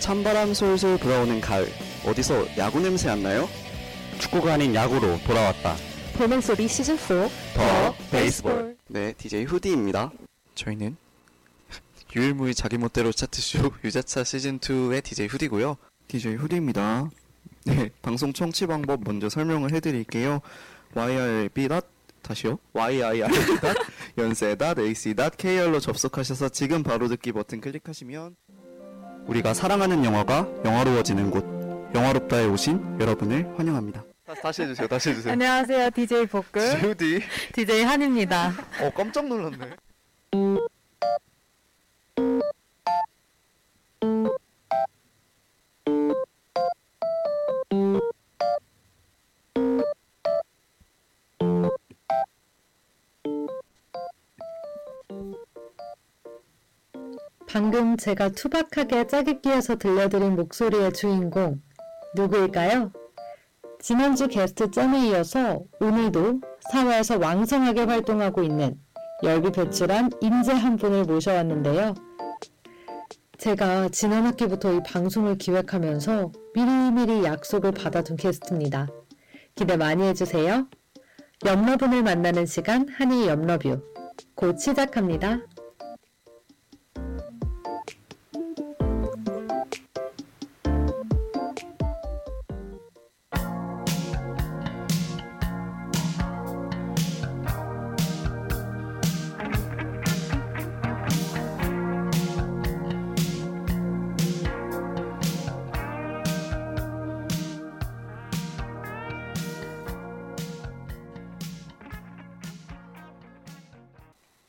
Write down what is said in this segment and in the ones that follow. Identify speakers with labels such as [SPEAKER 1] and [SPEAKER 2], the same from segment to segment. [SPEAKER 1] 찬바람 솔솔 불어오는 가을. 어디서 야구 냄새 안 나요? 축구가 아닌 야구로 돌아왔다.
[SPEAKER 2] 볼멘소리 시즌4
[SPEAKER 1] 더 베이스볼. 네, DJ 후디입니다. 저희는 유일무이 자기 멋대로 차트쇼 유자차 시즌2의 DJ 후디고요. DJ 후디입니다. 네, 방송 청취 방법 먼저 설명을 해드릴게요. YIRB. 다시요? YIRB. 연세. ac. kr로 접속하셔서 지금 바로 듣기 버튼 클릭하시면 우리가 사랑하는 영화가 영화로워지는 곳. 영화롭다에 오신 여러분을 환영합니다. 다시 해주세요. 다시 해주세요.
[SPEAKER 2] 안녕하세요 DJ 복근
[SPEAKER 1] 후디.
[SPEAKER 2] DJ 한입니다
[SPEAKER 1] 어 깜짝 놀랐네.
[SPEAKER 2] 방금 제가 투박하게 짜깁기에서 들려드린 목소리의 주인공 누구일까요? 지난주 게스트 짬에 이어서 오늘도 사회에서 왕성하게 활동하고 있는 열비 배출한 인재 한 분을 모셔왔는데요. 제가 지난 학기부터 이 방송을 기획하면서 미리미리 약속을 받아둔 게스트입니다. 기대 많이 해주세요. 염러분을 만나는 시간 한이 염러뷰 곧 시작합니다.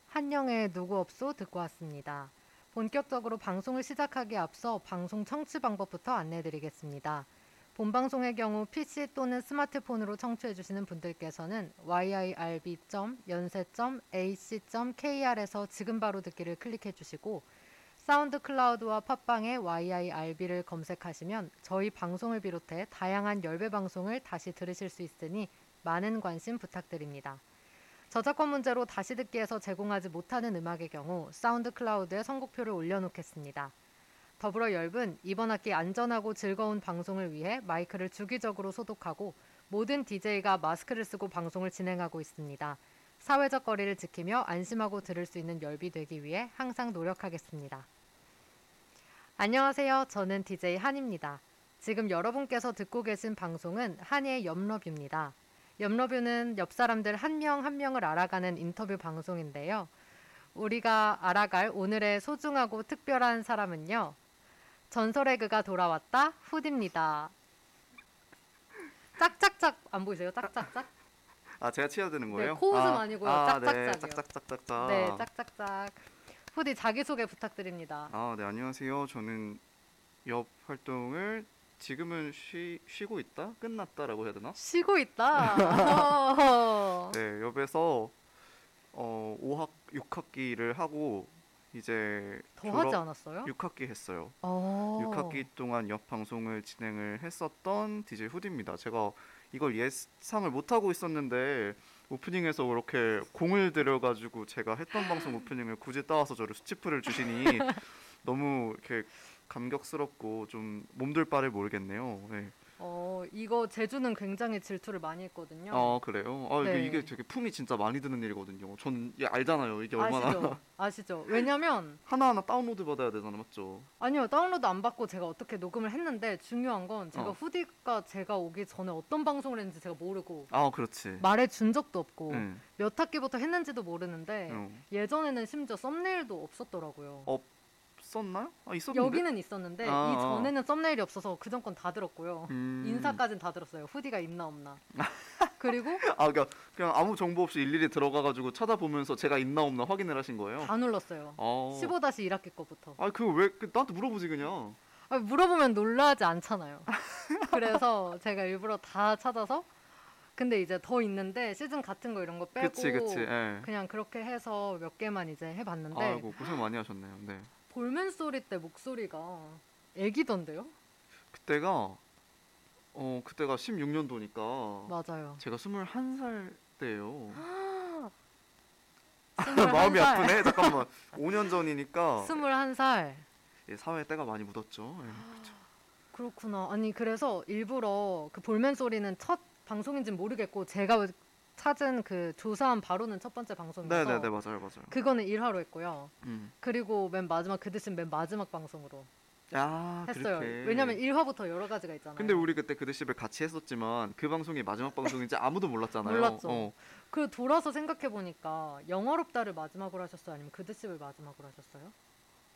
[SPEAKER 3] 한영의 누구 없소 듣고 왔습니다. 본격적으로 방송을 시작하기에 앞서 방송 청취 방법부터 안내드리겠습니다. 본 방송의 경우 PC 또는 스마트폰으로 청취해주시는 분들께서는 yirb.연세.ac.kr에서 지금 바로 듣기를 클릭해주시고 사운드 클라우드와 팟빵에 yirb를 검색하시면 저희 방송을 비롯해 다양한 열배 방송을 다시 들으실 수 있으니 많은 관심 부탁드립니다. 저작권 문제로 다시 듣기에서 제공하지 못하는 음악의 경우 사운드 클라우드에 선곡표를 올려놓겠습니다. 더불어 열분 이번 학기 안전하고 즐거운 방송을 위해 마이크를 주기적으로 소독하고 모든 DJ가 마스크를 쓰고 방송을 진행하고 있습니다. 사회적 거리를 지키며 안심하고 들을 수 있는 열비 되기 위해 항상 노력하겠습니다. 안녕하세요. 저는 DJ 한입니다. 지금 여러분께서 듣고 계신 방송은 한의 염러뷰입니다. 옆러뷰는 옆 사람들 한 명 한 명을 알아가는 인터뷰 방송인데요. 우리가 알아갈 오늘의 소중하고 특별한 사람은요. 전설의 그가 돌아왔다 후디입니다. 짝짝짝 안 보이세요? 짝짝짝?
[SPEAKER 1] 아 제가 치어드는
[SPEAKER 3] 네,
[SPEAKER 1] 거예요?
[SPEAKER 3] 코웃음
[SPEAKER 1] 아,
[SPEAKER 3] 아니고요.
[SPEAKER 1] 아, 네,
[SPEAKER 3] 짝짝짝이요.
[SPEAKER 4] 아.
[SPEAKER 1] 짝짝짝짝짝.
[SPEAKER 3] 네, 짝짝짝. 후디 자기소개 부탁드립니다.
[SPEAKER 4] 아, 네, 안녕하세요. 저는 옆 활동을 지금은 쉬, 쉬고 있다? 끝났다라고 해야 되나?
[SPEAKER 3] 쉬고 있다. 어허허.
[SPEAKER 4] 네, 옆에서 어, 5학, 6학기를 하고 이제
[SPEAKER 3] 더 하지 않았어요?
[SPEAKER 4] 6학기 했어요.
[SPEAKER 3] 어.
[SPEAKER 4] 6학기 동안 옆 방송을 진행을 했었던 DJ 후디입니다. 제가 이걸 예상을 못 하고 있었는데 오프닝에서 그렇게 공을 들여가지고 제가 했던 방송 오프닝을 굳이 따와서 저를 수치프를 주시니 너무 이렇게 감격스럽고 좀 몸둘 바를 모르겠네요. 네.
[SPEAKER 3] 어, 이거 제주는 굉장히 질투를 많이 했거든요.
[SPEAKER 4] 아 그래요? 아 이게,
[SPEAKER 3] 네.
[SPEAKER 4] 이게 되게 품이 진짜 많이 드는 일이거든요. 전 이게 알잖아요. 이게 얼마나
[SPEAKER 3] 아시죠? 아시죠? 왜냐면
[SPEAKER 4] 하나하나 다운로드 받아야 되잖아, 맞죠?
[SPEAKER 3] 아니요 다운로드 안 받고 제가 어떻게 녹음을 했는데 중요한 건 제가
[SPEAKER 4] 어.
[SPEAKER 3] 후디가 제가 오기 전에 어떤 방송을 했는지 제가 모르고
[SPEAKER 4] 아 그렇지.
[SPEAKER 3] 말해 준 적도 없고 네.
[SPEAKER 4] 네.
[SPEAKER 3] 몇 학기부터 했는지도 모르는데
[SPEAKER 4] 어.
[SPEAKER 3] 예전에는 심지어 썸네일도 없었더라고요.
[SPEAKER 4] 어, 썼나요? 아 있었는데.
[SPEAKER 3] 여기는 있었는데
[SPEAKER 4] 아,
[SPEAKER 3] 이
[SPEAKER 4] 아.
[SPEAKER 3] 전에는 썸네일이 없어서 그전 건 다 들었고요.
[SPEAKER 4] 음.
[SPEAKER 3] 인사까진 다 들었어요. 후디가 있나 없나. 그리고
[SPEAKER 4] 아, 그러니까 그냥 아무 정보 없이 일일이 들어가가지고 찾아보면서 제가 있나 없나 확인을 하신 거예요?
[SPEAKER 3] 다 눌렀어요.
[SPEAKER 4] 아,
[SPEAKER 3] 15-1학기 거부터.
[SPEAKER 4] 아, 그거 왜 그, 나한테 물어보지 그냥?
[SPEAKER 3] 아, 물어보면 놀라지 않잖아요. 그래서 제가 일부러 다 찾아서 근데 이제 더 있는데 시즌 같은 거 이런 거 빼고
[SPEAKER 4] 그치, 그치. 예.
[SPEAKER 3] 냥 그렇게 해서 몇 개만 이제 해봤는데
[SPEAKER 4] 아이고 고생 많이 하셨네요. 네.
[SPEAKER 3] 볼멘 소리 때 목소리가 애기던데요?
[SPEAKER 4] 그때가 어 그때가 16년도니까
[SPEAKER 3] 맞아요.
[SPEAKER 4] 제가 21살 때예요.
[SPEAKER 3] 스물한
[SPEAKER 4] 마음이
[SPEAKER 3] 살.
[SPEAKER 4] 아프네. 잠깐만. 5년 전이니까
[SPEAKER 3] 21살.
[SPEAKER 4] 예, 사회에 때가 많이 묻었죠. 예,
[SPEAKER 3] 아,
[SPEAKER 4] 그쵸.
[SPEAKER 3] 그렇구나. 아니 그래서 일부러 그 볼멘 소리는 첫 방송인지는 모르겠고 제가 찾은 그 조사한 바로는 첫 번째 방송이어서
[SPEAKER 4] 네네네 맞아요 맞아요.
[SPEAKER 3] 그거는 1화로 했고요.
[SPEAKER 4] 음.
[SPEAKER 3] 그리고 맨 마지막 그 대신 맨 마지막 방송으로
[SPEAKER 4] 아
[SPEAKER 3] 했어요.
[SPEAKER 4] 그렇게.
[SPEAKER 3] 왜냐면 1화부터 여러 가지가 있잖아요.
[SPEAKER 4] 근데 우리 그때 그대시에 같이 했었지만 그 방송이 마지막 방송인지 아무도 몰랐잖아요.
[SPEAKER 3] 몰랐죠.
[SPEAKER 4] 어.
[SPEAKER 3] 그 돌아서 생각해 보니까 영어롭다를 마지막으로 하셨어요, 아니면 그드십을 마지막으로 하셨어요?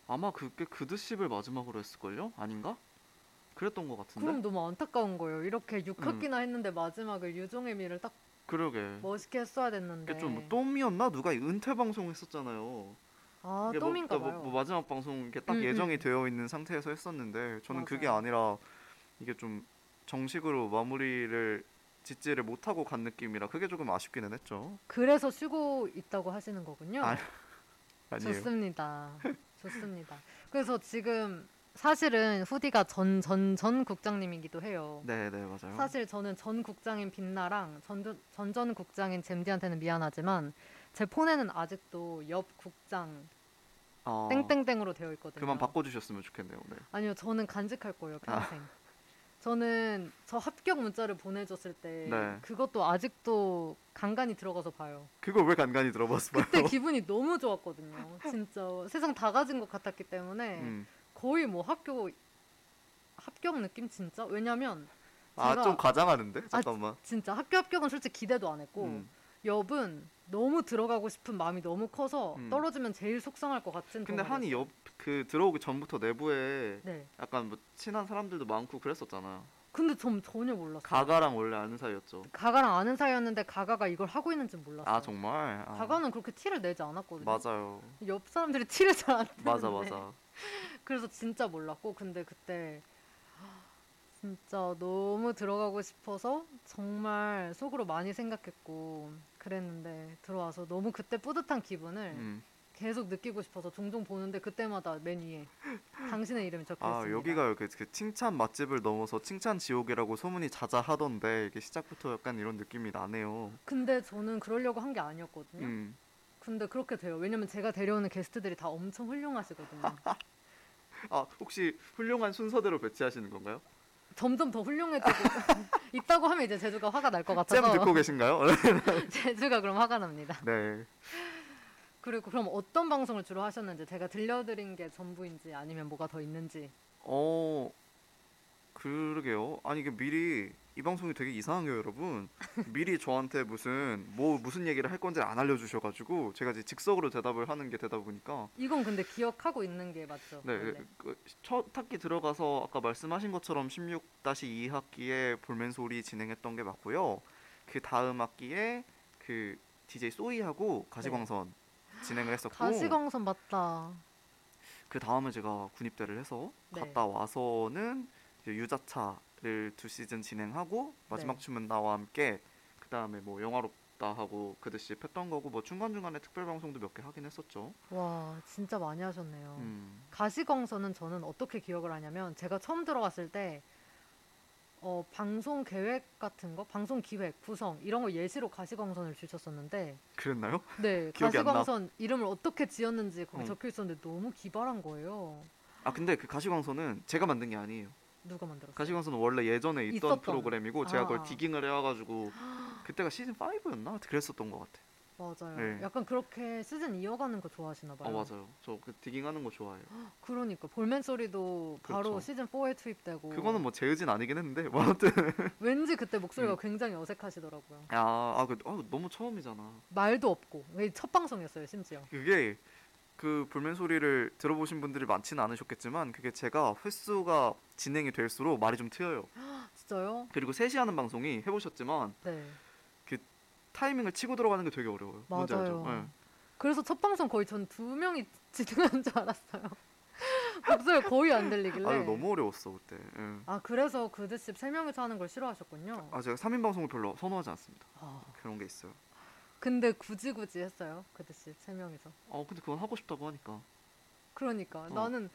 [SPEAKER 4] 아마 그게 그드십을 마지막으로 했을걸요? 아닌가? 그랬던 것 같은데.
[SPEAKER 3] 그럼 너무 안타까운 거예요. 이렇게 6학기나
[SPEAKER 4] 음.
[SPEAKER 3] 했는데 마지막을 유종의 미를 딱
[SPEAKER 4] 그러게.
[SPEAKER 3] 멋있게 했어야 됐는데.
[SPEAKER 4] 이게 음. 좀뭐 똠이었나 누가 은퇴 방송 했었잖아요.
[SPEAKER 3] 아,
[SPEAKER 4] 이게 뭐-
[SPEAKER 3] 똥인가
[SPEAKER 4] 그러니까
[SPEAKER 3] 봐요.
[SPEAKER 4] 뭐, 뭐 마지막 방송 이게 딱
[SPEAKER 3] 음,
[SPEAKER 4] 예정이
[SPEAKER 3] 음.
[SPEAKER 4] 되어 있는 상태에서 했었는데 저는 그게
[SPEAKER 3] 맞아요.
[SPEAKER 4] 아니라 이게 좀 정식으로 마무리를 짓지를 못하고 간 느낌이라 그게 조금 아쉽기는 했죠.
[SPEAKER 3] 그래서 쉬고 있다고 하시는 거군요.
[SPEAKER 4] 아, 아니에요.
[SPEAKER 3] 좋습니다. 좋습니다. 그래서 지금 사실은 후디가 전 전 전 국장님이기도 해요.
[SPEAKER 4] 네, 네 맞아요.
[SPEAKER 3] 사실 저는 전 국장인 빛나랑 전전 전전 국장인 잼디한테는 미안하지만 제 폰에는 아직도 옆 국장
[SPEAKER 4] 아,
[SPEAKER 3] 땡땡땡으로 되어 있거든요.
[SPEAKER 4] 그만 아. 바꿔주셨으면 좋겠네요. 네.
[SPEAKER 3] 아니요, 저는 간직할 거예요 평생. 저는 저 합격 문자를 보내줬을 때
[SPEAKER 4] 네.
[SPEAKER 3] 그것도 아직도 간간히 들어가서 봐요.
[SPEAKER 4] 그걸 왜 간간히 들어봤어요?
[SPEAKER 3] 그때 기분이 너무 좋았거든요. 진짜 세상 다 가진 것 같았기 때문에
[SPEAKER 4] 음.
[SPEAKER 3] 거의 뭐 학교 합격 느낌 진짜 왜냐면 제가-
[SPEAKER 4] 아좀 과장하는데 잠깐만.
[SPEAKER 3] 진짜 학교 합격은 솔직히 기대도 안 했고
[SPEAKER 4] 음.
[SPEAKER 3] 엽은 너무 들어가고 싶은 마음이 너무 커서
[SPEAKER 4] 음.
[SPEAKER 3] 떨어지면 제일 속상할 것 같은
[SPEAKER 4] 근데
[SPEAKER 3] 경우가
[SPEAKER 4] 한이
[SPEAKER 3] 있어요.
[SPEAKER 4] 옆그 들어오기 전부터 내부에
[SPEAKER 3] 네
[SPEAKER 4] 약간 뭐 친한 사람들도 많고 그랬었잖아요.
[SPEAKER 3] 근데 전 전혀 몰랐어요
[SPEAKER 4] 가가랑 원래 아는 사이였죠.
[SPEAKER 3] 가가랑 아는 사이였는데 가가가 이걸 하고 있는지 몰랐어요
[SPEAKER 4] 아 정말. 아,
[SPEAKER 3] 가가는 그렇게 티를 내지 않았거든요
[SPEAKER 4] 맞아요.
[SPEAKER 3] 옆 사람들이 티를 잘 안 내는데
[SPEAKER 4] 맞아 맞아.
[SPEAKER 3] 그래서 진짜 몰랐고 근데 그때 진짜 너무 들어가고 싶어서 정말 속으로 많이 생각했고 그랬는데 들어와서 너무 그때 뿌듯한 기분을
[SPEAKER 4] 음.
[SPEAKER 3] 계속 느끼고 싶어서 종종 보는데 그때마다 맨 위에 당신의 이름이 적혀
[SPEAKER 4] 아
[SPEAKER 3] 있습니다.
[SPEAKER 4] 여기가 그, 그 칭찬 맛집을 넘어서 칭찬 지옥이라고 소문이 자자하던데 이게 시작부터 약간 이런 느낌이 나네요.
[SPEAKER 3] 근데 저는 그러려고 한 게 아니었거든요.
[SPEAKER 4] 음.
[SPEAKER 3] 근데 그렇게 돼요. 왜냐면 제가 데려오는 게스트들이 다 엄청 훌륭하시거든요.
[SPEAKER 4] 아 혹시 훌륭한 순서대로 배치하시는 건가요?
[SPEAKER 3] 점점 더 훌륭해지고 있다고 하면 이제 제주가 화가 날 것
[SPEAKER 4] 쌤 듣고
[SPEAKER 3] 같아서
[SPEAKER 4] 계신가요?
[SPEAKER 3] 제주가 그럼 화가 납니다.
[SPEAKER 4] 네.
[SPEAKER 3] 그리고 그럼 어떤 방송을 주로 하셨는지 제가 들려드린 게 전부인지 아니면 뭐가 더 있는지
[SPEAKER 4] 어 그러게요. 아니 이게 미리 이 방송이 되게 이상한 게 여러분 미리 저한테 무슨 뭐 무슨 얘기를 할 건지 안 알려주셔가지고 제가 이제 즉석으로 대답을 하는 게 되다 보니까
[SPEAKER 3] 이건 근데 기억하고 있는 게 맞죠?
[SPEAKER 4] 네,
[SPEAKER 3] 원래?
[SPEAKER 4] 그, 첫 학기 들어가서 아까 말씀하신 것처럼 16-2학기에 볼멘 소리 진행했던 게 맞고요. 그 다음 학기에 그 DJ 소이하고 가시광선 진행을 했었고
[SPEAKER 3] 네. 가시광선 맞다.
[SPEAKER 4] 그 다음에 제가 군입대를 해서
[SPEAKER 3] 네.
[SPEAKER 4] 갔다 와서는 이제 유자차를 두 시즌 진행하고 마지막
[SPEAKER 3] 네.
[SPEAKER 4] 춤은 나와 함께 그 다음에 뭐 영화롭다 하고 그듯이 했던 거고 뭐 중간 중간에 특별 방송도 몇 개 하긴 했었죠.
[SPEAKER 3] 와 진짜 많이 하셨네요.
[SPEAKER 4] 음.
[SPEAKER 3] 가시광선은 저는 어떻게 기억을 하냐면 제가 처음 들어갔을 때 어, 방송 계획 같은 거, 방송 기획, 구성 이런 거 예시로 가시광선을 주셨었는데
[SPEAKER 4] 그랬나요?
[SPEAKER 3] 네
[SPEAKER 4] 기억이 안 음. 나.
[SPEAKER 3] 가시광선 이름을 어떻게 지었는지 거기
[SPEAKER 4] 응.
[SPEAKER 3] 적혀 있었는데 너무 기발한 거예요.
[SPEAKER 4] 아 근데 그 가시광선은 제가 만든 게 아니에요.
[SPEAKER 3] 누가 만들었어요?
[SPEAKER 4] 가시광선은 원래 예전에 있던
[SPEAKER 3] 있었던.
[SPEAKER 4] 프로그램이고 제가
[SPEAKER 3] 아.
[SPEAKER 4] 그걸 디깅을 해와가지고 그때가 시즌 5였나 그랬었던 것 같아.
[SPEAKER 3] 맞아요.
[SPEAKER 4] 네.
[SPEAKER 3] 약간 그렇게 시즌 이어가는 거 좋아하시나
[SPEAKER 4] 아
[SPEAKER 3] 봐요.
[SPEAKER 4] 맞아요. 저 그 디깅하는 거 좋아해요.
[SPEAKER 3] 그러니까 볼멘 소리도 바로
[SPEAKER 4] 그렇죠.
[SPEAKER 3] 시즌 4에 투입되고
[SPEAKER 4] 그거는 뭐 음. 제의진 아니긴 했는데 뭐 아무튼
[SPEAKER 3] 왠지 그때 목소리가 굉장히 어색하시더라고요.
[SPEAKER 4] 아아그 아, 너무 처음이잖아.
[SPEAKER 3] 말도 없고 이게 첫 방송이었어요 심지어.
[SPEAKER 4] 그게 그 불면 소리를 들어보신 분들이 많지는 않으셨겠지만 그게 제가 횟수가 진행이 될수록 말이 좀 트여요.
[SPEAKER 3] 진짜요?
[SPEAKER 4] 그리고 셋이 하는 방송이 해보셨지만
[SPEAKER 3] 네.
[SPEAKER 4] 타이밍을 치고 들어가는 게 되게 어려워요. 뭔지 알죠?
[SPEAKER 3] 맞아요.
[SPEAKER 4] 예.
[SPEAKER 3] 그래서 첫 방송 거의 전 두 명이 진행한 줄 알았어요. 목소리 거의 안 들리길래.
[SPEAKER 4] 아유 너무 어려웠어 그때. 예.
[SPEAKER 3] 아, 그래서 그드십 세 명이서 하는 걸 싫어하셨군요.
[SPEAKER 4] 아 제가 3인 방송을 별로 선호하지 않습니다.
[SPEAKER 3] 아,
[SPEAKER 4] 그런 게 있어요.
[SPEAKER 3] 근데 굳이 굳이 했어요 그드십 세 명이서.
[SPEAKER 4] 어 근데 그건 하고 싶다고 하니까.
[SPEAKER 3] 그러니까
[SPEAKER 4] 어.
[SPEAKER 3] 나는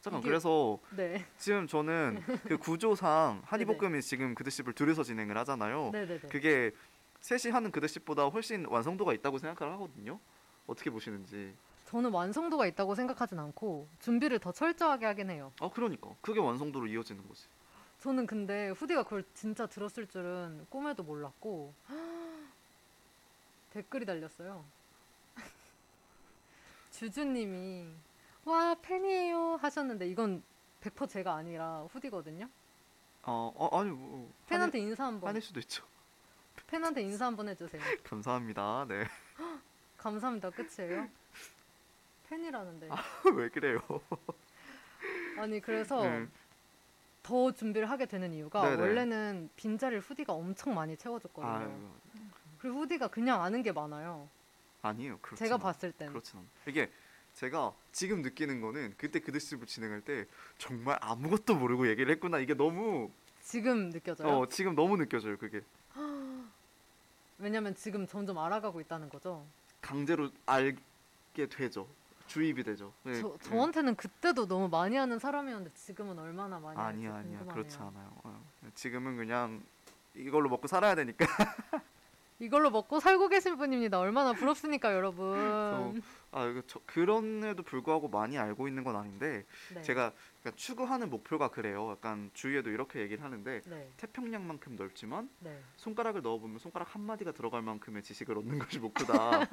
[SPEAKER 4] 잠깐
[SPEAKER 3] 이게-
[SPEAKER 4] 그래서
[SPEAKER 3] 네,
[SPEAKER 4] 지금 저는 그 구조상 한이볶음이 지금 그드십을 둘이서 진행을 하잖아요.
[SPEAKER 3] 네, 네, 네.
[SPEAKER 4] 어. 그게 셋이 하는 그드십보다 훨씬 완성도가 있다고 생각을 하거든요. 어떻게 보시는지.
[SPEAKER 3] 저는 완성도가 있다고 생각하진 않고 준비를 더 철저하게 하긴 해요.
[SPEAKER 4] 아 그러니까 그게 완성도로 이어지는 거지.
[SPEAKER 3] 저는 근데 후디가 그걸 진짜 들었을 줄은 꿈에도 몰랐고 댓글이 달렸어요. 주주님이 와 팬이에요 하셨는데 이건 100% 제가 아니라 후디거든요.
[SPEAKER 4] 어, 어 아니 뭐
[SPEAKER 3] 팬한테 인사 한번
[SPEAKER 4] 화낼 수도 있죠.
[SPEAKER 3] 팬한테 인사 한번 해주세요.
[SPEAKER 4] 감사합니다. 네.
[SPEAKER 3] 감사합니다. 끝이에요. 팬이라는데
[SPEAKER 4] 왜 그래요?
[SPEAKER 3] 아니 그래서
[SPEAKER 4] 네.
[SPEAKER 3] 더 준비를 하게 되는 이유가
[SPEAKER 4] 네네.
[SPEAKER 3] 원래는 빈자리를 후디가 엄청 많이 채워줬거든요.
[SPEAKER 4] 아유,
[SPEAKER 3] 그리고 후디가 그냥 아는 게 많아요.
[SPEAKER 4] 아니에요. 그렇
[SPEAKER 3] 제가 봤을 땐
[SPEAKER 4] 그렇진 않아. 이게 제가 지금 느끼는 거는 그때 그 드시브 진행할 때 정말 아무것도 모르고 얘기를 했구나. 이게 너무
[SPEAKER 3] 지금 느껴져요.
[SPEAKER 4] 어 지금 너무 느껴져요. 그게
[SPEAKER 3] 왜냐면 지금 점점 알아가고 있다는 거죠.
[SPEAKER 4] 강제로 알게 되죠. 주입이 되죠. 네,
[SPEAKER 3] 저,
[SPEAKER 4] 그-
[SPEAKER 3] 저한테는 그때도 너무 많이 하는 사람이었는데 지금은 얼마나 많이 하는지
[SPEAKER 4] 아니야 아니야
[SPEAKER 3] 궁금하네요.
[SPEAKER 4] 그렇지 않아요. 어, 지금은 그냥 이걸로 먹고 살아야 되니까
[SPEAKER 3] 이걸로 먹고 살고 계신 분입니다. 얼마나 부럽습니까, 여러분.
[SPEAKER 4] 저-
[SPEAKER 3] 음.
[SPEAKER 4] 아 이거 저, 그런에도 불구하고 많이 알고 있는 건 아닌데
[SPEAKER 3] 네.
[SPEAKER 4] 제가 약간 추구하는 목표가 그래요. 약간 주위에도 이렇게 얘기를 하는데
[SPEAKER 3] 네,
[SPEAKER 4] 태평양만큼 넓지만
[SPEAKER 3] 네.
[SPEAKER 4] 손가락을 넣어보면 손가락 한 마디가 들어갈 만큼의 지식을 얻는 것이 목표다.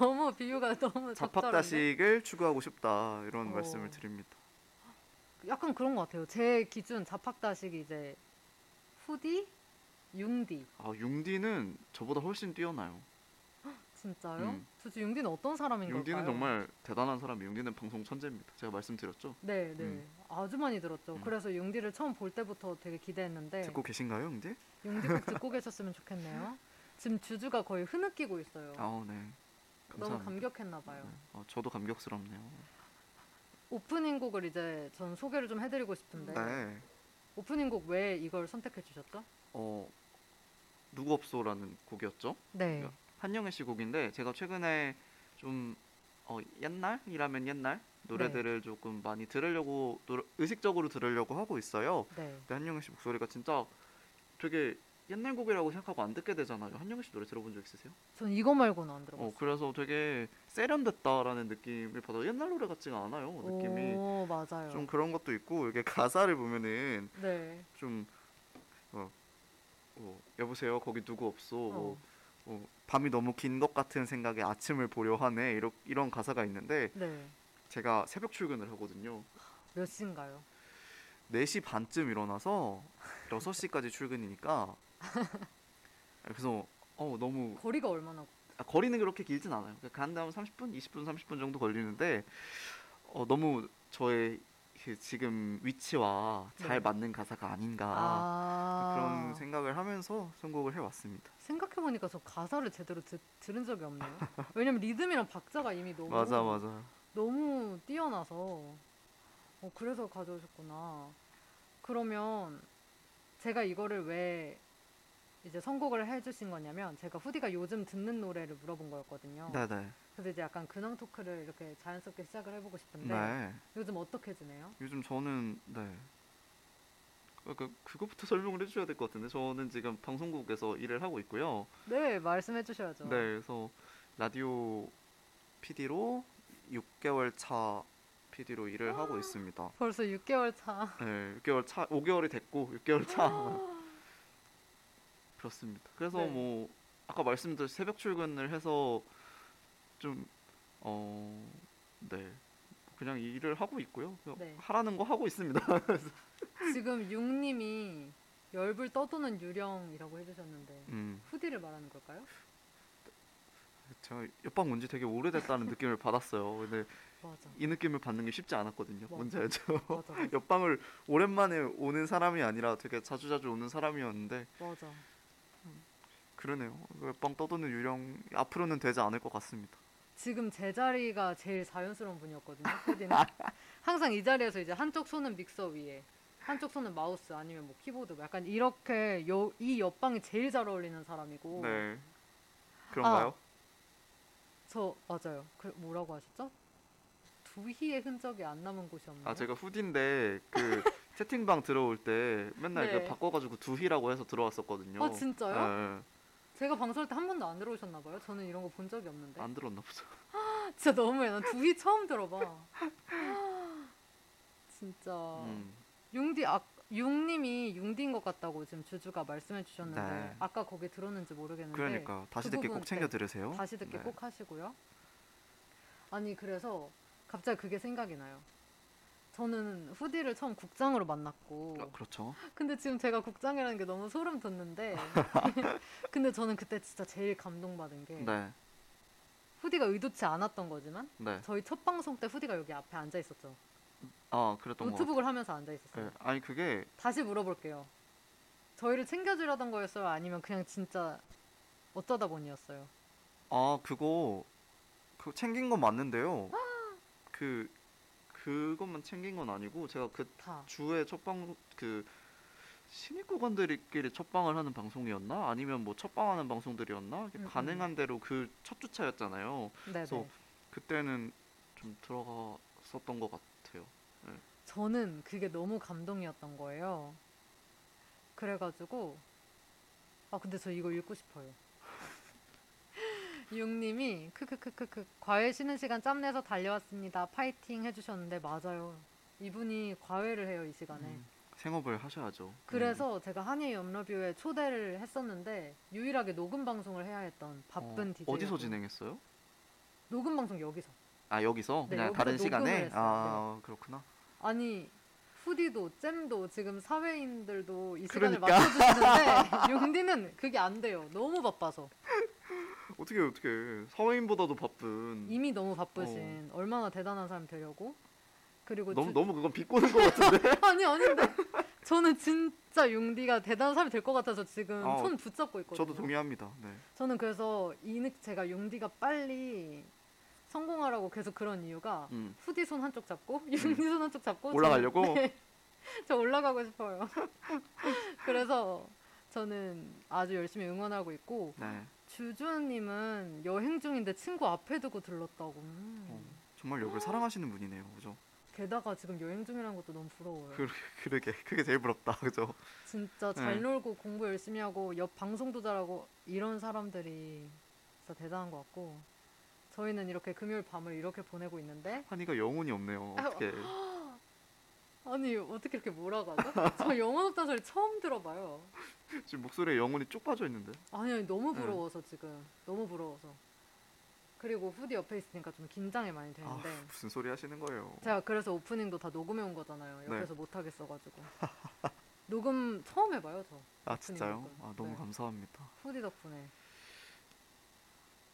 [SPEAKER 3] 너무 비유가 너무 적절한데?
[SPEAKER 4] 자팍다식을 추구하고 싶다 이런
[SPEAKER 3] 어.
[SPEAKER 4] 말씀을 드립니다.
[SPEAKER 3] 약간 그런 것 같아요. 제 기준 자팍다식이 이제 후디, 융디
[SPEAKER 4] 아 융디는 저보다 훨씬 뛰어나요.
[SPEAKER 3] 진짜요?
[SPEAKER 4] 음.
[SPEAKER 3] 도대체 융디는 어떤 사람인가요?
[SPEAKER 4] 융디는 정말 대단한 사람이 융디는 방송 천재입니다. 제가 말씀드렸죠.
[SPEAKER 3] 네, 네.
[SPEAKER 4] 음.
[SPEAKER 3] 아주 많이 들었죠.
[SPEAKER 4] 음.
[SPEAKER 3] 그래서 융디를 처음 볼 때부터 되게 기대했는데
[SPEAKER 4] 듣고 계신가요, 융디?
[SPEAKER 3] 융디 꼭 듣고 계셨으면 좋겠네요. 지금 주주가 거의 흐느끼고 있어요.
[SPEAKER 4] 아, 네.
[SPEAKER 3] 그렇죠. 너무
[SPEAKER 4] 감사합니다.
[SPEAKER 3] 감격했나 봐요.
[SPEAKER 4] 네. 어, 저도 감격스럽네요.
[SPEAKER 3] 오프닝 곡을 이제 전 소개를 좀 해드리고 싶은데
[SPEAKER 4] 네.
[SPEAKER 3] 오프닝 곡 왜 이걸 선택해 주셨죠?
[SPEAKER 4] 어 누구 없소라는 곡이었죠?
[SPEAKER 3] 네,
[SPEAKER 4] 야. 한영애 씨 곡인데 제가 최근에 좀 어, 옛날이라면 옛날
[SPEAKER 3] 네.
[SPEAKER 4] 노래들을 조금 많이 들으려고 노- 의식적으로 들으려고 하고 있어요.
[SPEAKER 3] 네,
[SPEAKER 4] 근데 한영애 씨 목소리가 진짜 되게 옛날 곡이라고 생각하고 안 듣게 되잖아요. 한영애 씨 노래 들어본 적 있으세요?
[SPEAKER 3] 전 이거 말고는 안
[SPEAKER 4] 어
[SPEAKER 3] 들어봤어요.
[SPEAKER 4] 그래서 되게 세련됐다라는 느낌을 받아 옛날 노래 같지가 않아요. 어, 그 느낌이
[SPEAKER 3] 오, 맞아요.
[SPEAKER 4] 좀 그런 것도 있고 이게 가사를 보면은
[SPEAKER 3] 네,
[SPEAKER 4] 좀 어, 어, 여보세요 거기 누구 없어
[SPEAKER 3] 어.
[SPEAKER 4] 뭐, 어, 밤이 너무 긴 것 같은 생각에 아침을 보려 하네 이런 이런 가사가 있는데
[SPEAKER 3] 네.
[SPEAKER 4] 제가 새벽 출근을 하거든요
[SPEAKER 3] 몇 시인가요?
[SPEAKER 4] 4시 반쯤 일어나서 6시까지 출근이니까 그래서 어 너무
[SPEAKER 3] 거리가 얼마나
[SPEAKER 4] 아, 거리는 그렇게 길진 않아요 그러니까 간 다음 30분 20분 30분 정도 걸리는데 어 너무 저의 그 지금 위치와 잘
[SPEAKER 3] 네.
[SPEAKER 4] 맞는 가사가 아닌가
[SPEAKER 3] 아,
[SPEAKER 4] 그런 생각을 하면서 선곡을 해왔습니다.
[SPEAKER 3] 생각해보니까 저 가사를 제대로 듣, 들은 적이 없네요. 왜냐면 리듬이랑 박자가 이미 너무
[SPEAKER 4] 맞아 맞아.
[SPEAKER 3] 어. 너무 뛰어나서 어, 그래서 가져오셨구나. 그러면 제가 이거를 왜 이제 선곡을 해주신 거냐면 제가 후디가 요즘 듣는 노래를 물어본 거였거든요.
[SPEAKER 4] 네네.
[SPEAKER 3] 그래서 이제 약간 근황 토크를 이렇게 자연스럽게 시작을 해보고 싶은데
[SPEAKER 4] 네.
[SPEAKER 3] 요즘 어떻게 지내요?
[SPEAKER 4] 요즘 저는 네. 그러니까 그것부터 설명을 해주셔야 될 것 같은데 저는 지금 방송국에서 일을 하고 있고요.
[SPEAKER 3] 네 말씀해 주셔야죠.
[SPEAKER 4] 네. 그래서 라디오 PD로 6개월 차 PD로 일을 하고 있습니다.
[SPEAKER 3] 벌써 6개월 차.
[SPEAKER 4] 네. 6개월 차 5개월이 됐고 6개월 차. 그렇습니다. 그래서
[SPEAKER 3] 아. 네.
[SPEAKER 4] 뭐 아까 말씀드린 새벽 출근을 해서 좀 어, 네. 그냥 일을 하고 있고요. 그냥
[SPEAKER 3] 네.
[SPEAKER 4] 하라는 거 하고 있습니다.
[SPEAKER 3] 지금 육님이 열불 떠도는 유령이라고 해주셨는데
[SPEAKER 4] 음.
[SPEAKER 3] 후디를 말하는 걸까요?
[SPEAKER 4] 제가 옆방 온 지 되게 오래됐다는 느낌을 받았어요. 근데
[SPEAKER 3] 맞아,
[SPEAKER 4] 이 느낌을 받는 게 쉽지 않았거든요.
[SPEAKER 3] 맞아.
[SPEAKER 4] 뭔지 알죠?
[SPEAKER 3] 맞아, 맞아,
[SPEAKER 4] 옆방을 오랜만에 오는 사람이 아니라 되게 자주자주 오는 사람이었는데
[SPEAKER 3] 맞아.
[SPEAKER 4] 그러네요. 옆방 떠도는 유령 앞으로는 되지 않을 것 같습니다.
[SPEAKER 3] 지금 제 자리가 제일 자연스러운 분이었거든요. 후디는 항상 이 자리에서 이제 한쪽 손은 믹서 위에, 한쪽 손은 마우스 아니면 뭐 키보드, 뭐 약간 이렇게 요, 이 옆방이 제일 잘 어울리는 사람이고
[SPEAKER 4] 네.
[SPEAKER 3] 아,
[SPEAKER 4] 그런가요?
[SPEAKER 3] 저 맞아요. 그 뭐라고 하셨죠? 두희의 흔적이 안 남은 곳이 없나요?
[SPEAKER 4] 아 제가 후디인데 그 채팅방 들어올 때 맨날
[SPEAKER 3] 네.
[SPEAKER 4] 그 바꿔가지고 두희라고 해서 들어왔었거든요.
[SPEAKER 3] 아, 진짜요?
[SPEAKER 4] 예, 예.
[SPEAKER 3] 제가 방송할 때 한 번도 안 들어오셨나 봐요. 저는 이런 거 본 적이 없는데.
[SPEAKER 4] 안 들었나 보죠.
[SPEAKER 3] 진짜 너무해. 난 둘이 처음 들어봐. 진짜.
[SPEAKER 4] 음.
[SPEAKER 3] 융디 아, 융님이 융디인 것 같다고 지금 주주가 말씀해 주셨는데
[SPEAKER 4] 네.
[SPEAKER 3] 아까 거기 들었는지 모르겠는데
[SPEAKER 4] 그러니까 다시
[SPEAKER 3] 그
[SPEAKER 4] 듣기
[SPEAKER 3] 부분,
[SPEAKER 4] 꼭 챙겨
[SPEAKER 3] 네.
[SPEAKER 4] 들으세요.
[SPEAKER 3] 다시 듣기
[SPEAKER 4] 네.
[SPEAKER 3] 꼭 하시고요. 아니 그래서 갑자기 그게 생각이 나요. 저는 후디를 처음 국장으로 만났고
[SPEAKER 4] 아, 그렇죠.
[SPEAKER 3] 근데 지금 제가 국장이라는 게 너무 소름 돋는데 근데 저는 그때 진짜 제일 감동받은 게
[SPEAKER 4] 네.
[SPEAKER 3] 후디가 의도치 않았던 거지만
[SPEAKER 4] 네.
[SPEAKER 3] 저희 첫 방송 때 후디가 여기 앞에 앉아 있었죠.
[SPEAKER 4] 아, 그랬던 거. 같아요.
[SPEAKER 3] 노트북을 하면서 앉아 있었어요.
[SPEAKER 4] 네. 아니 그게
[SPEAKER 3] 다시 물어볼게요. 저희를 챙겨주려던 거였어요? 아니면 그냥 진짜 어쩌다 보니였어요?
[SPEAKER 4] 아 그거 그거 챙긴 건 맞는데요. 그 그것만 챙긴 건 아니고 제가 그
[SPEAKER 3] 다.
[SPEAKER 4] 주에 첫방그 신입 구간들끼리 첫방을 하는 방송이었나 아니면 뭐 첫방하는 방송들이었나 이게
[SPEAKER 3] 음, 음.
[SPEAKER 4] 가능한 대로 그 첫 주차였잖아요.
[SPEAKER 3] 네네.
[SPEAKER 4] 그래서 그때는 좀 들어갔었던 것 같아요.
[SPEAKER 3] 저는 그게 너무 감동이었던 거예요. 그래가지고 아 근데 저 이거 읽고 싶어요. 육님이 크크크크크 과외 쉬는 시간 짬내서 달려왔습니다. 파이팅 해주셨는데 맞아요. 이분이 과외를 해요 이 시간에.
[SPEAKER 4] 음, 생업을 하셔야죠.
[SPEAKER 3] 아, 네.
[SPEAKER 4] 음.
[SPEAKER 3] 그래서 제가 한예 염러뷰에 초대를 했었는데 유일하게 녹음 방송을 해야 했던
[SPEAKER 4] 음.
[SPEAKER 3] 바쁜
[SPEAKER 4] 어,
[SPEAKER 3] DJ.
[SPEAKER 4] 어디서 진행했어요?
[SPEAKER 3] 녹음 방송 여기서.
[SPEAKER 4] 아 여기서
[SPEAKER 3] 네,
[SPEAKER 4] 그냥
[SPEAKER 3] 여기서
[SPEAKER 4] 다른
[SPEAKER 3] 녹음을
[SPEAKER 4] 시간에
[SPEAKER 3] 했어요. 네.
[SPEAKER 4] 아 그렇구나.
[SPEAKER 3] 아니 후디도 잼도 지금 사회인들도 이 시간을
[SPEAKER 4] 그러니까.
[SPEAKER 3] 맞춰주시는데 용디는 그게 안 돼요. 너무 바빠서
[SPEAKER 4] 어떻게 어떻게 사회인보다도 바쁜.
[SPEAKER 3] 이미 너무 바쁘신 얼마나 대단한 사람 되려고 그리고
[SPEAKER 4] 어. 너무
[SPEAKER 3] 주-
[SPEAKER 4] 너무 그건 비꼬는 것 같은데.
[SPEAKER 3] 아니 아닌데 저는 진짜 용디가 대단한 사람이 될 것 같아서 지금
[SPEAKER 4] 아,
[SPEAKER 3] 손 붙잡고 있거든요.
[SPEAKER 4] 저도 동의합니다. 네.
[SPEAKER 3] 저는 그래서 이늑 제가 용디가 빨리 성공하라고 계속 그런 이유가
[SPEAKER 4] 음.
[SPEAKER 3] 후디 손 한쪽 잡고 윤디 손 한쪽 잡고
[SPEAKER 4] 올라가려고?
[SPEAKER 3] 저는, 네. 저 올라가고 싶어요. 그래서 저는 아주 열심히 응원하고 있고
[SPEAKER 4] 네.
[SPEAKER 3] 주주님은 여행 중인데 친구 앞에 두고 들렀다고. 음.
[SPEAKER 4] 어, 정말 욕을 사랑하시는 분이네요. 그죠?
[SPEAKER 3] 게다가 지금 여행 중이라는 것도 너무 부러워요.
[SPEAKER 4] 그러, 그러게 그게 제일 부럽다. 그죠?
[SPEAKER 3] 진짜 잘
[SPEAKER 4] 네.
[SPEAKER 3] 놀고 공부 열심히 하고 옆 방송도 잘하고 이런 사람들이 진짜 대단한 것 같고 저희는 이렇게 금요일 밤을 이렇게 보내고 있는데
[SPEAKER 4] 한이가 영혼이 없네요.
[SPEAKER 3] 아,
[SPEAKER 4] 어떻게?
[SPEAKER 3] 아니 어떻게 이렇게 몰아가죠? 저 영혼 없다는 소리 처음 들어봐요.
[SPEAKER 4] 지금 목소리에 영혼이 쭉 빠져 있는데.
[SPEAKER 3] 아니 아니 너무
[SPEAKER 4] 네.
[SPEAKER 3] 부러워서 지금 너무 부러워서 그리고 후디 옆에 있으니까 좀 긴장이 많이
[SPEAKER 4] 아
[SPEAKER 3] 되는데
[SPEAKER 4] 무슨 소리 하시는 거예요?
[SPEAKER 3] 제가 그래서 오프닝도 다 녹음해 온 거잖아요.
[SPEAKER 4] 네.
[SPEAKER 3] 옆에서 못 하겠어가지고 녹음 처음 해봐요 저
[SPEAKER 4] 아 진짜요?
[SPEAKER 3] 오프닝
[SPEAKER 4] 아 너무
[SPEAKER 3] 네.
[SPEAKER 4] 감사합니다.
[SPEAKER 3] 후디 덕분에.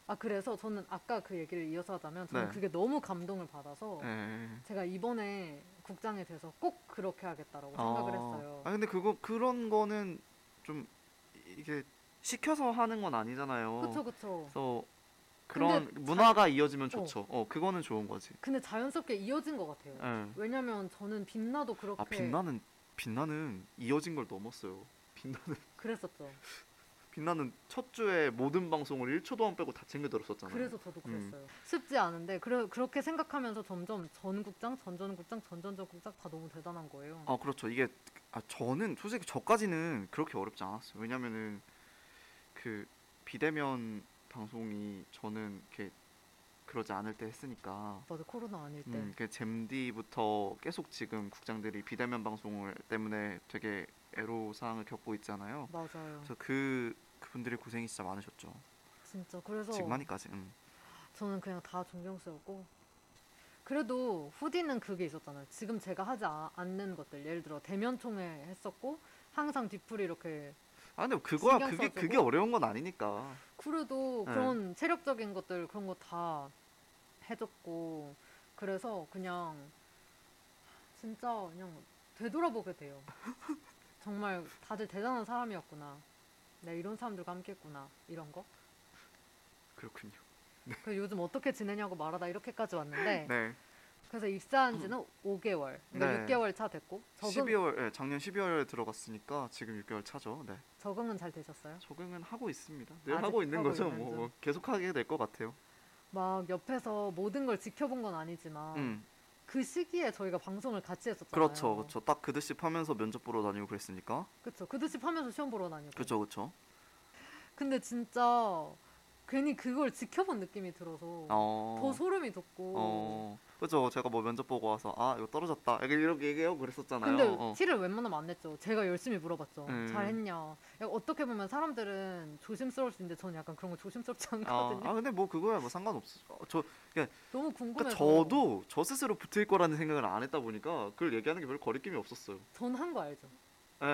[SPEAKER 3] 아 그래서 저는 아까 그 얘기를 이어서 하자면 저는
[SPEAKER 4] 네.
[SPEAKER 3] 그게 너무 감동을 받아서
[SPEAKER 4] 네.
[SPEAKER 3] 제가 이번에 국장이 돼서 꼭 그렇게 하겠다라고 뭐 생각을 했어요.
[SPEAKER 4] 아 근데 그거 그런 거는 좀 이- 이게 시켜서 하는 건 아니잖아요.
[SPEAKER 3] 그쵸 그쵸.
[SPEAKER 4] 뭐. 그래서 그런
[SPEAKER 3] 근데
[SPEAKER 4] 문화가 이어지면 좋죠. 어. 그거는 좋은 거지.
[SPEAKER 3] 근데 자연스럽게 이어진 것 같아요.
[SPEAKER 4] 예.
[SPEAKER 3] 왜냐면 저는 빛나도 그렇게
[SPEAKER 4] 아 빛나는 빛나는 이어진 걸 넘었어요. 빛나는
[SPEAKER 3] 그랬었죠.
[SPEAKER 4] 음. 빛나는 첫 주에 모든 방송을 1초도 안 빼고 다 챙겨 들었었잖아요.
[SPEAKER 3] 그래서 저도
[SPEAKER 4] 음.
[SPEAKER 3] 그랬어요. 쉽지 않은데 그래, 그렇게 생각하면서 점점 전국장, 전전국장, 전전전국장 다 너무 대단한 거예요.
[SPEAKER 4] 아 그렇죠. 이게 아 저는 솔직히 저까지는 그렇게 어렵지 않았어요. 왜냐면은 그 비대면 방송이 저는 이렇게 그러지 않을 때 했으니까
[SPEAKER 3] 맞아 코로나 아닐 때.
[SPEAKER 4] 음, 그 잼디부터 계속 지금 국장들이 비대면 방송을 때문에 되게 애로사항을 겪고 있잖아요.
[SPEAKER 3] 맞아요.
[SPEAKER 4] 그래서 그 그분들의 고생이 진짜 많으셨죠.
[SPEAKER 3] 진짜 그래서
[SPEAKER 4] 지금 하니까지. 음.
[SPEAKER 3] 저는 그냥 다 존경스럽고 그래도 후디는 그게 있었잖아요. 지금 제가 하지 아- 않는 것들 예를 들어 대면 총회 했었고 항상 뒤풀이 이렇게
[SPEAKER 4] 아 근데 그거야
[SPEAKER 3] 신경
[SPEAKER 4] 그게
[SPEAKER 3] 써주고.
[SPEAKER 4] 그게 어려운 건 아니니까.
[SPEAKER 3] 그래도
[SPEAKER 4] 네.
[SPEAKER 3] 그런 체력적인 것들 그런 거 다 해줬고 그래서 그냥 진짜 그냥 되돌아보게 돼요. 정말 다들 대단한 사람이었구나. 내가 이런 사람들과 함께했구나 이런 거.
[SPEAKER 4] 그렇군요.
[SPEAKER 3] 그 요즘 어떻게 지내냐고 말하다 이렇게까지 왔는데
[SPEAKER 4] 네.
[SPEAKER 3] 그래서 입사한 지는 5개월, 그러니까
[SPEAKER 4] 네.
[SPEAKER 3] 6개월 차 됐고 적응
[SPEAKER 4] 12월 예, 작년 12월에 들어갔으니까 지금 6개월 차죠. 네.
[SPEAKER 3] 적응은 잘 되셨어요?
[SPEAKER 4] 적응은 하고 있습니다. 늘
[SPEAKER 3] 아직
[SPEAKER 4] 하고 있는
[SPEAKER 3] 하고
[SPEAKER 4] 거죠.
[SPEAKER 3] 있는
[SPEAKER 4] 뭐
[SPEAKER 3] 중.
[SPEAKER 4] 계속하게 될 것 같아요.
[SPEAKER 3] 막 옆에서 모든 걸 지켜본 건 아니지만
[SPEAKER 4] 음,
[SPEAKER 3] 그 시기에 저희가 방송을 같이 했었잖아요.
[SPEAKER 4] 그렇죠, 그렇죠. 딱 그 듯이 하면서 면접 보러 다니고 그랬으니까.
[SPEAKER 3] 그쵸. 그 듯이 하면서 시험 보러 다니고.
[SPEAKER 4] 그렇죠, 그렇죠.
[SPEAKER 3] 근데 진짜 괜히 그걸 지켜본 느낌이 들어서
[SPEAKER 4] 어.
[SPEAKER 3] 더 소름이 돋고
[SPEAKER 4] 어. 그죠. 제가 뭐 면접 보고 와서 아 이거 떨어졌다. 약간 이렇게 얘기하고 그랬었잖아요.
[SPEAKER 3] 근데
[SPEAKER 4] 어.
[SPEAKER 3] 티를 웬만하면 안 냈죠. 제가 열심히 물어봤죠.
[SPEAKER 4] 음.
[SPEAKER 3] 잘했냐. 약간 어떻게 보면 사람들은 조심스러울 수 있는데 저는 약간 그런 거 조심스럽지
[SPEAKER 4] 아,
[SPEAKER 3] 않거든요.
[SPEAKER 4] 아 근데 뭐 그거야 뭐 상관없어. 어, 저
[SPEAKER 3] 너무
[SPEAKER 4] 그러니까
[SPEAKER 3] 궁금해서
[SPEAKER 4] 저도 저 스스로 붙을 거라는 생각을 안 했다 보니까 그걸 얘기하는 게 별로 거리낌이 없었어요.
[SPEAKER 3] 전한 거 알죠.
[SPEAKER 4] 예, 예,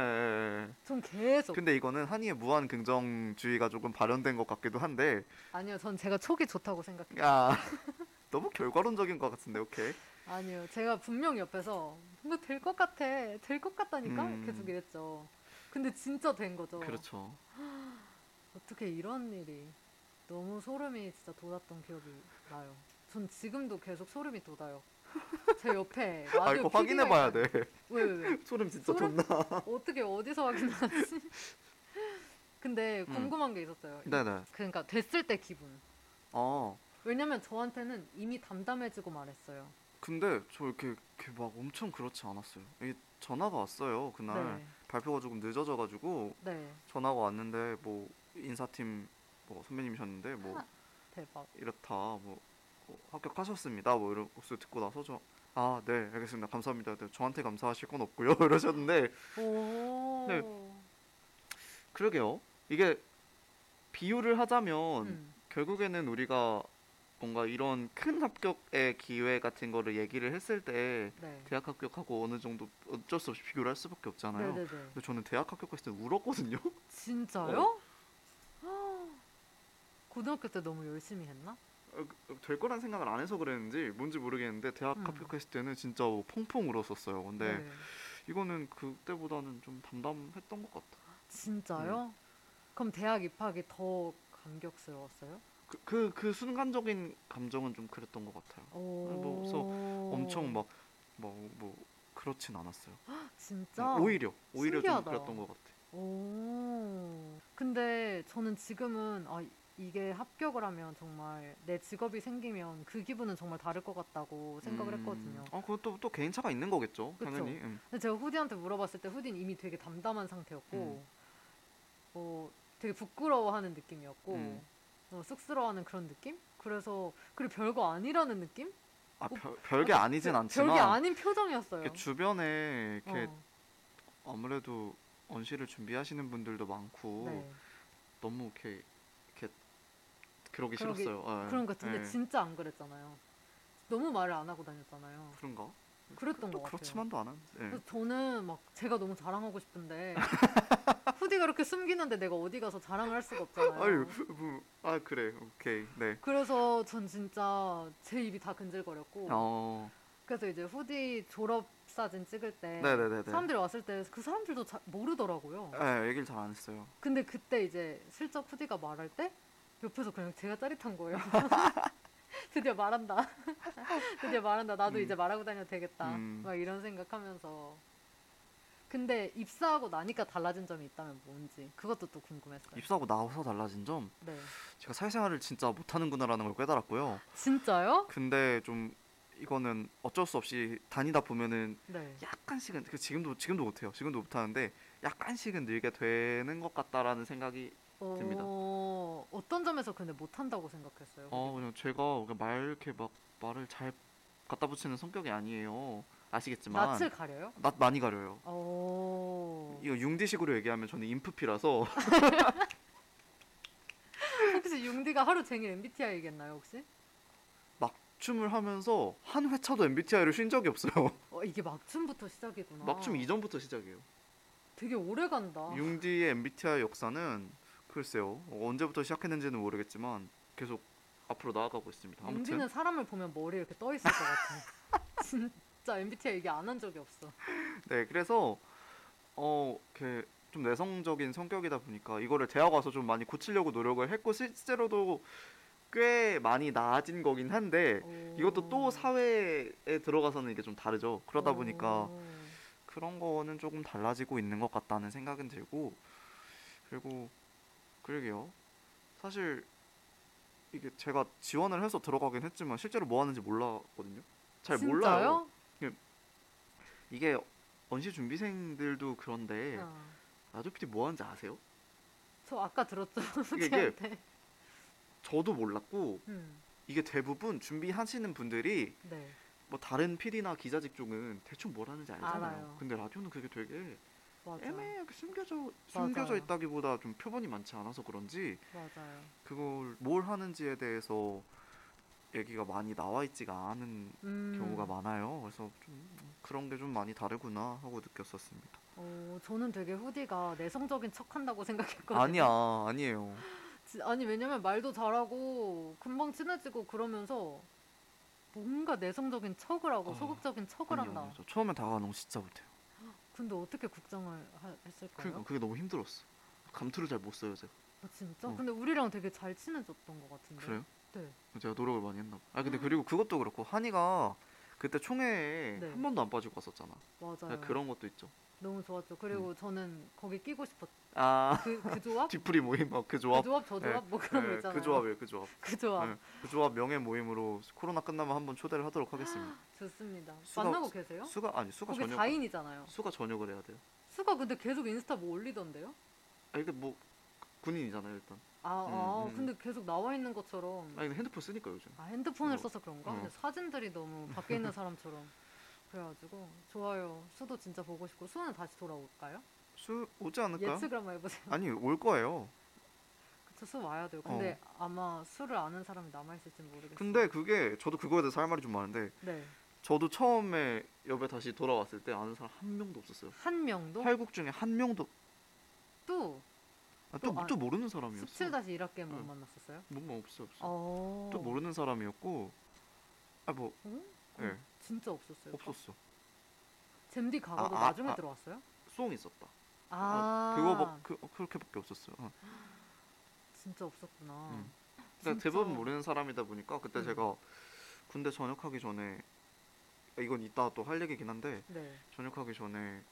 [SPEAKER 4] 예.
[SPEAKER 3] 전 계속
[SPEAKER 4] 근데 이거는 한이의 무한 긍정주의가 조금 발현된 것 같기도 한데
[SPEAKER 3] 아니요. 전 제가 촉이 좋다고 생각해요.
[SPEAKER 4] 야 너무 결과론적인 것 같은데 오케이.
[SPEAKER 3] 아니요. 제가 분명 옆에서 뭔가 될 것 같아. 될 것 같다니까
[SPEAKER 4] 음.
[SPEAKER 3] 계속 이랬죠. 근데 진짜 된 거죠.
[SPEAKER 4] 그렇죠.
[SPEAKER 3] 어떻게 이런 일이 너무 소름이 진짜 돋았던 기억이 나요. 전 지금도 계속 소름이 돋아요. 제 옆에
[SPEAKER 4] 아
[SPEAKER 3] 라디오
[SPEAKER 4] 이거
[SPEAKER 3] PD가
[SPEAKER 4] 확인해 봐야 돼.
[SPEAKER 3] 있어요. 왜, 왜, 왜?
[SPEAKER 4] 소름 진짜
[SPEAKER 3] 소름?
[SPEAKER 4] 존나.
[SPEAKER 3] 어떻게 어디서 확인하지? 근데
[SPEAKER 4] 음.
[SPEAKER 3] 궁금한 게 있었어요.
[SPEAKER 4] 네네.
[SPEAKER 3] 그러니까 됐을 때 기분.
[SPEAKER 4] 어.
[SPEAKER 3] 왜냐면 저한테는 이미 담담해지고 말했어요.
[SPEAKER 4] 근데 저 이렇게, 이렇게 막 엄청 그렇지 않았어요. 이게 전화가 왔어요 그날
[SPEAKER 3] 네.
[SPEAKER 4] 발표가 조금 늦어져가지고
[SPEAKER 3] 네.
[SPEAKER 4] 전화가 왔는데 뭐 인사팀 뭐 선배님이셨는데 뭐
[SPEAKER 3] 아. 대박.
[SPEAKER 4] 이렇다 뭐 어, 합격하셨습니다 뭐 이런 목소리 듣고 나서 저 아 네 알겠습니다 감사합니다 네, 저한테 감사하실 건 없고요 이러셨는데
[SPEAKER 3] 오.
[SPEAKER 4] 네. 그러게요 이게 비유를 하자면
[SPEAKER 3] 음.
[SPEAKER 4] 결국에는 우리가 뭔가 이런 큰 합격의 기회 같은 거를 얘기를 했을 때
[SPEAKER 3] 네.
[SPEAKER 4] 대학 합격하고 어느 정도 어쩔 수 없이 비교를 할 수밖에 없잖아요
[SPEAKER 3] 네네네.
[SPEAKER 4] 근데 저는 대학 합격했을 때 울었거든요 어.
[SPEAKER 3] 진짜요? 아, 고등학교 때 너무 열심히 했나?
[SPEAKER 4] 어, 그- 될 거란 생각을 안 해서 그랬는지 뭔지 모르겠는데 대학
[SPEAKER 3] 음. 네.
[SPEAKER 4] 합격했을 때는 진짜 펑펑 울었었어요 근데 이거는 그때보다는 좀 담담했던 것 같아.
[SPEAKER 3] 진짜요?
[SPEAKER 4] 음.
[SPEAKER 3] 그럼 대학 입학이 더 감격스러웠어요?
[SPEAKER 4] 그, 그, 그 순간적인 감정은 좀 그랬던 것 같아요. 뭐, 그래서 엄청 막, 뭐, 뭐, 그렇진 않았어요.
[SPEAKER 3] 아, 진짜
[SPEAKER 4] 음, 오히려, 오히려
[SPEAKER 3] 신기하다.
[SPEAKER 4] 좀 그랬던 것 같아.
[SPEAKER 3] 오. 근데 저는 지금은 아, 이게 합격을 하면 정말 내 직업이 생기면 그 기분은 정말 다를 것 같다고 그 생각을
[SPEAKER 4] 음.
[SPEAKER 3] 했거든요.
[SPEAKER 4] 아, 그것도 또 개인차가 있는 거겠죠,
[SPEAKER 3] 그쵸.
[SPEAKER 4] 당연히. 음.
[SPEAKER 3] 근데 제가 후디한테 물어봤을 때 후디는 이미 되게 담담한 상태였고
[SPEAKER 4] 음.
[SPEAKER 3] 어, 되게 부끄러워하는 느낌이었고
[SPEAKER 4] 음.
[SPEAKER 3] 어, 쑥스러워하는 그런 느낌? 그래서 그리고 별거 아니라는 느낌?
[SPEAKER 4] 아,
[SPEAKER 3] 뭐,
[SPEAKER 4] 별, 별게 아니진 않지만,
[SPEAKER 3] 별게 아닌 표정이었어요.
[SPEAKER 4] 이렇게 주변에 이렇게
[SPEAKER 3] 어,
[SPEAKER 4] 아무래도 언시를 준비하시는 분들도 많고,
[SPEAKER 3] 네.
[SPEAKER 4] 너무 이렇게, 이렇게, 그러기
[SPEAKER 3] 그러기-
[SPEAKER 4] 싫었어요. 예,
[SPEAKER 3] 그런 것 같은데
[SPEAKER 4] 예.
[SPEAKER 3] 그러니까 진짜 안 그랬잖아요. 너무 말을 안 하고 다녔잖아요.
[SPEAKER 4] 그런가?
[SPEAKER 3] 그랬던
[SPEAKER 4] 또
[SPEAKER 3] 것 같아요.
[SPEAKER 4] 그렇지만도 않은. 예.
[SPEAKER 3] 그래서 저는 막 제가 너무 자랑하고 싶은데 후디가 이렇게 숨기는데 내가 어디 가서 자랑을 할 수가
[SPEAKER 4] 아유,
[SPEAKER 3] 없잖아요.
[SPEAKER 4] 뭐, 아 그래, 오케이, 네.
[SPEAKER 3] 그래서 전 진짜 제 입이 다 근질거렸고
[SPEAKER 4] 어,
[SPEAKER 3] 그래서 이제 후디 졸업 사진 찍을 때
[SPEAKER 4] 네네네네.
[SPEAKER 3] 사람들이 왔을 때 그 사람들도 자- 모르더라고요.
[SPEAKER 4] 예, 얘기를 잘 안 했어요.
[SPEAKER 3] 근데 그때 이제 슬쩍 후디가 말할 때 옆에서 그냥 제가 짜릿한 거예요. 드디어 말한다. 드디어 말한다. 나도
[SPEAKER 4] 음.
[SPEAKER 3] 이제 말하고 다녀도 되겠다.
[SPEAKER 4] 음.
[SPEAKER 3] 막 이런 생각하면서. 근데 입사하고 나니까 달라진 점이 있다면 뭔지 그것도 또 궁금했어요.
[SPEAKER 4] 입사하고 나서 달라진 점,
[SPEAKER 3] 네.
[SPEAKER 4] 제가 사회생활을 진짜 못하는구나라는 걸 깨달았고요.
[SPEAKER 3] 진짜요?
[SPEAKER 4] 근데 좀 이거는 어쩔 수 없이 다니다 보면은
[SPEAKER 3] 네.
[SPEAKER 4] 약간씩은 그 지금도 지금도 못해요. 지금도 못하는데 약간씩은 늘게 되는 것 같다라는 생각이. 듭니다.
[SPEAKER 3] 어, 어떤 점에서 근데 못 한다고 생각했어요?
[SPEAKER 4] 어, 그냥 제가 그냥 말 이렇게 막 말을 잘 갖다 붙이는 성격이 아니에요. 아시겠지만
[SPEAKER 3] 낯을 가려요?
[SPEAKER 4] 낯 많이 가려요.
[SPEAKER 3] 어.
[SPEAKER 4] 이거 융디식으로 얘기하면 저는 인프피라서
[SPEAKER 3] 혹시 융디가 하루 종일 MBTI겠나요, 혹시?
[SPEAKER 4] 막춤을 하면서 한 회차도 MBTI를 쉰 적이 없어요.
[SPEAKER 3] 어, 이게 막춤부터 시작이구나.
[SPEAKER 4] 막춤 이전부터 시작이에요.
[SPEAKER 3] 되게 오래 간다.
[SPEAKER 4] 융디의 MBTI 역사는 글쎄요 언제부터 시작했는지는 모르겠지만 계속 앞으로 나아가고 있습니다. 아무튼
[SPEAKER 3] 융디는 사람을 보면 머리 이렇게 떠 있을 것 같아. 진짜 MBTI 얘기 안 한 적이 없어.
[SPEAKER 4] 네 그래서 어 이렇게 좀 내성적인 성격이다 보니까 이거를 대학 와서 좀 많이 고치려고 노력을 했고 실제로도 꽤 많이 나아진 거긴 한데 이것도 또 사회에 들어가서는 이게 좀 다르죠. 그러다
[SPEAKER 3] 어.
[SPEAKER 4] 보니까 그런 거는 조금 달라지고 있는 것 같다는 생각은 들고 그리고 그러게요 사실 이게 제가 지원을 해서 들어가긴 했지만 실제로 뭐 하는지 몰랐거든요 잘 몰라요 이게 언시 준비생들도 그런데
[SPEAKER 3] 어.
[SPEAKER 4] 예. 아조 PD 뭐 하는지 아세요?
[SPEAKER 3] 저 아까 들었죠.
[SPEAKER 4] 이게-
[SPEAKER 3] 후디한테.
[SPEAKER 4] 저도 몰랐고
[SPEAKER 3] 음,
[SPEAKER 4] 이게 대부분 준비하시는 분들이
[SPEAKER 3] 네.
[SPEAKER 4] 뭐 다른 PD나 기자 직종은 대충 뭘 하는지 알잖아요.
[SPEAKER 3] 알아요.
[SPEAKER 4] 근데 라디오는 그게 되게
[SPEAKER 3] 맞아요.
[SPEAKER 4] 애매하게 숨겨져 숨겨져
[SPEAKER 3] 맞아요.
[SPEAKER 4] 있다기보다 좀 표본이 많지 않아서 그런지
[SPEAKER 3] 맞아요.
[SPEAKER 4] 그걸 뭘 하는지에 대해서 얘기가 많이 나와 있지가 않은
[SPEAKER 3] 음.
[SPEAKER 4] 경우가 많아요. 그래서 좀 그런 게 좀 많이 다르구나 하고 느꼈었습니다.
[SPEAKER 3] 어, 저는 되게 후디가 내성적인 척한다고 생각했거든요.
[SPEAKER 4] 아니야, 아니에요.
[SPEAKER 3] 지- 아니 왜냐면 말도 잘하고 금방 친해지고 그러면서 뭔가 내성적인 척을 하고
[SPEAKER 4] 어,
[SPEAKER 3] 소극적인 척을
[SPEAKER 4] 아니요,
[SPEAKER 3] 한다.
[SPEAKER 4] 아니요. 저 처음에 다가가는 거 진짜 못해요.
[SPEAKER 3] 근데 어떻게 국장을 하- 했을까요?
[SPEAKER 4] 그러니까 그게 너무 힘들었어. 감투를 잘 못 써요 제가.
[SPEAKER 3] 아, 진짜?
[SPEAKER 4] 어.
[SPEAKER 3] 근데 우리랑 되게 잘 친해졌던 것 같은데.
[SPEAKER 4] 그래요?
[SPEAKER 3] 네. 음.
[SPEAKER 4] 제가 노력을 많이 했나 봐. 아 근데 그리고 그것도 그렇고 한이가 그때 총회에
[SPEAKER 3] 네.
[SPEAKER 4] 한 번도 안 빠지고 왔었잖아. 음.
[SPEAKER 3] 맞아요.
[SPEAKER 4] 그런 것도 있죠.
[SPEAKER 3] 너무 좋았죠. 그리고 저는 거기 끼고 싶었.
[SPEAKER 4] 아
[SPEAKER 3] 그, 그 조합?
[SPEAKER 4] 뒤풀이 모임 막 그
[SPEAKER 3] 그
[SPEAKER 4] 조합.
[SPEAKER 3] 조합 저 조합 뭐 그런 거
[SPEAKER 4] 네,
[SPEAKER 3] 있잖아요.
[SPEAKER 4] 그 조합이에요, 그 조합.
[SPEAKER 3] 그 조합.
[SPEAKER 4] 네, 그 조합 명예 모임으로 코로나 끝나면 한번 초대를 하도록 하겠습니다.
[SPEAKER 3] 좋습니다.
[SPEAKER 4] 수가-
[SPEAKER 3] 만나고 계세요?
[SPEAKER 4] 수가 아니 수가
[SPEAKER 3] 거기
[SPEAKER 4] 전역.
[SPEAKER 3] 4인이잖아요.
[SPEAKER 4] 수가 전역을 해야 돼요.
[SPEAKER 3] 수가 근데 계속 인스타 뭐 올리던데요?
[SPEAKER 4] 아 이게 뭐 군인이잖아요 일단.
[SPEAKER 3] 아, 아
[SPEAKER 4] 음, 음.
[SPEAKER 3] 근데 계속 나와 있는 것처럼
[SPEAKER 4] 아니 근데 핸드폰 쓰니까 요즘.
[SPEAKER 3] 아 핸드폰을
[SPEAKER 4] 어,
[SPEAKER 3] 써서 그런가?
[SPEAKER 4] 어.
[SPEAKER 3] 근데 사진들이 너무 밖에 있는 사람처럼 그래가지고 좋아요. 수도 진짜 보고 싶고 수는 다시 돌아올까요?
[SPEAKER 4] 수 오지 않을까요?
[SPEAKER 3] 예측을 한번 해보세요.
[SPEAKER 4] 아니 올 거예요.
[SPEAKER 3] 그쵸 수 와야 돼요. 근데 아마 수를 아는 사람이 남아 있을지 모르겠어요.
[SPEAKER 4] 어. 근데 그게 저도 그거에 대해서 할 말이 좀 많은데
[SPEAKER 3] 네한
[SPEAKER 4] 저도 처음에 옆에 다시 돌아왔을 때 아는 사람 한 명도 없었어요.
[SPEAKER 3] 명도
[SPEAKER 4] 탈국 중에 한 명도
[SPEAKER 3] 또
[SPEAKER 4] 아, 또,
[SPEAKER 3] 또 아-
[SPEAKER 4] 또 모르는 사람이었어.
[SPEAKER 3] 17-1학기에 못
[SPEAKER 4] 응.
[SPEAKER 3] 만났었어요?
[SPEAKER 4] 뭔만 없어 없어.
[SPEAKER 3] 어.
[SPEAKER 4] 또 모르는 사람이었고 아뭐
[SPEAKER 3] 응?
[SPEAKER 4] 예,
[SPEAKER 3] 응. 진짜 없었어요.
[SPEAKER 4] 없었어.
[SPEAKER 3] 잼디 가가도
[SPEAKER 4] 아, 아,
[SPEAKER 3] 나중에
[SPEAKER 4] 아.
[SPEAKER 3] 들어왔어요?
[SPEAKER 4] 송 있었다.
[SPEAKER 3] 아,
[SPEAKER 4] 그거 뭐 그, 어, 그렇게밖에 없었어요. 어.
[SPEAKER 3] 진짜 없었구나.
[SPEAKER 4] 응. 근데
[SPEAKER 3] 진짜.
[SPEAKER 4] 그러니까 대부분 모르는 사람이다 보니까 그때
[SPEAKER 3] 음.
[SPEAKER 4] 제가 군대 전역하기 전에 아, 이건 이따 또 할 얘기긴 한데
[SPEAKER 3] 네.
[SPEAKER 4] 전역하기 전에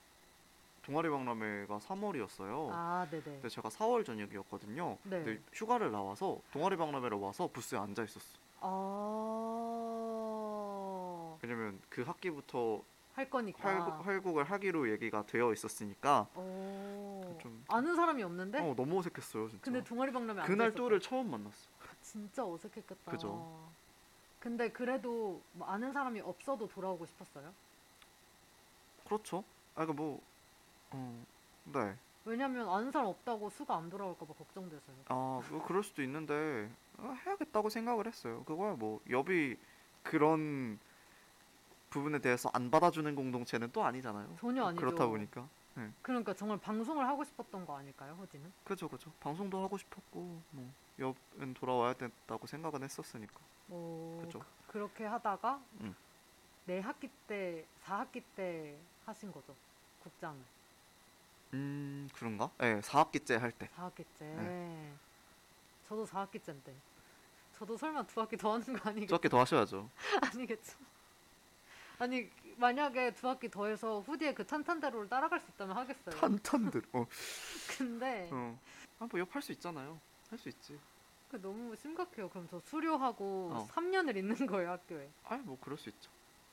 [SPEAKER 4] 동아리 박람회가 3월이었어요.
[SPEAKER 3] 아 네네.
[SPEAKER 4] 근데 제가 4월 전역이었거든요.
[SPEAKER 3] 네.
[SPEAKER 4] 근데 휴가를 나와서 동아리 박람회를 와서 부스에 앉아 있었어.
[SPEAKER 3] 아.
[SPEAKER 4] 왜냐면 그 학기부터
[SPEAKER 3] 할 거니까.
[SPEAKER 4] 활국, 활국을 하기로 얘기가 되어 있었으니까
[SPEAKER 3] 오.
[SPEAKER 4] 좀-
[SPEAKER 3] 아는 사람이 없는데?
[SPEAKER 4] 어, 너무 어색했어요 진짜.
[SPEAKER 3] 네? 근데 동아리 박람회 안
[SPEAKER 4] 그날
[SPEAKER 3] 됐었다.
[SPEAKER 4] 또를 처음 만났어.
[SPEAKER 3] 진짜 어색했겠다.
[SPEAKER 4] 그죠.
[SPEAKER 3] 근데 그래도 뭐 아는 사람이 없어도 돌아오고 싶었어요.
[SPEAKER 4] 그렇죠. 아 그러니까 뭐 어, 네.
[SPEAKER 3] 왜냐면 아는 사람 없다고 수가 안 돌아올까봐 걱정돼서요.
[SPEAKER 4] 아 뭐 그럴 수도 있는데 어, 해야겠다고 생각을 했어요. 그거야 뭐 여비 그런 부분에 대해서 안 받아주는 공동체는 또 아니잖아요.
[SPEAKER 3] 전혀 아니죠.
[SPEAKER 4] 그렇다 보니까
[SPEAKER 3] 그러니까 정말 방송을 하고 싶었던 거 아닐까요, 호디는?
[SPEAKER 4] 그죠 그죠. 방송도 하고 싶었고 뭐 옆은 돌아와야 된다고 생각은 했었으니까.
[SPEAKER 3] 오.
[SPEAKER 4] 그죠.
[SPEAKER 3] 어, 뭐 그렇게 하다가
[SPEAKER 4] 응.
[SPEAKER 3] 네 학기 때, 4학기 때 하신 거죠. 국장을.
[SPEAKER 4] 음 그런가? 예, 네, 4학기째 할 때.
[SPEAKER 3] 4학기째.
[SPEAKER 4] 네.
[SPEAKER 3] 저도 4학기째인데. 저도 설마 두 학기 더 하는 거 아니겠,
[SPEAKER 4] 저학기 더 하셔야죠.
[SPEAKER 3] 아니겠죠? 아니, 만약에 두 학기 더 해서 후디의 그 탄탄대로를 따라갈 수 있다면 하겠어요.
[SPEAKER 4] 탄탄들. 어.
[SPEAKER 3] 근데
[SPEAKER 4] 어. 아뭐 옆 할 수 있잖아요. 할 수 있지.
[SPEAKER 3] 그 너무 심각해요. 그럼 저 수료하고
[SPEAKER 4] 어.
[SPEAKER 3] 3년을 있는 거예요, 학교에.
[SPEAKER 4] 아니 뭐 그럴 수 있죠.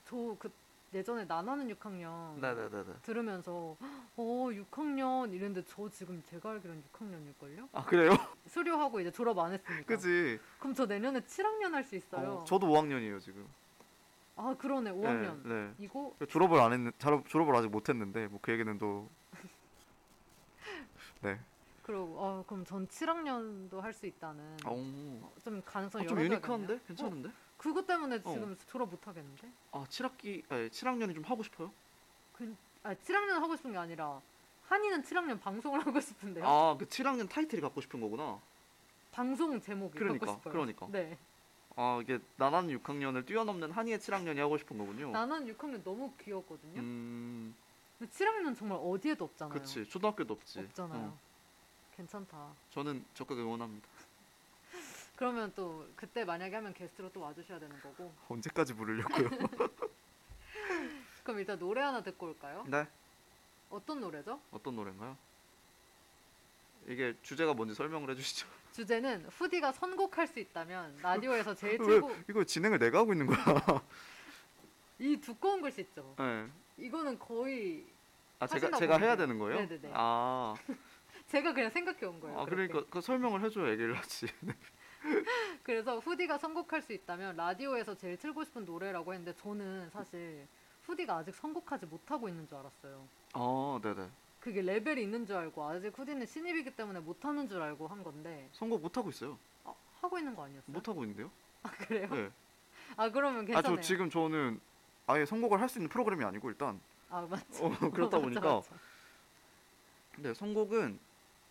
[SPEAKER 3] 저 그 예전에 나나는 6학년
[SPEAKER 4] 네네네네.
[SPEAKER 3] 들으면서 어 6학년 이랬는데 저 지금 제가 알기로는 6학년일걸요?
[SPEAKER 4] 아 그래요?
[SPEAKER 3] 수료하고 이제 졸업 안 했으니까.
[SPEAKER 4] 그지.
[SPEAKER 3] 그럼 저 내년에 7학년 할 수 있어요.
[SPEAKER 4] 어, 저도 5학년이에요 지금.
[SPEAKER 3] 아 그러네 5학년.
[SPEAKER 4] 네. 네.
[SPEAKER 3] 이거
[SPEAKER 4] 졸업을 안 했는 졸업, 졸업을 아직 못 했는데 뭐 그 얘기는 또 네.
[SPEAKER 3] 그리고 아 그럼 전 7학년도 할 수 있다는
[SPEAKER 4] 어.
[SPEAKER 3] 어,
[SPEAKER 4] 오.
[SPEAKER 3] 좀 가능성이
[SPEAKER 4] 아, 좀
[SPEAKER 3] 열어둬야겠네요.
[SPEAKER 4] 유니크한데? 괜찮은데?
[SPEAKER 3] 그것 때문에
[SPEAKER 4] 어.
[SPEAKER 3] 지금 졸업 못 하겠는데?
[SPEAKER 4] 아, 7학기 아니, 7학년이 좀 하고 싶어요?
[SPEAKER 3] 그, 아 7학년 하고 싶은 게 아니라 한이는 7학년 방송을 하고 싶은데요.
[SPEAKER 4] 아, 그 7학년 타이틀이 갖고 싶은 거구나.
[SPEAKER 3] 방송 제목이
[SPEAKER 4] 그러니까,
[SPEAKER 3] 하고 싶어요.
[SPEAKER 4] 그러니까.
[SPEAKER 3] 네.
[SPEAKER 4] 아, 이게 나라는 6학년을 뛰어넘는 한이의 7학년이 하고 싶은 거군요.
[SPEAKER 3] 나는 6학년 너무 귀엽거든요.
[SPEAKER 4] 어. 음.
[SPEAKER 3] 근데 7학년은 정말 어디에도 없잖아요.
[SPEAKER 4] 그치. 초등학교도 없지.
[SPEAKER 3] 없잖아요.
[SPEAKER 4] 어,
[SPEAKER 3] 괜찮다.
[SPEAKER 4] 저는 적극 응원합니다.
[SPEAKER 3] 그러면 또 그때 만약에 하면 게스트로 또 와주셔야 되는 거고.
[SPEAKER 4] 언제까지 부르려고요?
[SPEAKER 3] 그럼 일단 노래 하나 듣고 올까요?
[SPEAKER 4] 네.
[SPEAKER 3] 어떤 노래죠?
[SPEAKER 4] 어떤 노래인가요? 이게 주제가 뭔지 설명을 해 주시죠.
[SPEAKER 3] 주제는 후디가 선곡할 수 있다면 라디오에서 제일
[SPEAKER 4] 왜
[SPEAKER 3] 최고
[SPEAKER 4] 이거 진행을 내가 하고 있는 거야?
[SPEAKER 3] 이 두꺼운 글씨 있죠.
[SPEAKER 4] 네.
[SPEAKER 3] 이거는 거의
[SPEAKER 4] 아 제가
[SPEAKER 3] 하신다고
[SPEAKER 4] 제가 해야
[SPEAKER 3] 보는데.
[SPEAKER 4] 되는 거예요?
[SPEAKER 3] 네네네.
[SPEAKER 4] 아
[SPEAKER 3] 제가 그냥 생각해 온 거예요.
[SPEAKER 4] 아
[SPEAKER 3] 그렇게.
[SPEAKER 4] 그러니까 그 설명을 해줘야 얘기를 하지.
[SPEAKER 3] 그래서 후디가 선곡할 수 있다면 라디오에서 제일 틀고 싶은 노래라고 했는데 저는 사실 후디가 아직 선곡하지 못하고 있는 줄 알았어요.
[SPEAKER 4] 아 네네.
[SPEAKER 3] 그게 레벨이 있는 줄 알고 아직 후디는 신입이기 때문에 못하는 줄 알고 한 건데
[SPEAKER 4] 선거 못 하고 있어요.
[SPEAKER 3] 아, 하고 있는 거 아니었어요?
[SPEAKER 4] 못 하고 있는데요.
[SPEAKER 3] 아 그래요?
[SPEAKER 4] 네.
[SPEAKER 3] 아 그러면 괜찮아요.
[SPEAKER 4] 아저 지금 저는 아예 선곡을 할 수 있는 프로그램이 아니고 일단
[SPEAKER 3] 아, 맞죠.
[SPEAKER 4] 어, 그렇다
[SPEAKER 3] 맞죠,
[SPEAKER 4] 보니까
[SPEAKER 3] 맞죠.
[SPEAKER 4] 네 선곡은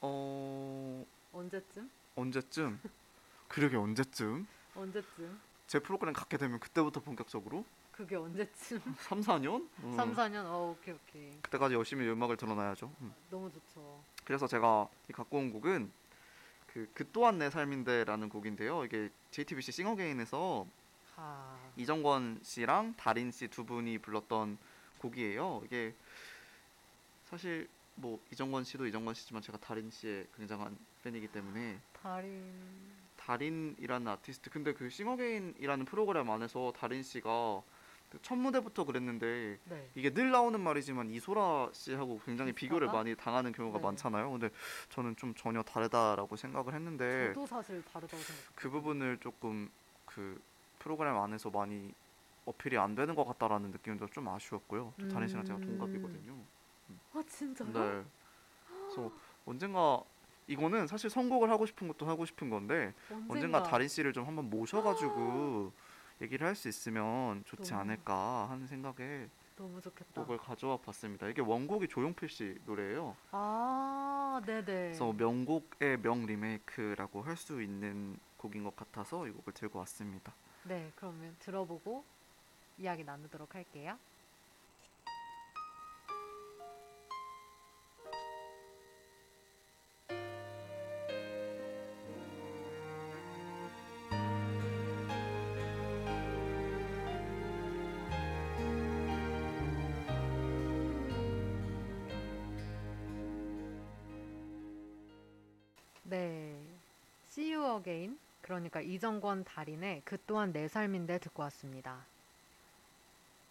[SPEAKER 4] 어
[SPEAKER 3] 언제쯤?
[SPEAKER 4] 언제쯤 그러게 언제쯤
[SPEAKER 3] 언제쯤?
[SPEAKER 4] 제 프로그램 갖게 되면 그때부터 본격적으로
[SPEAKER 3] 그게 언제쯤?
[SPEAKER 4] 3, 4년
[SPEAKER 3] 삼 3, 4년? 어 오케이 오케이.
[SPEAKER 4] 그때까지 열심히 음악을 들어놔야죠. 음.
[SPEAKER 3] 너무 좋죠.
[SPEAKER 4] 그래서 제가 이 갖고 온 곡은 그, 그 또한 내 삶인데라는 곡인데요. 이게 JTBC 싱어게인에서
[SPEAKER 3] 아
[SPEAKER 4] 이정권 씨랑 다린 씨 두 분이 불렀던 곡이에요. 이게 사실 뭐 이정권 씨도 이정권 씨지만 제가 다린 씨의 굉장한 팬이기 때문에
[SPEAKER 3] 달인.
[SPEAKER 4] 다린이라는 아티스트 근데 그 싱어게인이라는 프로그램 안에서 다린 씨가 그첫 무대부터 그랬는데
[SPEAKER 3] 네.
[SPEAKER 4] 이게 늘 나오는 말이지만 이소라 씨하고 굉장히
[SPEAKER 3] 비슷하다?
[SPEAKER 4] 비교를 많이 당하는 경우가
[SPEAKER 3] 네.
[SPEAKER 4] 많잖아요. 근데 저는 좀 전혀 다르다라고 생각을 했는데
[SPEAKER 3] 저도 사실 다르다고 생각해요.
[SPEAKER 4] 그 부분을 조금 그 프로그램 안에서 많이 어필이 안 되는 것 같다라는 느낌도 좀 아쉬웠고요. 또 다른 씨랑 제가
[SPEAKER 3] 음.
[SPEAKER 4] 동갑이거든요.
[SPEAKER 3] 아 진짜요?
[SPEAKER 4] 네. 그래서 언젠가 이거는 사실 선곡을 하고 싶은 것도 하고 싶은 건데 언젠가 다린 씨를 좀 한번 모셔가지고 얘기를 할 수 있으면 좋지
[SPEAKER 3] 아. 너무-
[SPEAKER 4] 않을까 하는 생각에
[SPEAKER 3] 너무 좋겠다.
[SPEAKER 4] 곡을 가져와 봤습니다. 이게 원곡이 조용필 씨 노래예요.
[SPEAKER 3] 아 네네.
[SPEAKER 4] 그래서 명곡의 명 리메이크라고 할 수 있는 곡인 것 같아서 이 곡을 들고 왔습니다.
[SPEAKER 3] 네 그러면 들어보고 이야기 나누도록 할게요. 네. See you again. 그러니까 이정권 달인의 그 또한 내 삶인데 듣고 왔습니다.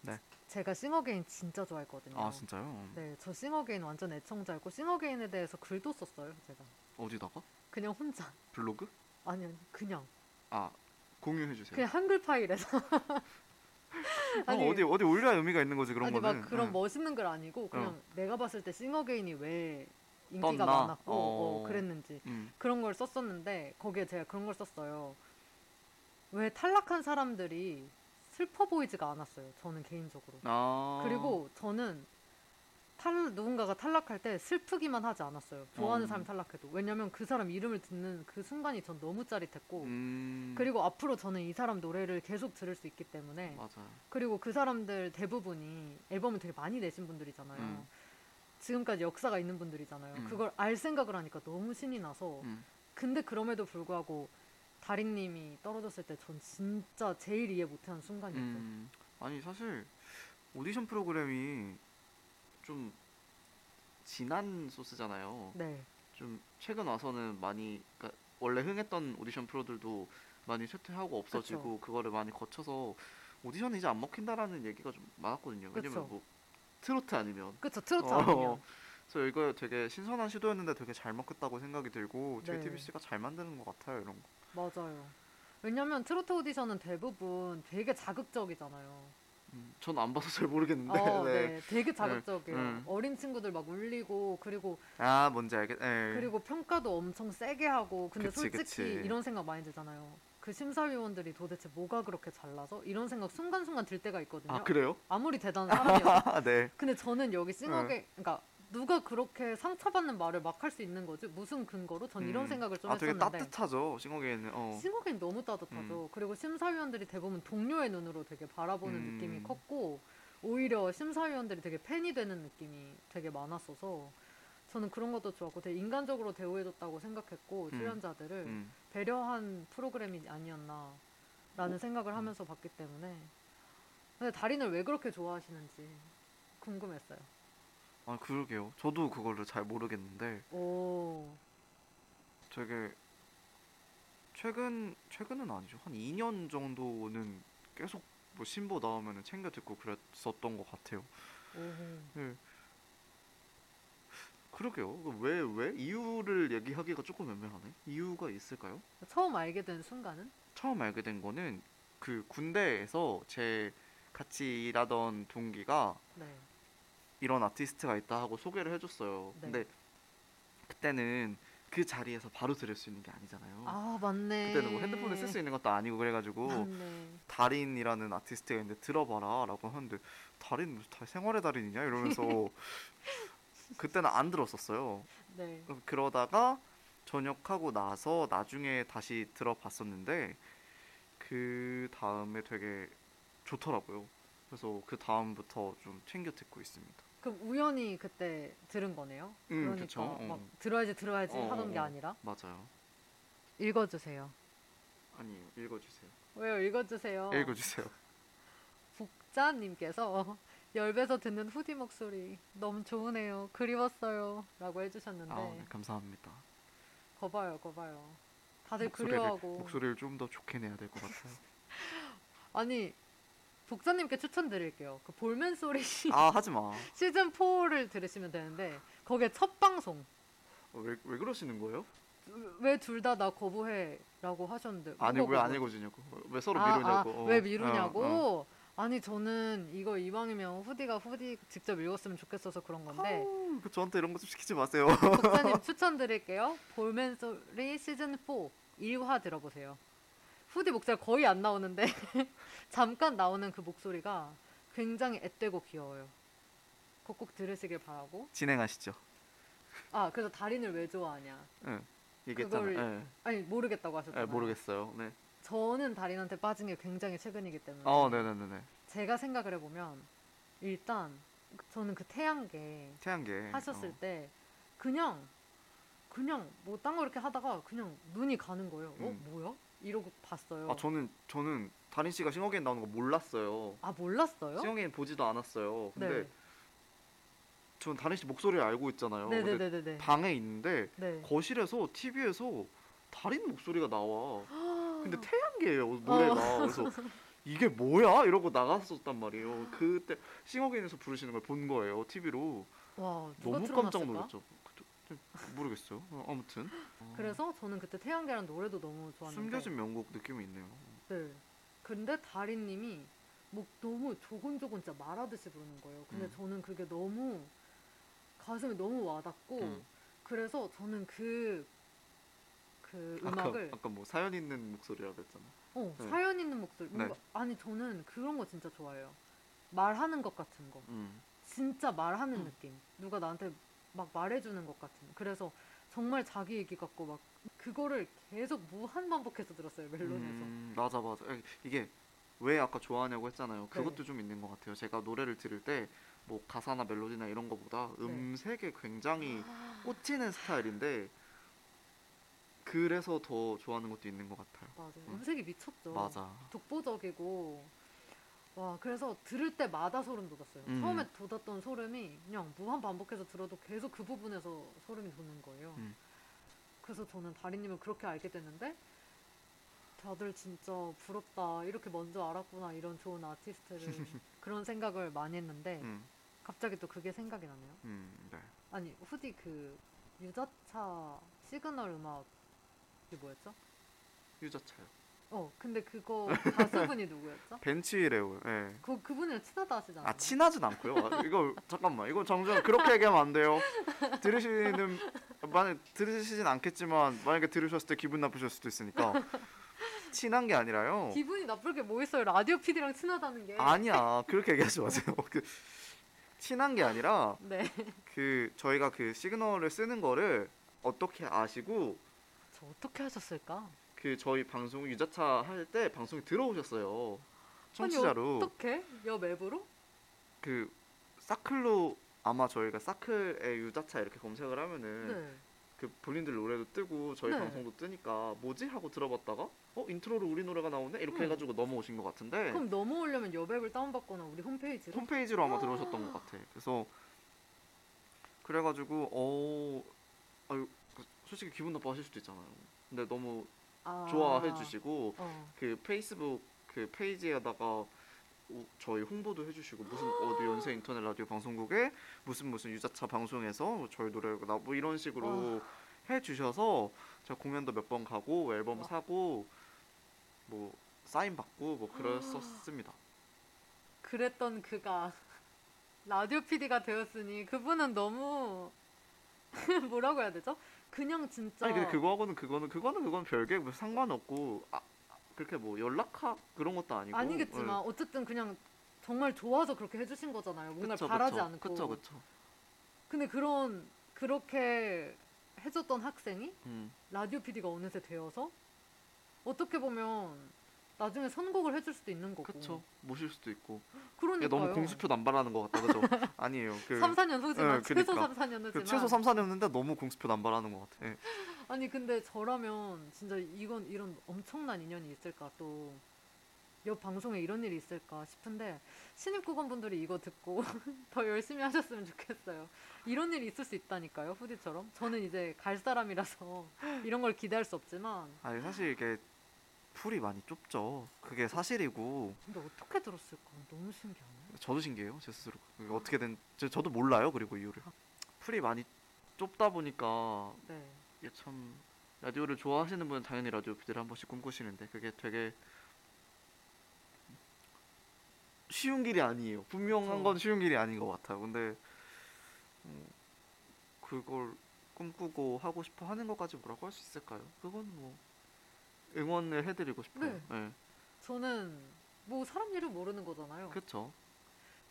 [SPEAKER 4] 네.
[SPEAKER 3] 제가 싱어게인 진짜 좋아했거든요.
[SPEAKER 4] 아 진짜요?
[SPEAKER 3] 네, 저 싱어게인 완전 애청자였고 싱어게인에 대해서 글도 썼어요, 제가.
[SPEAKER 4] 어디다가?
[SPEAKER 3] 그냥 혼자.
[SPEAKER 4] 블로그?
[SPEAKER 3] 아니 아니, 그냥.
[SPEAKER 4] 아 공유해 주세요.
[SPEAKER 3] 그냥 한글 파일에서. 아니,
[SPEAKER 4] 어디 어디 올려야 의미가 있는 거지 그런
[SPEAKER 3] 아니
[SPEAKER 4] 거는.
[SPEAKER 3] 막 그런 뭐
[SPEAKER 4] 응.
[SPEAKER 3] 멋있는 글 아니고 그냥 내가 봤을 때 싱어게인이 왜 인기가
[SPEAKER 4] 떴나?
[SPEAKER 3] 많았고
[SPEAKER 4] 어.
[SPEAKER 3] 어, 그랬는지
[SPEAKER 4] 음.
[SPEAKER 3] 그런 걸 썼었는데 거기에 제가 그런 걸 썼어요. 왜 탈락한 사람들이 슬퍼 보이지가 않았어요. 저는 개인적으로.
[SPEAKER 4] 아
[SPEAKER 3] 그리고 저는 탈 누군가가 탈락할 때 슬프기만 하지 않았어요. 좋아하는
[SPEAKER 4] 음.
[SPEAKER 3] 사람이 탈락해도 왜냐면 그 사람 이름을 듣는 그 순간이 전 너무 짜릿했고
[SPEAKER 4] 음.
[SPEAKER 3] 그리고 앞으로 저는 이 사람 노래를 계속 들을 수 있기 때문에
[SPEAKER 4] 맞아요.
[SPEAKER 3] 그리고 그 사람들 대부분이 앨범을 되게 많이 내신 분들이잖아요.
[SPEAKER 4] 음.
[SPEAKER 3] 지금까지 역사가 있는 분들이잖아요.
[SPEAKER 4] 음.
[SPEAKER 3] 그걸 알 생각을 하니까 너무 신이 나서
[SPEAKER 4] 음.
[SPEAKER 3] 근데 그럼에도 불구하고 다린님이 떨어졌을 때 전 진짜 제일 이해 못하는 순간이었어요.
[SPEAKER 4] 음. 아니 사실 오디션 프로그램이 좀 진한 소스잖아요.
[SPEAKER 3] 네,
[SPEAKER 4] 좀 최근 와서는 많이 그러니까 원래 흥했던 오디션 프로들도 많이 쇠퇴하고 없어지고 그거를 많이 거쳐서 오디션이 이제 안 먹힌다라는 얘기가 좀 많았거든요. 왜냐면
[SPEAKER 3] 그쵸.
[SPEAKER 4] 뭐 트로트 아니면
[SPEAKER 3] 그쵸 트로트
[SPEAKER 4] 어,
[SPEAKER 3] 아니에요.
[SPEAKER 4] 그래서 이거 되게 신선한 시도였는데 되게 잘 먹혔다고 생각이 들고
[SPEAKER 3] 네.
[SPEAKER 4] JTBC가 잘 만드는 것 같아요 이런 거.
[SPEAKER 3] 맞아요. 왜냐면 트로트 오디션은 대부분 되게 자극적이잖아요.
[SPEAKER 4] 전 안 봐서 잘 모르겠는데.
[SPEAKER 3] 어,
[SPEAKER 4] 음. 네.
[SPEAKER 3] 네, 되게 자극적이에요.
[SPEAKER 4] 음.
[SPEAKER 3] 어린 친구들 막 울리고 그리고
[SPEAKER 4] 아 뭔지 알겠. 네.
[SPEAKER 3] 그리고 평가도 엄청 세게 하고 근데
[SPEAKER 4] 그치,
[SPEAKER 3] 솔직히
[SPEAKER 4] 그치.
[SPEAKER 3] 이런 생각 많이 들잖아요. 그 심사위원들이 도대체 뭐가 그렇게 잘나서 이런 생각 순간순간 들 때가 있거든요.
[SPEAKER 4] 아 그래요?
[SPEAKER 3] 아무리 대단한 사람이어도.
[SPEAKER 4] 아 네.
[SPEAKER 3] 근데 저는 여기 싱어게 그러니까 누가 그렇게 상처받는 말을 막 할 수 있는 거지? 무슨 근거로? 전 이런
[SPEAKER 4] 음.
[SPEAKER 3] 생각을 좀
[SPEAKER 4] 아 되게
[SPEAKER 3] 했었는데.
[SPEAKER 4] 따뜻하죠 싱어게인은. 어.
[SPEAKER 3] 싱어게임 너무 따뜻하죠. 그리고 심사위원들이 대부분 동료의 눈으로 되게 바라보는
[SPEAKER 4] 음.
[SPEAKER 3] 느낌이 컸고 오히려 심사위원들이 되게 팬이 되는 느낌이 되게 많았어서 저는 그런 것도 좋았고 되게 인간적으로 대우해줬다고 생각했고
[SPEAKER 4] 음.
[SPEAKER 3] 출연자들을
[SPEAKER 4] 음.
[SPEAKER 3] 배려한 프로그램이 아니었나라는
[SPEAKER 4] 어. 음.
[SPEAKER 3] 생각을 하면서 봤기 때문에 근데 달인을 왜 그렇게 좋아하시는지 궁금했어요.
[SPEAKER 4] 아 그러게요. 저도 그거를 잘 모르겠는데.
[SPEAKER 3] 오,
[SPEAKER 4] 되게 최근 최근은 아니죠 한 2년 정도는 계속 뭐 신보 나오면은 챙겨 듣고 그랬었던 것 같아요.
[SPEAKER 3] 오.
[SPEAKER 4] 네. 그러게요. 왜 왜? 이유를 얘기하기가 조금 애매하네. 이유가 있을까요?
[SPEAKER 3] 처음 알게 된 순간은?
[SPEAKER 4] 처음 알게 된 거는 그 군대에서 제 같이 일하던 동기가
[SPEAKER 3] 네.
[SPEAKER 4] 이런 아티스트가 있다 하고 소개를 해줬어요.
[SPEAKER 3] 네.
[SPEAKER 4] 근데 그때는 그 자리에서 바로 들을 수 있는 게 아니잖아요.
[SPEAKER 3] 아 맞네.
[SPEAKER 4] 어. 그때는 뭐 핸드폰을 쓸 수 있는 것도 아니고 그래가지고
[SPEAKER 3] 맞네.
[SPEAKER 4] 달인이라는 아티스트가 있는데 들어봐라라고 하는데 달인 무슨 달- 생활의 달인이냐 이러면서 그때는 안 들었었어요.
[SPEAKER 3] 네.
[SPEAKER 4] 그러다가 전역하고 나서 나중에 다시 들어봤었는데 그 다음에 되게 좋더라고요. 그래서 그 다음부터 좀 챙겨 듣고 있습니다.
[SPEAKER 3] 그럼 우연히 그때 들은 거네요.
[SPEAKER 4] 음,
[SPEAKER 3] 그러니까
[SPEAKER 4] 그쵸. 어.
[SPEAKER 3] 막 들어야지 들어야지
[SPEAKER 4] 어,
[SPEAKER 3] 하던 게
[SPEAKER 4] 어, 어.
[SPEAKER 3] 아니라
[SPEAKER 4] 맞아요.
[SPEAKER 3] 읽어주세요.
[SPEAKER 4] 아니 읽어주세요.
[SPEAKER 3] 왜요? 읽어주세요.
[SPEAKER 4] 읽어주세요.
[SPEAKER 3] 북자님께서 열배서 듣는 후디 목소리 너무 좋으네요. 그리웠어요.라고 해주셨는데
[SPEAKER 4] 아, 네, 감사합니다.
[SPEAKER 3] 거봐요, 거봐요. 다들
[SPEAKER 4] 목소리를-
[SPEAKER 3] 그리워하고
[SPEAKER 4] 목소리를 좀 더 좋게 내야 될 것 같아요.
[SPEAKER 3] 아니 북자님께 추천드릴게요. 그 볼멘 소리
[SPEAKER 4] 아 하지 마.
[SPEAKER 3] 시즌 4를 들으시면 되는데 거기에 첫 방송
[SPEAKER 4] 왜 왜 그러시는 거예요?
[SPEAKER 3] 왜 둘 다 나 거부해라고 하셨는데
[SPEAKER 4] 아니
[SPEAKER 3] 뭐가
[SPEAKER 4] 왜 안
[SPEAKER 3] 거부해?
[SPEAKER 4] 읽어주냐고. 왜 서로
[SPEAKER 3] 아,
[SPEAKER 4] 미루냐고.
[SPEAKER 3] 아,
[SPEAKER 4] 어.
[SPEAKER 3] 왜 미루냐고?
[SPEAKER 4] 어, 어.
[SPEAKER 3] 아니 저는 이거 이왕이면 후디가 후디 직접 읽었으면 좋겠어서 그런 건데
[SPEAKER 4] 아우, 그 저한테 이런 거 좀 시키지 마세요.
[SPEAKER 3] 독자님 추천드릴게요. 볼멘 소리 시즌 4 1화 들어보세요. 후디 목소리 거의 안 나오는데 잠깐 나오는 그 목소리가 굉장히 앳되고 귀여워요. 그거 꼭 들으시길 바라고.
[SPEAKER 4] 진행하시죠.
[SPEAKER 3] 아 그래서 달인을 왜 좋아하냐?
[SPEAKER 4] 예. 얘기했잖아요.
[SPEAKER 3] 그걸-
[SPEAKER 4] 예.
[SPEAKER 3] 아니 모르겠다고
[SPEAKER 4] 예,
[SPEAKER 3] 하셨잖아요.
[SPEAKER 4] 모르겠어요. 네.
[SPEAKER 3] 저는 달인한테 빠진 게 굉장히 최근이기 때문에.
[SPEAKER 4] 어, 네, 네, 네, 네.
[SPEAKER 3] 제가 생각을 해보면 일단 저는 그 태양계
[SPEAKER 4] 태양계
[SPEAKER 3] 하셨을
[SPEAKER 4] 어.
[SPEAKER 3] 때 그냥 그냥 뭐 딴 거 이렇게 하다가 그냥 눈이 가는 거예요.
[SPEAKER 4] 음.
[SPEAKER 3] 어 뭐야? 이러고 봤어요.
[SPEAKER 4] 아, 저는 저는 다린 씨가 싱어게인 나오는 거 몰랐어요.
[SPEAKER 3] 아, 몰랐어요?
[SPEAKER 4] 싱어게인 보지도 않았어요. 근데
[SPEAKER 3] 네.
[SPEAKER 4] 전 다린 씨 목소리를 알고 있잖아요.
[SPEAKER 3] 네, 네,
[SPEAKER 4] 어,
[SPEAKER 3] 네,
[SPEAKER 4] 근데
[SPEAKER 3] 네, 네.
[SPEAKER 4] 방에 있는데
[SPEAKER 3] 네.
[SPEAKER 4] 거실에서 TV에서 다린 목소리가 나와.
[SPEAKER 3] 아,
[SPEAKER 4] 근데 태양계예요 노래가
[SPEAKER 3] 어.
[SPEAKER 4] 그래서 이게 뭐야 이러고 나갔었단 말이에요 그때 싱어게인에서 부르시는 걸 본 거예요 TV로
[SPEAKER 3] 와, 누가
[SPEAKER 4] 너무
[SPEAKER 3] 틀어놨을까?
[SPEAKER 4] 깜짝 놀랐죠 그때 좀 모르겠어요 어, 아무튼 어,
[SPEAKER 3] 그래서 저는 그때 태양계란 노래도 너무 좋았는데
[SPEAKER 4] 숨겨진 명곡 느낌이 있네요
[SPEAKER 3] 네. 근데 다리님이 뭐 너무 조곤조곤 진짜 말하듯이 부르는 거예요. 근데
[SPEAKER 4] 음.
[SPEAKER 3] 저는 그게 너무 가슴에 너무 와닿고
[SPEAKER 4] 음.
[SPEAKER 3] 그래서 저는 그, 그
[SPEAKER 4] 아까
[SPEAKER 3] 음악을
[SPEAKER 4] 아까 뭐 사연 있는 목소리라 그랬잖아
[SPEAKER 3] 어,
[SPEAKER 4] 네.
[SPEAKER 3] 사연 있는 목소리
[SPEAKER 4] 네.
[SPEAKER 3] 뭔가, 아니 저는 그런 거 진짜 좋아해요. 말하는 것 같은 거
[SPEAKER 4] 음.
[SPEAKER 3] 진짜 말하는 느낌 누가 나한테 막 말해주는 것 같은 그래서 정말 자기 얘기 같고 막 그거를 계속 무한 반복해서 들었어요 멜론에서
[SPEAKER 4] 음, 맞아 맞아 에, 이게 왜 아까 좋아하냐고
[SPEAKER 3] 네.
[SPEAKER 4] 했잖아요 그것도 좀 있는 것 같아요 제가 노래를 들을 때 뭐 가사나 멜로디나 이런 거보다
[SPEAKER 3] 네.
[SPEAKER 4] 음색에 굉장히 꽂히는 스타일인데 그래서 더 좋아하는 것도 있는 것 같아요.
[SPEAKER 3] 맞아
[SPEAKER 4] 음.
[SPEAKER 3] 음색이 미쳤죠
[SPEAKER 4] 맞아.
[SPEAKER 3] 독보적이고 와 그래서 들을 때마다 소름 돋았어요.
[SPEAKER 4] 음.
[SPEAKER 3] 처음에 돋았던 소름이 그냥 무한 반복해서 들어도 계속 그 부분에서 소름이 돋는 거예요.
[SPEAKER 4] 음.
[SPEAKER 3] 그래서 저는 다리님을 그렇게 알게 됐는데 다들 진짜 부럽다 이렇게 먼저 알았구나 이런 좋은 아티스트를 그런 생각을 많이 했는데
[SPEAKER 4] 음,
[SPEAKER 3] 갑자기 또 그게 생각이 나네요.
[SPEAKER 4] 음, 네.
[SPEAKER 3] 아니 후디 그 유자차 시그널 음악이 뭐였죠?
[SPEAKER 4] 유자차요.
[SPEAKER 3] 어 근데 그거 가수분이 누구였죠?
[SPEAKER 4] 벤치레오. 예.
[SPEAKER 3] 그 그분이랑 친하다 하시잖아요.
[SPEAKER 4] 아 친하진 않고요. 아, 이거 잠깐만. 이거 정작 그렇게 얘기하면 안 돼요. 들으시는 만약 들으시진 않겠지만 만약에 들으셨을 때 기분 나쁘실 수도 있으니까 친한 게 아니라요.
[SPEAKER 3] 기분이 나쁠 게 뭐 있어요? 라디오 PD랑 친하다는 게.
[SPEAKER 4] 아니야. 그렇게 얘기하지 마세요. 그, 친한 게 아니라
[SPEAKER 3] 네.
[SPEAKER 4] 그 저희가 그 시그널을 쓰는 거를 어떻게 아시고
[SPEAKER 3] 저 어떻게 하셨을까?
[SPEAKER 4] 그 저희 방송 유자차 할 때 방송에 들어오셨어요. 청취자로
[SPEAKER 3] 아니, 어떻게? 여 맵으로?
[SPEAKER 4] 그 사클로 아마 저희가 사클의 유자차 이렇게 검색을 하면은
[SPEAKER 3] 네.
[SPEAKER 4] 그 본인들 노래도 뜨고 저희
[SPEAKER 3] 네.
[SPEAKER 4] 방송도 뜨니까 뭐지 하고 들어봤다가 어 인트로로 우리 노래가 나오네 이렇게
[SPEAKER 3] 음.
[SPEAKER 4] 해가지고 넘어오신 것 같은데
[SPEAKER 3] 그럼 음. 넘어오려면 여백을 다운받거나 우리 홈페이지로.
[SPEAKER 4] 홈페이지로 아마 들어오셨던 것 같아. 그래서 그래가지고 어 아유 그 솔직히 기분 나빠하실 수도 있잖아요. 근데 너무
[SPEAKER 3] 아.
[SPEAKER 4] 좋아해 주시고
[SPEAKER 3] 어.
[SPEAKER 4] 그 페이스북 그 페이지에다가 우- 저희 홍보도 해주시고 무슨 어디 연세 인터넷 라디오 방송국에 무슨 무슨 유자차 방송에서 저희 노래가 나 뭐 이런 식으로 해주셔서 제가 공연도 몇 번 가고 뭐 앨범
[SPEAKER 3] 와.
[SPEAKER 4] 사고 뭐 사인 받고 뭐 그랬었습니다.
[SPEAKER 3] 그랬던 그가 라디오 PD가 되었으니 그분은 너무 뭐라고 해야 되죠? 그냥 진짜
[SPEAKER 4] 아니 근데 그거하고는 그거는 그거는 그건 별개 뭐 상관없고 아, 그렇게 뭐 연락하 그런 것도 아니고
[SPEAKER 3] 아니겠지만
[SPEAKER 4] 네.
[SPEAKER 3] 어쨌든 그냥 정말 좋아서 그렇게 해주신 거잖아요.
[SPEAKER 4] 응.
[SPEAKER 3] 뭔가
[SPEAKER 4] 예. 그쵸,
[SPEAKER 3] 바라지
[SPEAKER 4] 그쵸.
[SPEAKER 3] 않고.
[SPEAKER 4] 그쵸 그쵸
[SPEAKER 3] 근데 그런 그렇게 해줬던 학생이
[SPEAKER 4] 음.
[SPEAKER 3] 라디오 PD가 어느새 되어서 어떻게 보면 나중에 선곡을 해줄 수도 있는 거고.
[SPEAKER 4] 그쵸 모실 수도 있고
[SPEAKER 3] 그러니까요.
[SPEAKER 4] 야, 너무 공수표 남발하는 것 같다 그죠 아니에요 그
[SPEAKER 3] 3, 4년 후지만
[SPEAKER 4] 예, 그러니까.
[SPEAKER 3] 최소 3, 4년 후지만
[SPEAKER 4] 그 최소 3, 4년인데 너무 공수표 남발하는 것 같아. 예.
[SPEAKER 3] 아니 근데 저라면 진짜 이건 이런 엄청난 인연이 있을까 또 옆 방송에 이런 일이 있을까 싶은데 신입국원분들이 이거 듣고 더 열심히 하셨으면 좋겠어요. 이런 일이 있을 수 있다니까요 후디처럼. 저는 이제 갈 사람이라서 이런 걸 기대할 수 없지만
[SPEAKER 4] 아니 사실 이게 풀이 많이 좁죠. 그게 사실이고
[SPEAKER 3] 근데 어떻게 들었을까 너무 신기하네.
[SPEAKER 4] 저도 신기해요 제 스스로. 이게 어떻게 된 저, 저도 몰라요 그리고 이유를. 풀이 많이 좁다 보니까
[SPEAKER 3] 네.
[SPEAKER 4] 이게 참 라디오를 좋아하시는 분은 당연히 라디오 PD를 한 번씩 꿈꾸시는데 그게 되게 쉬운 길이 아니에요. 분명한
[SPEAKER 3] 그쵸.
[SPEAKER 4] 건 쉬운 길이 아닌 것 같아요. 근데 음, 그걸 꿈꾸고 하고 싶어 하는 것까지 뭐라고 할 수 있을까요? 그건 뭐 응원을 해드리고 싶어요.
[SPEAKER 3] 네.
[SPEAKER 4] 네,
[SPEAKER 3] 저는 뭐 사람 일은 모르는 거잖아요. 그...
[SPEAKER 4] 그렇죠.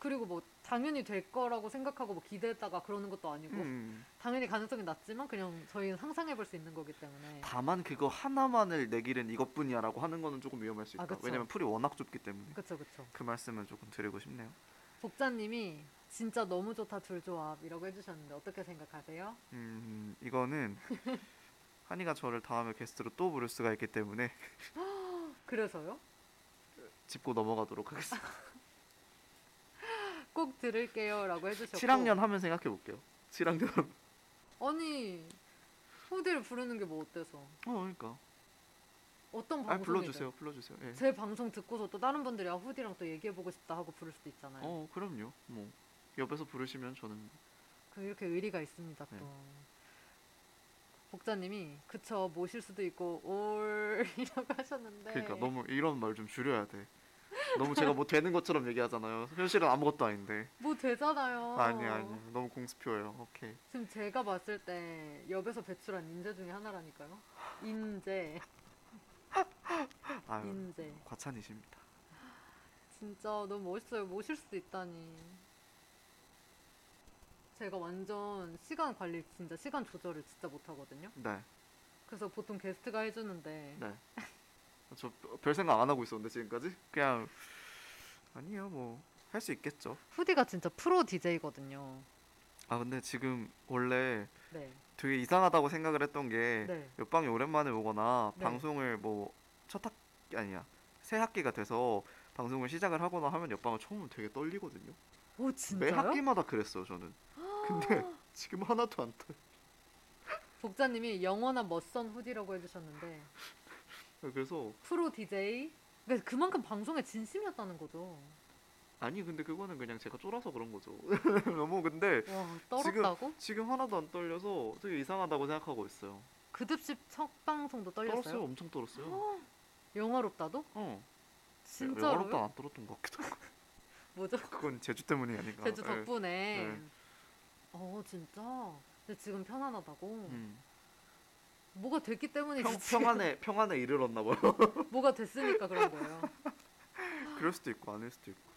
[SPEAKER 3] 리고뭐 당연히 될 거라고 생각하고 뭐 기대했다가 그러는 것도 아니고
[SPEAKER 4] 음.
[SPEAKER 3] 당연히 가능성이 낮지만 그냥 저희는 상상해볼 수 있는 거기 때문에
[SPEAKER 4] 다만 그거 하나만을 내 길은 이것뿐이야라고 하는 거는 조금 위험할 수
[SPEAKER 3] 아,
[SPEAKER 4] 있다.
[SPEAKER 3] 그쵸.
[SPEAKER 4] 왜냐면 풀이 워낙 좁기 때문에.
[SPEAKER 3] 그쵸 그쵸
[SPEAKER 4] 그 말씀은 조금 드리고 싶네요.
[SPEAKER 3] 복자님이 진짜 너무 좋다 둘 조합이라고 해주셨는데 어떻게 생각하세요?
[SPEAKER 4] 음 이거는 한이가 저를 다음에 게스트로 또 부를 수가 있기 때문에
[SPEAKER 3] 그래서요?
[SPEAKER 4] 짚고 넘어가도록 하겠습니다.
[SPEAKER 3] 꼭 들을게요라고 해주셨고
[SPEAKER 4] 7학년 하면 생각해 볼게요. 7학년. 하면-
[SPEAKER 3] 아니 후디를 부르는 게 뭐 어때서
[SPEAKER 4] 어 그러니까.
[SPEAKER 3] 어떤
[SPEAKER 4] 아
[SPEAKER 3] 방송이든
[SPEAKER 4] 불러주세요. 불러주세요. 예.
[SPEAKER 3] 제 방송 듣고서 또 다른 분들이 아 후디랑 또 얘기해보고 싶다 하고 부를 수도 있잖아요
[SPEAKER 4] 어 그럼요. 뭐 옆에서 부르시면 저는
[SPEAKER 3] 그 이렇게 의리가 있습니다 또
[SPEAKER 4] 네.
[SPEAKER 3] 복자님이 그쵸 모실 수도 있고 올이라고 하셨는데
[SPEAKER 4] 그러니까 너무 이런 말 좀 줄여야 돼. 너무 제가 뭐 되는 것처럼 얘기하잖아요. 현실은 아무것도 아닌데.
[SPEAKER 3] 뭐 되잖아요
[SPEAKER 4] 아니 아니 너무 공수표예요. 오케이.
[SPEAKER 3] 지금 제가 봤을 때 엽에서 배출한 인재 중에 하나라니까요. 인재,
[SPEAKER 4] 아유
[SPEAKER 3] 인재.
[SPEAKER 4] 과찬이십니다.
[SPEAKER 3] 진짜 너무 멋있어요. 모실 수도 있다니. 제가 완전 시간 관리, 진짜 시간 조절을 진짜 못하거든요.
[SPEAKER 4] 네
[SPEAKER 3] 그래서 보통 게스트가 해주는데
[SPEAKER 4] 네. 저 별 생각 안 하고 있었는데 지금까지 그냥 아니요 뭐 할 수 있겠죠.
[SPEAKER 3] 후디가 진짜 프로 DJ거든요.
[SPEAKER 4] 아 근데 지금 원래
[SPEAKER 3] 네,
[SPEAKER 4] 되게 이상하다고 생각을 했던 게
[SPEAKER 3] 네,
[SPEAKER 4] 옆방에 오랜만에 오거나
[SPEAKER 3] 네.
[SPEAKER 4] 방송을 뭐 첫 학기 아니야 새 학기가 돼서 방송을 시작을 하거나 하면 옆방은 처음 되게 떨리거든요.
[SPEAKER 3] 오
[SPEAKER 4] 매
[SPEAKER 3] 진짜요?
[SPEAKER 4] 학기마다 그랬어요 저는. 네, 근데 지금 하나도 안 떨.
[SPEAKER 3] 복자님이 영원한 멋선 후디라고 해주셨는데
[SPEAKER 4] 그래서
[SPEAKER 3] 프로 DJ. 그러니까 그만큼 방송에 진심이었다는 거죠.
[SPEAKER 4] 아니 근데 그거는 그냥 제가 쫄아서 그런 거죠. 너무 근데
[SPEAKER 3] 와 떨었다고?
[SPEAKER 4] 지금 하나도 안 떨려서 되게 이상하다고 생각하고 있어요.
[SPEAKER 3] 그듭십 첫 방송도 떨렸어요?
[SPEAKER 4] 떨었어요 엄청 떨었어요. 네,
[SPEAKER 3] 영화롭다도?
[SPEAKER 4] 어.
[SPEAKER 3] 진짜로요?
[SPEAKER 4] 어렵다 안 떨었던 것 같기도 하고
[SPEAKER 3] 뭐죠?
[SPEAKER 4] 그건 제주 때문이 아닌가.
[SPEAKER 3] 제주
[SPEAKER 4] 예.
[SPEAKER 3] 덕분에.
[SPEAKER 4] 네.
[SPEAKER 3] 어 진짜. 근데 지금 편안하다고.
[SPEAKER 4] 음.
[SPEAKER 3] 뭐가 됐기 때문이지.
[SPEAKER 4] 평,
[SPEAKER 3] 지금
[SPEAKER 4] 평안에 평안에 이르렀나 봐요.
[SPEAKER 3] 뭐가 됐으니까 그런 거예요.
[SPEAKER 4] 그럴 수도 있고 아닐 수도 있고.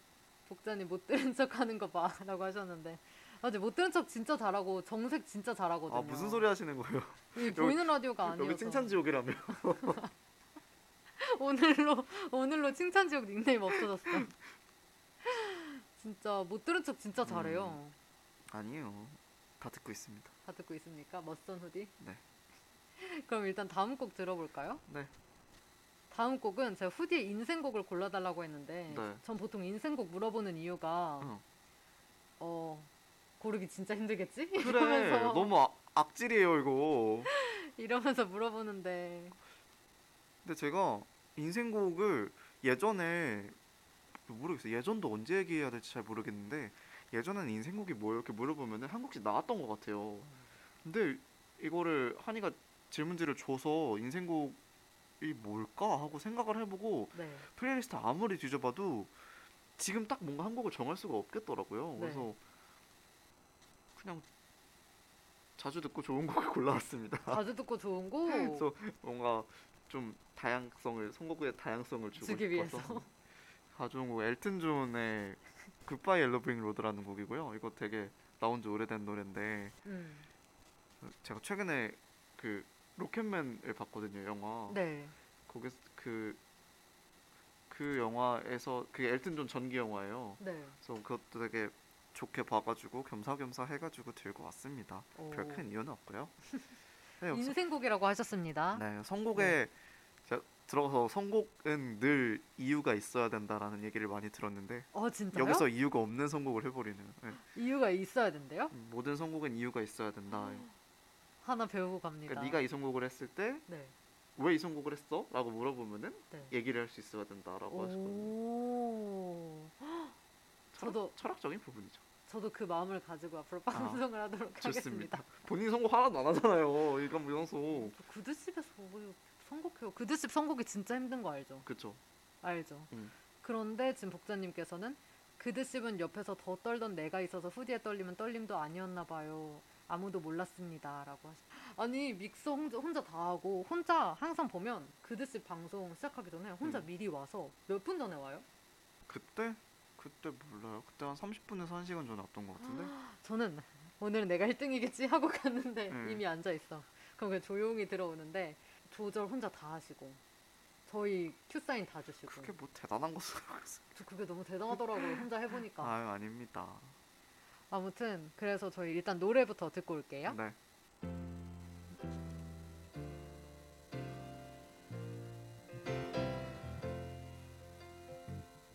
[SPEAKER 3] 복자님 못 들은 척하는 거 봐라고 하셨는데. 아, 근데 못 들은 척 진짜 잘하고 정색 진짜 잘하거든요.
[SPEAKER 4] 아 무슨 소리 하시는 거예요?
[SPEAKER 3] 이 보이는 라디오가 아니어서
[SPEAKER 4] 여기 칭찬 지옥이라며.
[SPEAKER 3] 오늘로 오늘로 칭찬 지옥 닉네임 없어졌어. 진짜 못 들은 척 진짜 잘해요.
[SPEAKER 4] 음. 아니에요. 다 듣고 있습니다.
[SPEAKER 3] 다 듣고 있습니까? 멋선 후디?
[SPEAKER 4] 네.
[SPEAKER 3] 그럼 일단 다음 곡 들어볼까요?
[SPEAKER 4] 네.
[SPEAKER 3] 다음 곡은 제가 후디의 인생곡을 골라달라고 했는데
[SPEAKER 4] 네.
[SPEAKER 3] 전 보통 인생곡 물어보는 이유가
[SPEAKER 4] 응.
[SPEAKER 3] 어 고르기 진짜 힘들겠지?
[SPEAKER 4] 그래
[SPEAKER 3] 이러면서
[SPEAKER 4] 너무 아- 악질이에요 이거.
[SPEAKER 3] 이러면서 물어보는데
[SPEAKER 4] 근데 제가 인생곡을 예전에 모르겠어요. 예전도 언제 얘기해야 될지 잘 모르겠는데 예전에는 인생곡이 뭐예요? 이렇게 물어보면 한국씩 나왔던 것 같아요. 근데 이거를 한이가 질문지를 줘서 인생곡이 뭘까 하고 생각을 해보고
[SPEAKER 3] 네.
[SPEAKER 4] 플레이리스트 아무리 뒤져봐도 지금 딱 뭔가 한 곡을 정할 수가 없겠더라고요.
[SPEAKER 3] 네.
[SPEAKER 4] 그래서 그냥 자주 듣고 좋은 곡을 골라왔습니다.
[SPEAKER 3] 자주 듣고 좋은
[SPEAKER 4] 네.
[SPEAKER 3] 곡. 음.
[SPEAKER 4] 그래서 뭔가 좀 다양성을 선곡의 다양성을 주고
[SPEAKER 3] 주기 위해서.
[SPEAKER 4] 싶어서 가져온 곡 엘튼 존의 굿바이 엘로브잉 로드라는 곡이고요. 이거 되게 나온 지 오래된 노래인데
[SPEAKER 3] 음.
[SPEAKER 4] 제가 최근에 그 로켓맨을 봤거든요, 영화.
[SPEAKER 3] 네.
[SPEAKER 4] 거기서 그 그 영화에서 그 엘튼 존 전기 영화예요.
[SPEAKER 3] 네.
[SPEAKER 4] 그래서 그것도 되게 좋게 봐가지고 겸사겸사 해가지고 들고 왔습니다.
[SPEAKER 3] 오.
[SPEAKER 4] 별 큰 이유는 없고요. 네, 없-
[SPEAKER 3] 인생곡이라고 하셨습니다.
[SPEAKER 4] 네, 선곡에 제가 들어가서 선곡은 늘 이유가 있어야 된다라는 얘기를 많이 들었는데
[SPEAKER 3] 어 진짜요?
[SPEAKER 4] 여기서 이유가 없는 선곡을 해버리는 네,
[SPEAKER 3] 이유가 있어야 된대요.
[SPEAKER 4] 모든 선곡은 이유가 있어야 된다.
[SPEAKER 3] 음, 하나 배우고 갑니다.
[SPEAKER 4] 그러니까 네가 이 선곡을 했을 때 왜
[SPEAKER 3] 네.
[SPEAKER 4] 이 선곡을 했어?라고 물어보면은
[SPEAKER 3] 네.
[SPEAKER 4] 얘기를 할 수 있어야 된다라고 하시거든요.
[SPEAKER 3] 오.
[SPEAKER 4] 철학,
[SPEAKER 3] 저도-
[SPEAKER 4] 철학적인 부분이죠.
[SPEAKER 3] 저도 그 마음을 가지고 앞으로 방송을 하도록
[SPEAKER 4] 아, 좋습니다.
[SPEAKER 3] 하겠습니다.
[SPEAKER 4] 본인 선곡 하나도 안 하잖아요. 이건 무연소.
[SPEAKER 3] 저 구두집에서 뭐 선곡해요. 구두집 선곡이 진짜 힘든 거 알죠?
[SPEAKER 4] 그쵸.
[SPEAKER 3] 알죠.
[SPEAKER 4] 음.
[SPEAKER 3] 그런데 지금 복자님께서는 그드십은 옆에서 더 떨던 내가 있어서 후디에 떨리면 떨림도 아니었나 봐요. 아무도 몰랐습니다라고 하시. 아니 믹서 혼자, 혼자 다 하고 혼자 항상 보면 그드십 방송 시작하기 전에 혼자
[SPEAKER 4] 음.
[SPEAKER 3] 미리 와서 몇 분 전에 와요?
[SPEAKER 4] 그때 그때 몰라요. 그때 한 30분에서 1 시간 전에 왔던 것 같은데.
[SPEAKER 3] 저는 오늘은 내가 1등이겠지 하고 갔는데
[SPEAKER 4] 음.
[SPEAKER 3] 이미 앉아 있어. 그럼 그냥 조용히 들어오는데 조절 혼자 다 하시고 저희 큐 사인 다 주시고
[SPEAKER 4] 그게 뭐 대단한 것으로 알았어요.
[SPEAKER 3] 저 그게 너무 대단하더라고요. 혼자 해보니까.
[SPEAKER 4] 아유 아닙니다.
[SPEAKER 3] 아무튼 그래서 저희 일단 노래부터 듣고 올게요.
[SPEAKER 4] 네.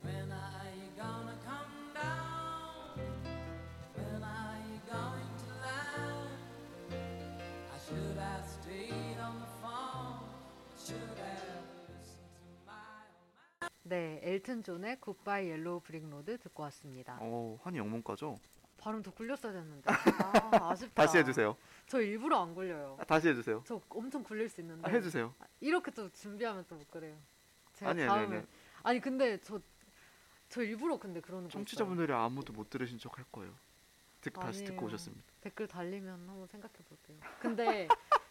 [SPEAKER 5] When are you gonna come down? When are you going to land? I should have stayed on the phone. I should have listened to my.
[SPEAKER 3] 네, 엘튼 존의 굿바이 옐로우 브릭 로드 듣고 왔습니다.
[SPEAKER 4] 오, 한이 영문과죠?
[SPEAKER 3] 발음 더 굴렸어야 됐는데. 아, 아쉽다.
[SPEAKER 4] 다시 해주세요.
[SPEAKER 3] 저 일부러 안 굴려요.
[SPEAKER 4] 아, 다시 해주세요.
[SPEAKER 3] 저 엄청 굴릴 수 있는데.
[SPEAKER 4] 아, 해주세요.
[SPEAKER 3] 아, 이렇게 또 준비하면 또 못 그래요. 제가
[SPEAKER 4] 아니, 아니,
[SPEAKER 3] 다음에
[SPEAKER 4] 아니.
[SPEAKER 3] 아니, 근데 저 저 일부러 근데 그러는 거 있어요.
[SPEAKER 4] 청취자분들이 아무도 못 들으신 척 할 거예요. 듣, 다시 듣고
[SPEAKER 3] 아니에요.
[SPEAKER 4] 오셨습니다.
[SPEAKER 3] 댓글 달리면 한번 생각해 볼게요. 근데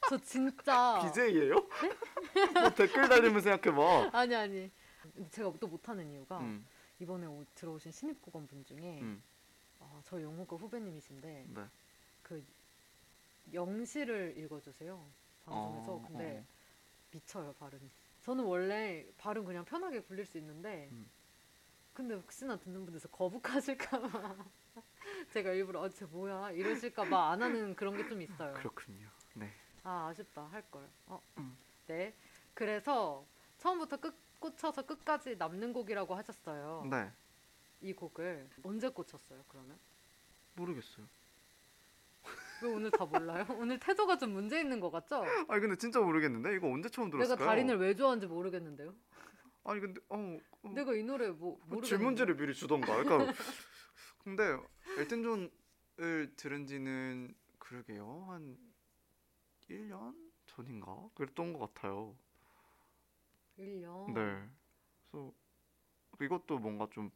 [SPEAKER 3] 저 진짜
[SPEAKER 4] BJ예요?
[SPEAKER 3] 네?
[SPEAKER 4] 뭐 댓글 달리면 생각해봐.
[SPEAKER 3] 아니 아니. 제가 또 못하는 이유가
[SPEAKER 4] 음,
[SPEAKER 3] 이번에 오- 들어오신 신입국원 분 중에
[SPEAKER 4] 음,
[SPEAKER 3] 어, 저 영문과 후배님이신데
[SPEAKER 4] 네.
[SPEAKER 3] 그 영시를 읽어주세요 방송에서
[SPEAKER 4] 어,
[SPEAKER 3] 아, 근데
[SPEAKER 4] 어.
[SPEAKER 3] 미쳐요 발음이 저는 원래 발음 그냥 편하게 굴릴 수 있는데
[SPEAKER 4] 음.
[SPEAKER 3] 근데 혹시나 듣는 분들서 거북하실까봐 제가 일부러 어쟤 뭐야 이러실까봐 안 하는 그런 게 좀 있어요
[SPEAKER 4] 그렇군요. 네.
[SPEAKER 3] 아 아쉽다 할걸 어,
[SPEAKER 4] 음.
[SPEAKER 3] 네 그래서 처음부터 끝 꽂혀서 끝까지 남는 곡이라고 하셨어요
[SPEAKER 4] 네.
[SPEAKER 3] 이 곡을 언제 꽂혔어요 그러면?
[SPEAKER 4] 모르겠어요.
[SPEAKER 3] 왜 오늘 다 몰라요? 오늘 태도가 좀 문제 있는 것 같죠?
[SPEAKER 4] 아니 근데 진짜 모르겠는데 이거 언제 처음 들었을까요?
[SPEAKER 3] 내가 달인을 왜 좋아하는지 모르겠는데요.
[SPEAKER 4] 아니 근데 어, 어,
[SPEAKER 3] 내가 이 노래 뭐
[SPEAKER 4] 뭐
[SPEAKER 3] 모르겠는데.
[SPEAKER 4] 질문지를 미리 주던가. 그러니까 근데 엘튼 존을 들은 지는 그러게요. 한 1년 전인가? 그랬던 것 같아요.
[SPEAKER 3] 1년.
[SPEAKER 4] 네. 그래서 이것도 뭔가 좀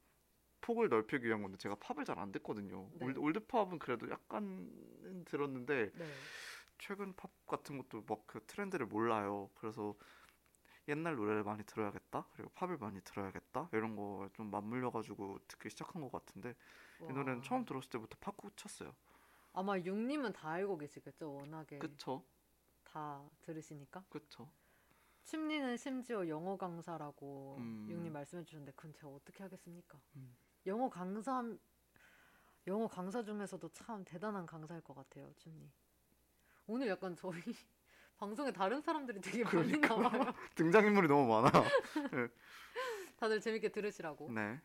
[SPEAKER 4] 폭을 넓히기 위한 건데 제가 팝을 잘 안 듣거든요.
[SPEAKER 3] 네.
[SPEAKER 4] 올드, 팝은 그래도 약간은 들었는데
[SPEAKER 3] 네.
[SPEAKER 4] 최근 팝 같은 것도 막 그 트렌드를 몰라요. 그래서 옛날 노래를 많이 들어야겠다. 그리고 팝을 많이 들어야겠다. 이런 거 좀 맞물려 가지고 듣기 시작한 것 같은데 이
[SPEAKER 3] 와.
[SPEAKER 4] 노래는 처음 들었을 때부터 팝구 쳤어요.
[SPEAKER 3] 아마 육님은 다 알고 계시겠죠. 워낙에
[SPEAKER 4] 그쵸?
[SPEAKER 3] 다 들으시니까.
[SPEAKER 4] 그쵸?
[SPEAKER 3] 춤리는 심지어 영어 강사라고
[SPEAKER 4] 음.
[SPEAKER 3] 육님 말씀해 주셨는데 그건 제가 어떻게 하겠습니까?
[SPEAKER 4] 음.
[SPEAKER 3] 영어 강사 영어 강사 중에서도 참 대단한 강사일 것 같아요, 춤리. 오늘 약간 저희 방송에 다른 사람들이 되게 많이 나와요.
[SPEAKER 4] 등장인물이 너무 많아.
[SPEAKER 3] 다들 재밌게 들으시라고.
[SPEAKER 4] 네.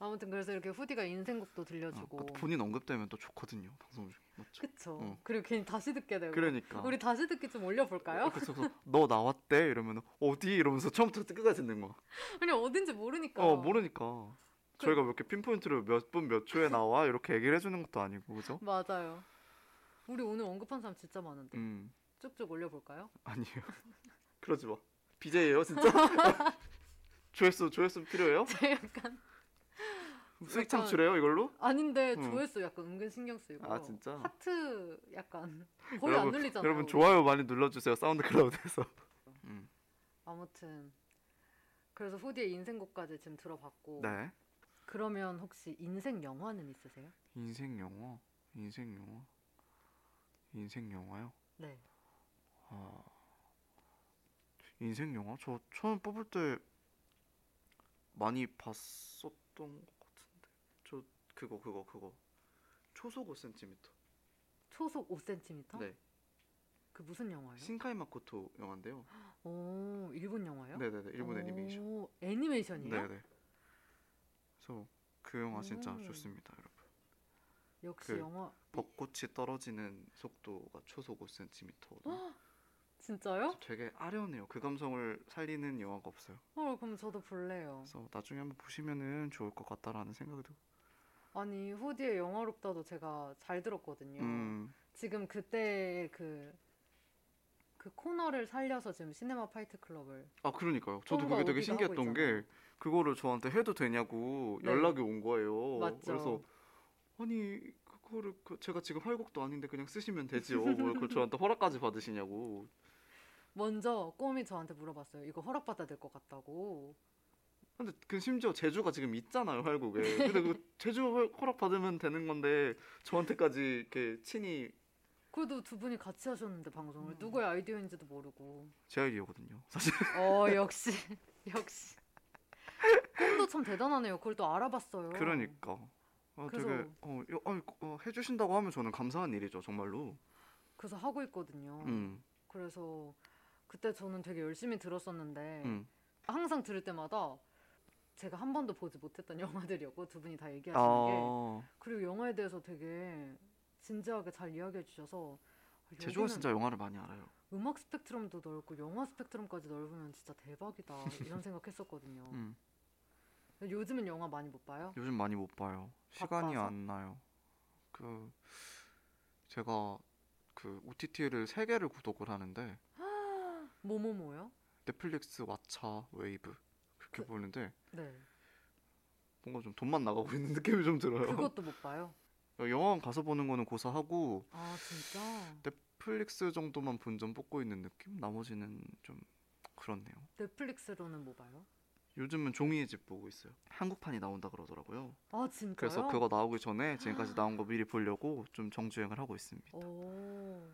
[SPEAKER 3] 아무튼 그래서 이렇게 후디가 인생곡도
[SPEAKER 4] 어,
[SPEAKER 3] 들려주고.
[SPEAKER 4] 그것도 본인 언급되면 또 좋거든요. 방송 중에. 맞죠?
[SPEAKER 3] 그쵸.
[SPEAKER 4] 어.
[SPEAKER 3] 그리고 괜히 다시 듣게 되고.
[SPEAKER 4] 그러니까.
[SPEAKER 3] 우리 다시 듣기 좀 올려볼까요?
[SPEAKER 4] 그래서 너 나왔대 이러면 어디 이러면서 처음부터 끝까지 듣는 거야.
[SPEAKER 3] 그냥 어딘지 모르니까. 그
[SPEAKER 4] 어 모르니까. 저희가 왜 이렇게 핀포인트로 몇 분 몇 초에 나와 이렇게 얘기를 해주는 것도 아니고 그죠?
[SPEAKER 3] 맞아요. 우리 오늘 언급한 사람 진짜 많은데
[SPEAKER 4] 음
[SPEAKER 3] 쭉쭉 올려볼까요?
[SPEAKER 4] 아니에요. 그러지 마. BJ예요 진짜? 조회수 조회수 필요해요?
[SPEAKER 3] 제 약간 약간-
[SPEAKER 4] 수익
[SPEAKER 3] 어,
[SPEAKER 4] 창출해요 이걸로?
[SPEAKER 3] 아닌데
[SPEAKER 4] 음.
[SPEAKER 3] 조회수 약간 은근 신경 쓰이고
[SPEAKER 4] 아, 진짜?
[SPEAKER 3] 하트 약간 거의 안 눌리잖아요.
[SPEAKER 4] 여러분 좋아요 많이 눌러주세요 사운드 클라우드에서. 음.
[SPEAKER 3] 아무튼 그래서 후디의 인생곡까지 지금 들어봤고
[SPEAKER 4] 네.
[SPEAKER 3] 그러면 혹시 인생 영화는 있으세요?
[SPEAKER 4] 인생 영화, 인생 영화, 인생 영화요.
[SPEAKER 3] 네.
[SPEAKER 4] 아, 인생 영화? 저 처음 뽑을 때 많이 봤었던 것 같은데. 저 그거 그거 그거 초속 5cm.
[SPEAKER 3] 어? 초속 5cm?
[SPEAKER 4] 네.
[SPEAKER 3] 그 무슨 영화예요?
[SPEAKER 4] 신카이 마코토 영화인데요.
[SPEAKER 3] 오 일본 영화예요?
[SPEAKER 4] 네네네 일본 애니메이션.
[SPEAKER 3] 오, 애니메이션이에요?
[SPEAKER 4] 네네. 그래서 그 영화 진짜
[SPEAKER 3] 오.
[SPEAKER 4] 좋습니다, 여러분.
[SPEAKER 3] 역시
[SPEAKER 4] 그-
[SPEAKER 3] 영화
[SPEAKER 4] 벚꽃이 떨어지는 속도가 초속 5cm.
[SPEAKER 3] 진짜요?
[SPEAKER 4] 되게 아련해요. 그 감성을 살리는 영화가 없어요.
[SPEAKER 3] 헐 그럼 저도 볼래요.
[SPEAKER 4] 그래서 나중에 한번 보시면은 좋을 것 같다라는 생각이 들고.
[SPEAKER 3] 아니 후디의 영화롭다도 제가 잘 들었거든요.
[SPEAKER 4] 음,
[SPEAKER 3] 지금 그때 그, 그 코너를 살려서 지금 시네마 파이트 클럽을
[SPEAKER 4] 아 그러니까요. 저도
[SPEAKER 3] 홍보가
[SPEAKER 4] 그게
[SPEAKER 3] 오기도 어,
[SPEAKER 4] 되게
[SPEAKER 3] 하고
[SPEAKER 4] 신기했던 게 그거를 저한테 해도 되냐고
[SPEAKER 3] 네.
[SPEAKER 4] 연락이 온 거예요.
[SPEAKER 3] 맞죠.
[SPEAKER 4] 그래서 아니 그거를 그- 제가 지금 할 곡도 아닌데 그냥 쓰시면 되지요. 뭘 그걸 저한테 허락까지 받으시냐고.
[SPEAKER 3] 먼저 꼬미 저한테 물어봤어요. 이거 허락받아야 될 것 같다고.
[SPEAKER 4] 근데 그 심지어 제주가 지금 있잖아요 활곡에. 근데 그 제주 허락 받으면 되는 건데 저한테까지 이렇게 친히
[SPEAKER 3] 그래도 두 분이 같이 하셨는데
[SPEAKER 4] 음.
[SPEAKER 3] 방송을 누구의 아이디어인지도 모르고.
[SPEAKER 4] 제 아이디어거든요. 사실
[SPEAKER 3] 어 역시 역시. 꿈도 참 대단하네요. 그걸 또 알아봤어요.
[SPEAKER 4] 그러니까. 아, 되게
[SPEAKER 3] 그래서-
[SPEAKER 4] 어, 여- 어, 어, 해주신다고 하면 저는 감사한 일이죠 정말로.
[SPEAKER 3] 그래서 하고 있거든요.
[SPEAKER 4] 음,
[SPEAKER 3] 그래서 그때 저는 되게 열심히 들었었는데
[SPEAKER 4] 음.
[SPEAKER 3] 항상 들을 때마다 제가 한 번도 보지 못했던 영화들이었고 두 분이 다 얘기하시는 게
[SPEAKER 4] 아,
[SPEAKER 3] 그리고 영화에 대해서 되게 진지하게 잘 이야기해 주셔서 아,
[SPEAKER 4] 제주가
[SPEAKER 3] 여기는
[SPEAKER 4] 진짜 영화를 많이 알아요.
[SPEAKER 3] 음악 스펙트럼도 넓고 영화 스펙트럼까지 넓으면 진짜 대박이다 이런 생각했었거든요.
[SPEAKER 4] 음,
[SPEAKER 3] 근데 요즘은 영화 많이 못 봐요?
[SPEAKER 4] 요즘 많이 못 봐요. 시간이
[SPEAKER 3] 바빠서?
[SPEAKER 4] 안 나요. 그 제가 그 OTT를 세 개를 구독을 하는데
[SPEAKER 3] 뭐뭐뭐요?
[SPEAKER 4] 넷플릭스, 왓챠, 웨이브 그렇게
[SPEAKER 3] 그-
[SPEAKER 4] 보는데
[SPEAKER 3] 네.
[SPEAKER 4] 뭔가 좀 돈만 나가고 있는 느낌이 좀 들어요. 어,
[SPEAKER 3] 그것도 못 봐요.
[SPEAKER 4] 영화관 가서 보는 거는 고사하고
[SPEAKER 3] 아 진짜
[SPEAKER 4] 넷플릭스 정도만 본전 뽑고 있는 느낌? 나머지는 좀 그렇네요.
[SPEAKER 3] 넷플릭스로는 뭐 봐요?
[SPEAKER 4] 요즘은 종이의 집 보고 있어요. 한국판이 나온다 그러더라고요.
[SPEAKER 3] 아 진짜요?
[SPEAKER 4] 그래서 그거 나오기 전에 지금까지 나온 거 미리 보려고 좀 정주행을 하고 있습니다.
[SPEAKER 3] 어. 오.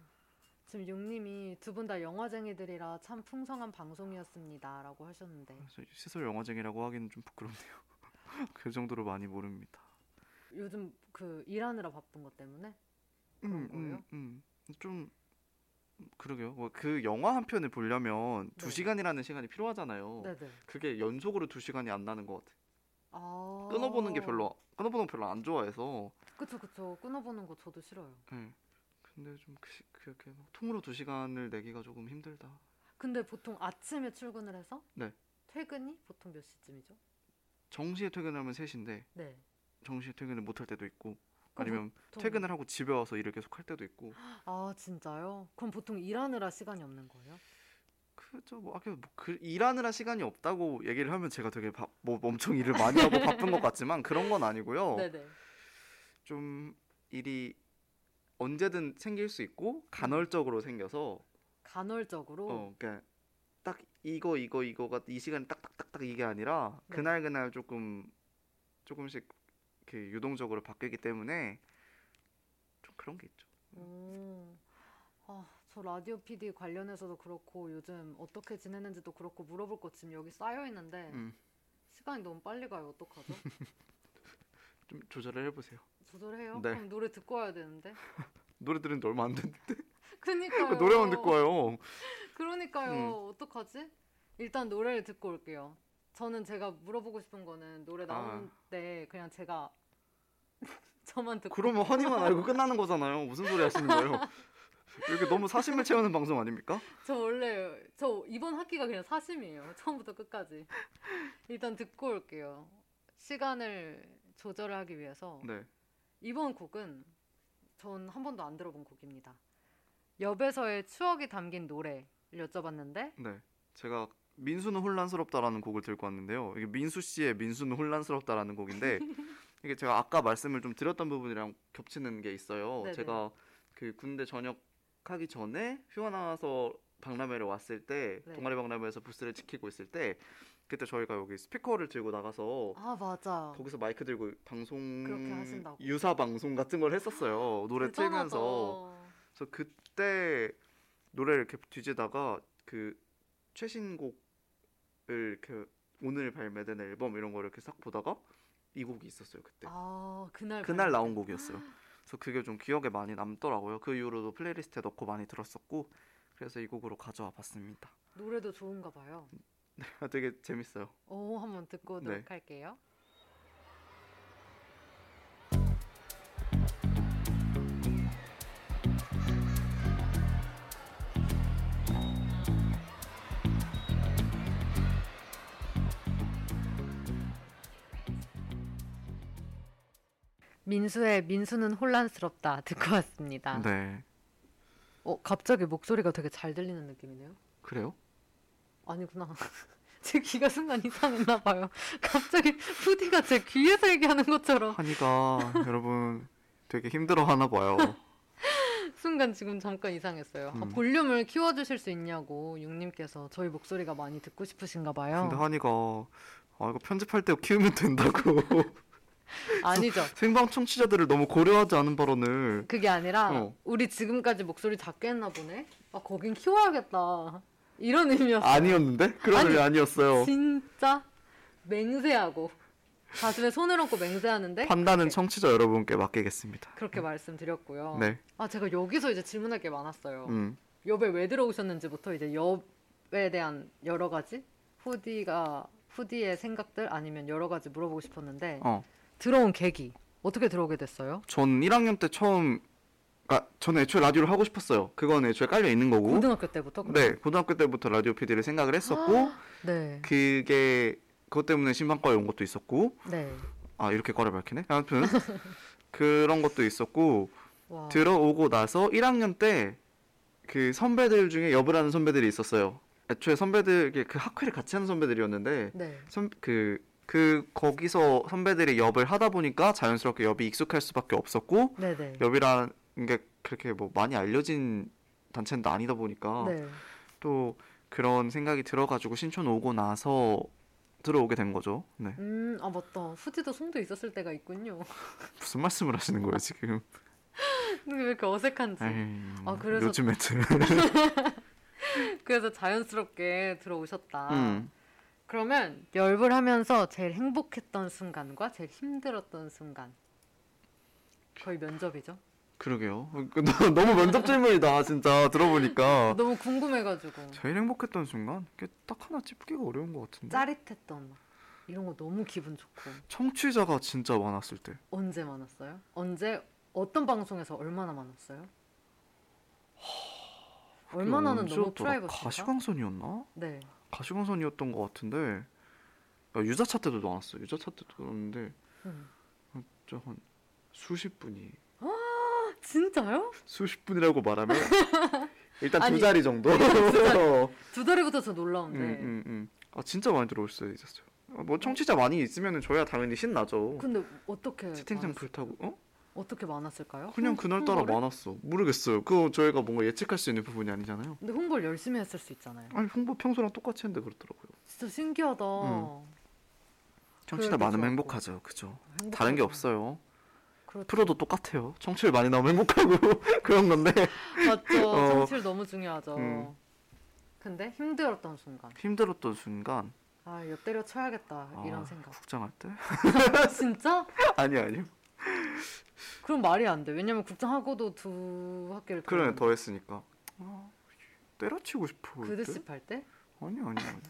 [SPEAKER 3] 지금 용님이 두 분 다 영화쟁이들이라 참 풍성한 방송이었습니다라고 하셨는데
[SPEAKER 4] 그래서 시설 영화쟁이라고 하기는 좀 부끄럽네요. 그 정도로 많이 모릅니다.
[SPEAKER 3] 요즘 그 일하느라 바쁜 것 때문에
[SPEAKER 4] 음,
[SPEAKER 3] 거예요?
[SPEAKER 4] 음, 음. 좀 그러게요. 뭐그 영화 한 편을 보려면
[SPEAKER 3] 네.
[SPEAKER 4] 두 시간이라는 시간이 필요하잖아요.
[SPEAKER 3] 네네
[SPEAKER 4] 그게 연속으로 두 시간이 안 나는 것 같아.
[SPEAKER 3] 아
[SPEAKER 4] 끊어보는 게 별로 끊어보는 거 별로 안 좋아해서.
[SPEAKER 3] 그쵸 그쵸 끊어보는 거 저도 싫어요
[SPEAKER 4] 네. 근데 좀 그, 시- 그렇게 막 통으로 두 시간을 내기가 조금 힘들다.
[SPEAKER 3] 근데 보통 아침에 출근을 해서
[SPEAKER 4] 네.
[SPEAKER 3] 퇴근이 보통 몇 시쯤이죠?
[SPEAKER 4] 정시에 퇴근하면 3시인데
[SPEAKER 3] 네
[SPEAKER 4] 정시에 퇴근을 못 할 때도 있고
[SPEAKER 3] 그럼
[SPEAKER 4] 아니면
[SPEAKER 3] 보통-
[SPEAKER 4] 퇴근을 하고 집에 와서 일을 계속 할 때도 있고
[SPEAKER 3] 아 진짜요? 그럼 보통 일하느라 시간이 없는 거예요?
[SPEAKER 4] 그저 뭐 아까 뭐그 일하느라 시간이 없다고 얘기를 하면 제가 되게 바, 뭐 엄청 일을 많이 하고 바쁜 것 같지만 그런 건 아니고요.
[SPEAKER 3] 네네
[SPEAKER 4] 좀 일이 언제든 생길 수 있고 간헐적으로 생겨서
[SPEAKER 3] 간헐적으로
[SPEAKER 4] 어 그러니까 딱 이거 이거 이거가 이 시간에 딱딱딱딱 이게 아니라
[SPEAKER 3] 네.
[SPEAKER 4] 그날 그날 조금 조금씩 이렇게 유동적으로 바뀌기 때문에 좀 그런 게 있죠.
[SPEAKER 3] 오. 아, 저 라디오 PD 관련해서도 그렇고 요즘 어떻게 지내는지도 그렇고 물어볼 것 지금 여기 쌓여 있는데
[SPEAKER 4] 음.
[SPEAKER 3] 시간이 너무 빨리 가요. 어떡하죠?
[SPEAKER 4] 좀 조절을 해보세요.
[SPEAKER 3] 조절해요?
[SPEAKER 4] 네.
[SPEAKER 3] 그럼 노래 듣고 와야 되는데.
[SPEAKER 4] 노래 들은 지 얼마 안 됐는데
[SPEAKER 3] 그니까요.
[SPEAKER 4] 노래만 듣고 와요.
[SPEAKER 3] 그러니까요.
[SPEAKER 4] 음.
[SPEAKER 3] 어떡하지? 일단 노래를 듣고 올게요. 저는 제가 물어보고 싶은 거는
[SPEAKER 4] 아.
[SPEAKER 3] 노래 나오는데 그냥 제가 저만 듣고
[SPEAKER 4] 그러면 허니만 알고 끝나는 거잖아요. 무슨 소리 하시는 거예요? 이렇게 너무 사심을 채우는 방송 아닙니까?
[SPEAKER 3] 저 원래 저 이번 학기가 그냥 사심이에요. 처음부터 끝까지. 일단 듣고 올게요. 시간을 조절하기 위해서
[SPEAKER 4] 네.
[SPEAKER 3] 이번 곡은 전 한 번도 안 들어본 곡입니다. 엽에서의 추억이 담긴 노래 여쭤봤는데
[SPEAKER 4] 네. 제가 민수는 혼란스럽다라는 곡을 들고 왔는데요. 이게 민수 씨의 민수는 혼란스럽다라는 곡인데 이게 제가 아까 말씀을 좀 드렸던 부분이랑 겹치는 게 있어요.
[SPEAKER 3] 네네.
[SPEAKER 4] 제가 그 군대 전역하기 전에 휴가 나와서 박람회를 왔을 때
[SPEAKER 3] 네.
[SPEAKER 4] 동아리 박람회에서 부스를 지키고 있을 때 그때 저희가 여기 스피커를 들고 나가서
[SPEAKER 3] 아 맞아
[SPEAKER 4] 거기서 마이크 들고 방송
[SPEAKER 3] 그렇게 하신다고.
[SPEAKER 4] 유사 방송 같은 걸 했었어요. 노래
[SPEAKER 3] 대단하다.
[SPEAKER 4] 틀면서 그래서 그때 노래를 이렇게 뒤지다가 그 최신곡을 이렇게 오늘 발매된 앨범 이런 거를 이렇게 싹 보다가 이 곡이 있었어요 그때
[SPEAKER 3] 아 그날
[SPEAKER 4] 그날
[SPEAKER 3] 발매.
[SPEAKER 4] 나온 곡이었어요 그래서 그게 좀 기억에 많이 남더라고요 그 이후로도 플레이리스트에 넣고 많이 들었었고 그래서 이 곡으로 가져와 봤습니다
[SPEAKER 3] 노래도 좋은가 봐요.
[SPEAKER 4] 되게 재밌어요
[SPEAKER 3] 오 한번 듣고 오도록
[SPEAKER 4] 네.
[SPEAKER 3] 할게요. 민수의 민수는 혼란스럽다 듣고 왔습니다.
[SPEAKER 4] 네
[SPEAKER 3] 어 갑자기 목소리가 되게 잘 들리는 느낌이네요.
[SPEAKER 4] 그래요?
[SPEAKER 3] 아니구나. 제 귀가 순간 이상했나 봐요. 갑자기 후디가 제 귀에서 얘기하는 것처럼
[SPEAKER 4] 하니가 여러분 되게 힘들어 하나 봐요
[SPEAKER 3] 순간 지금 잠깐 이상했어요. 아,
[SPEAKER 4] 음.
[SPEAKER 3] 볼륨을 키워주실 수 있냐고 육님께서 저희 목소리가 많이 듣고 싶으신가 봐요.
[SPEAKER 4] 근데 하니가 아 이거 편집할 때 키우면 된다고
[SPEAKER 3] 아니죠.
[SPEAKER 4] 생방 청취자들을 너무 고려하지 않은 발언을
[SPEAKER 3] 그게 아니라
[SPEAKER 4] 어.
[SPEAKER 3] 우리 지금까지 목소리 작게 했나 보네. 아 거긴 키워야겠다. 이런 의미였어요.
[SPEAKER 4] 아니었는데? 그런
[SPEAKER 3] 아니,
[SPEAKER 4] 의미 아니었어요.
[SPEAKER 3] 진짜 맹세하고 가슴에 손을 얹고 맹세하는데
[SPEAKER 4] 판단은 청취자 여러분께 맡기겠습니다.
[SPEAKER 3] 그렇게 말씀드렸고요.
[SPEAKER 4] 네.
[SPEAKER 3] 아 제가 여기서 이제 질문할 게 많았어요.
[SPEAKER 4] 음.
[SPEAKER 3] 엽에 왜 들어오셨는지부터 이제 엽에 대한 여러 가지 후디가 후디의 생각들 아니면 여러 가지 물어보고 싶었는데
[SPEAKER 4] 어.
[SPEAKER 3] 들어온 계기 어떻게 들어오게 됐어요?
[SPEAKER 4] 전 1학년 때 처음 그러니까 저는 애초에 라디오를 하고 싶었어요. 그건 애초에 깔려 있는 거고.
[SPEAKER 3] 고등학교 때부터?
[SPEAKER 4] 네.
[SPEAKER 3] 그럼?
[SPEAKER 4] 고등학교 때부터 라디오 PD를 생각을 했었고
[SPEAKER 3] 네.
[SPEAKER 4] 그게 그것 때문에 신방과에 온 것도 있었고
[SPEAKER 3] 네.
[SPEAKER 4] 아 이렇게 과를 밝히네. 아무튼 그런 것도 있었고
[SPEAKER 3] 와.
[SPEAKER 4] 들어오고 나서 1학년 때 그 선배들 중에 여부라는 선배들이 있었어요. 애초에 선배들 이게 그 학회를 같이 하는 선배들이었는데
[SPEAKER 3] 네.
[SPEAKER 4] 선그그 거기서 선배들이 엽을 하다 보니까 자연스럽게 엽이 익숙할 수밖에 없었고
[SPEAKER 3] 네, 네.
[SPEAKER 4] 엽이라는 게 그렇게 뭐 많이 알려진 단체는 또 아니다 보니까
[SPEAKER 3] 네.
[SPEAKER 4] 또 그런 생각이 들어가지고 신촌 오고 나서 들어오게 된 거죠. 네.
[SPEAKER 3] 음, 아 맞다. 후디도 송도 있었을 때가 있군요.
[SPEAKER 4] 무슨 말씀을 하시는 거예요 지금?
[SPEAKER 3] 근데 왜 이렇게 어색한지.
[SPEAKER 4] 에이,
[SPEAKER 3] 아, 그래서-
[SPEAKER 4] 요즘 애들.
[SPEAKER 3] 그래서 자연스럽게 들어오셨다.
[SPEAKER 4] 음.
[SPEAKER 3] 그러면 열불 하면서 제일 행복했던 순간과 제일 힘들었던 순간. 거의 면접이죠.
[SPEAKER 4] 그러게요. 너무 면접 질문이다 진짜 들어보니까.
[SPEAKER 3] 너무 궁금해가지고
[SPEAKER 4] 제일 행복했던 순간 그게 딱 하나 찝기가 어려운 것 같은데.
[SPEAKER 3] 짜릿했던 막 이런 거 너무 기분 좋고
[SPEAKER 4] 청취자가 진짜 많았을 때.
[SPEAKER 3] 언제 많았어요? 언제 어떤 방송에서 얼마나 많았어요? 얼마나는 너무
[SPEAKER 4] 언제였더라?
[SPEAKER 3] 프라이버시가?
[SPEAKER 4] 가시광선이었나?
[SPEAKER 3] 네.
[SPEAKER 4] 가시광선이었던 것 같은데 야, 유자차 때도 나왔어. 유자차 때도 그러는데
[SPEAKER 3] 음.
[SPEAKER 4] 진짜 한 수십 분이
[SPEAKER 3] 아, 진짜요?
[SPEAKER 4] 수십 분이라고 말하면 일단
[SPEAKER 3] 아니, 네,
[SPEAKER 4] 두 자리 정도.
[SPEAKER 3] 두 다리부터 저 놀라운데.
[SPEAKER 4] 음, 음, 음. 아 진짜 많이 들어오셨어요, 있었어요. 아, 뭐 청취자 많이 있으면은 저야 당연히 신나죠.
[SPEAKER 3] 근데 어떻게
[SPEAKER 4] 채팅창
[SPEAKER 3] 그, 많았-
[SPEAKER 4] 불타고 어?
[SPEAKER 3] 어떻게 많았을까요?
[SPEAKER 4] 그냥
[SPEAKER 3] 홍-
[SPEAKER 4] 음, 그날 따라
[SPEAKER 3] 홍보를?
[SPEAKER 4] 많았어. 모르겠어요. 그거 저희가 뭔가 예측할 수 있는 부분이 아니잖아요.
[SPEAKER 3] 근데 홍보를 열심히 했을 수 있잖아요.
[SPEAKER 4] 아니 홍보 평소랑 똑같이 했는데 그렇더라고요.
[SPEAKER 3] 진짜 신기하다.
[SPEAKER 4] 음.
[SPEAKER 3] 그럴
[SPEAKER 4] 청취자
[SPEAKER 3] 때
[SPEAKER 4] 많으면
[SPEAKER 3] 좋았고.
[SPEAKER 4] 행복하죠, 그죠? 다른 게
[SPEAKER 3] 행복하죠.
[SPEAKER 4] 없어요.
[SPEAKER 3] 그렇죠.
[SPEAKER 4] 프로도 똑같아요. 청취율 많이 나오면 행복하고 그런 건데
[SPEAKER 3] 맞죠.
[SPEAKER 4] 어.
[SPEAKER 3] 정치를 너무 중요하죠.
[SPEAKER 4] 음.
[SPEAKER 3] 근데 힘들었던 순간.
[SPEAKER 4] 힘들었던 순간
[SPEAKER 3] 아, 옆 때려 쳐야겠다.
[SPEAKER 4] 아,
[SPEAKER 3] 이런 생각. 아,
[SPEAKER 4] 국장할 때
[SPEAKER 3] 진짜?
[SPEAKER 4] 아니 아니요
[SPEAKER 3] 그럼 말이 안 돼. 왜냐면 국장하고도 두 학기를
[SPEAKER 4] 그러네
[SPEAKER 3] 돌았는데.
[SPEAKER 4] 더 했으니까 아, 때려치고 싶어
[SPEAKER 3] 그
[SPEAKER 4] 그때
[SPEAKER 3] 듯씹 할 때?
[SPEAKER 4] 아니 아니 아니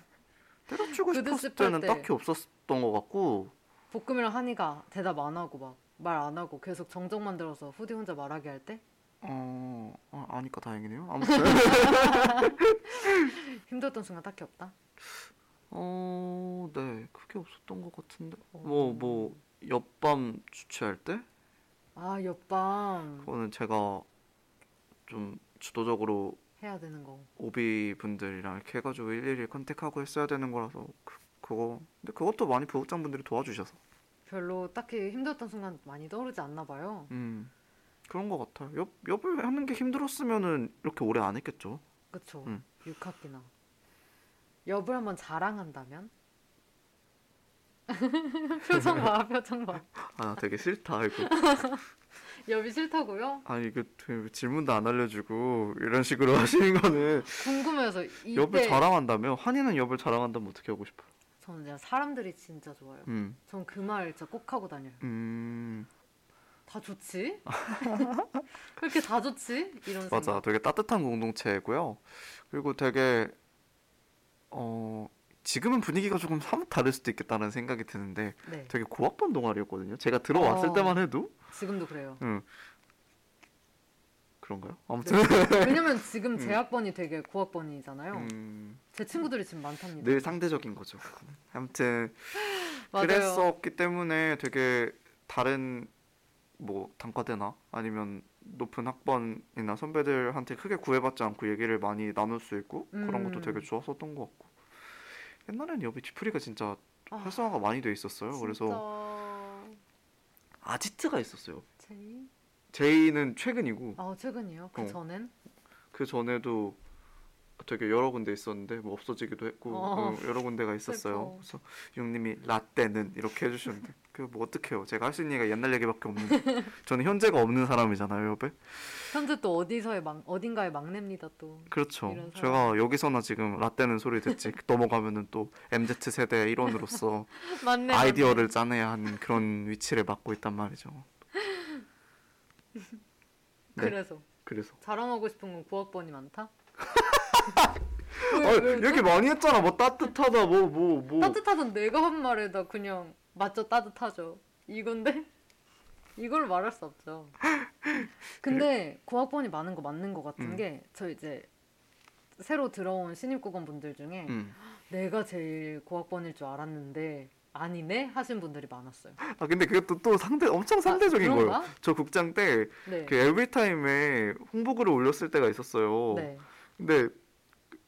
[SPEAKER 4] 때려치고
[SPEAKER 3] 그
[SPEAKER 4] 싶었을
[SPEAKER 3] 듯 씹을
[SPEAKER 4] 때는
[SPEAKER 3] 때.
[SPEAKER 4] 딱히 없었던 것 같고
[SPEAKER 3] 볶음이랑 한이가 대답 안 하고 막 말 안 하고 계속 정적 만들어서 후디 혼자 말하게 할 때?
[SPEAKER 4] 어 아, 아니까 다행이네요 아무튼
[SPEAKER 3] 힘들었던 순간 딱히 없다.
[SPEAKER 4] 어, 네, 그게 없었던 것 같은데. 뭐, 뭐, 옆밤 주최할 때?
[SPEAKER 3] 아, 옆방
[SPEAKER 4] 그거는 제가 좀 주도적으로
[SPEAKER 3] 해야 되는 거.
[SPEAKER 4] 오비 분들이랑 이렇게 해가지고 일일이 컨택하고 했어야 되는 거라서 그, 그거. 근데 그것도 많이 부국장분들이 도와주셔서.
[SPEAKER 3] 별로 딱히 힘들었던 순간 많이 떠오르지 않나 봐요.
[SPEAKER 4] 음, 그런 것 같아요. 옆, 옆을 하는 게 힘들었으면은 이렇게 오래 안 했겠죠.
[SPEAKER 3] 그쵸?
[SPEAKER 4] 음.
[SPEAKER 3] 6학기나. 여부를 한번 자랑한다면? 표정 봐, 표정 봐.
[SPEAKER 4] 아, 되게 싫다, 이거.
[SPEAKER 3] 여비 싫다고요?
[SPEAKER 4] 아니, 이거 되게 질문도 안 알려주고 이런 식으로 하시는 거는
[SPEAKER 3] 궁금해서 이때
[SPEAKER 4] 옆을 자랑한다며? 한이는 옆을 자랑한다면 어떻게 하고 싶어요?
[SPEAKER 3] 저는 그냥 사람들이 진짜 좋아요.
[SPEAKER 4] 음,
[SPEAKER 3] 전 그 말 진짜 꼭 하고 다녀요.
[SPEAKER 4] 음,
[SPEAKER 3] 다 좋지? 왜 이렇게 다 좋지? 이런
[SPEAKER 4] 맞아.
[SPEAKER 3] 생각.
[SPEAKER 4] 되게 따뜻한 공동체고요. 그리고 되게 어 지금은 분위기가 조금 사뭇 다를 수도 있겠다는 생각이 드는데
[SPEAKER 3] 네,
[SPEAKER 4] 되게 고학번 동아리였거든요. 제가 들어왔을
[SPEAKER 3] 어.
[SPEAKER 4] 때만 해도
[SPEAKER 3] 지금도 그래요.
[SPEAKER 4] 그런가요? 아무튼
[SPEAKER 3] 왜냐면 지금 제
[SPEAKER 4] 음.
[SPEAKER 3] 학번이 되게 고학번이잖아요.
[SPEAKER 4] 음,
[SPEAKER 3] 제 친구들이 지금 많답니다.
[SPEAKER 4] 늘 상대적인 거죠. 그거는. 아무튼
[SPEAKER 3] 맞아요.
[SPEAKER 4] 그랬었기 때문에 되게 다른 뭐 단과대나 아니면 높은 학번이나 선배들한테 크게 구애받지 않고 얘기를 많이 나눌 수 있고 그런 것도
[SPEAKER 3] 음.
[SPEAKER 4] 되게 좋았었던 것 같고 옛날에는 여비 지프리가 진짜
[SPEAKER 3] 아,
[SPEAKER 4] 활성화가 많이 돼 있었어요. 그래서
[SPEAKER 3] 진짜
[SPEAKER 4] 아지트가 있었어요.
[SPEAKER 3] 제이?
[SPEAKER 4] 제이는 최근이고
[SPEAKER 3] 아 최근이요. 그
[SPEAKER 4] 어.
[SPEAKER 3] 전엔
[SPEAKER 4] 그 전에도 되게 여러 군데 있었는데 뭐 없어지기도 했고
[SPEAKER 3] 어.
[SPEAKER 4] 어, 여러 군데가 있었어요.
[SPEAKER 3] 슬퍼.
[SPEAKER 4] 그래서 형님이 라떼는 이렇게 해주셨는데 그뭐 어떡해요. 제가 할 수 있는 얘기가 옛날 얘기밖에 없는데 저는 현재가 없는 사람이잖아요, 옆에.
[SPEAKER 3] 현재 또 어디서의 막 어딘가의 막내입니다 또.
[SPEAKER 4] 그렇죠.
[SPEAKER 3] 이런 사람.
[SPEAKER 4] 제가 여기서나 지금 라떼는 소리 듣지 넘어가면은 또 MZ 세대 일원으로서
[SPEAKER 3] 맞네.
[SPEAKER 4] 아이디어를 짜내야 하는 그런 위치를 맡고 있단 말이죠. 네.
[SPEAKER 3] 그래서
[SPEAKER 4] 그래서
[SPEAKER 3] 자랑하고 싶은 건 고학번이 많다.
[SPEAKER 4] 아, 얘기 많이 했잖아. 뭐 따뜻하다. 뭐 뭐 뭐.
[SPEAKER 3] 따뜻하던 내가 한 말에다 그냥 맞죠 따뜻하죠 이건데 이걸 말할 수 없죠 근데 고학번이 많은 거 맞는 거 같은
[SPEAKER 4] 음.
[SPEAKER 3] 게 저 이제 새로 들어온 신입국원 분들 중에
[SPEAKER 4] 음.
[SPEAKER 3] 내가 제일 고학번일 줄 알았는데 아니네 하신 분들이 많았어요
[SPEAKER 4] 아 근데 그것도 또 상대 엄청 상대적인
[SPEAKER 3] 아,
[SPEAKER 4] 거예요.
[SPEAKER 3] 그런가?
[SPEAKER 4] 저 국장 때 그
[SPEAKER 3] 네.
[SPEAKER 4] 엘비타임에 홍보글을 올렸을 때가 있었어요.
[SPEAKER 3] 네.
[SPEAKER 4] 근데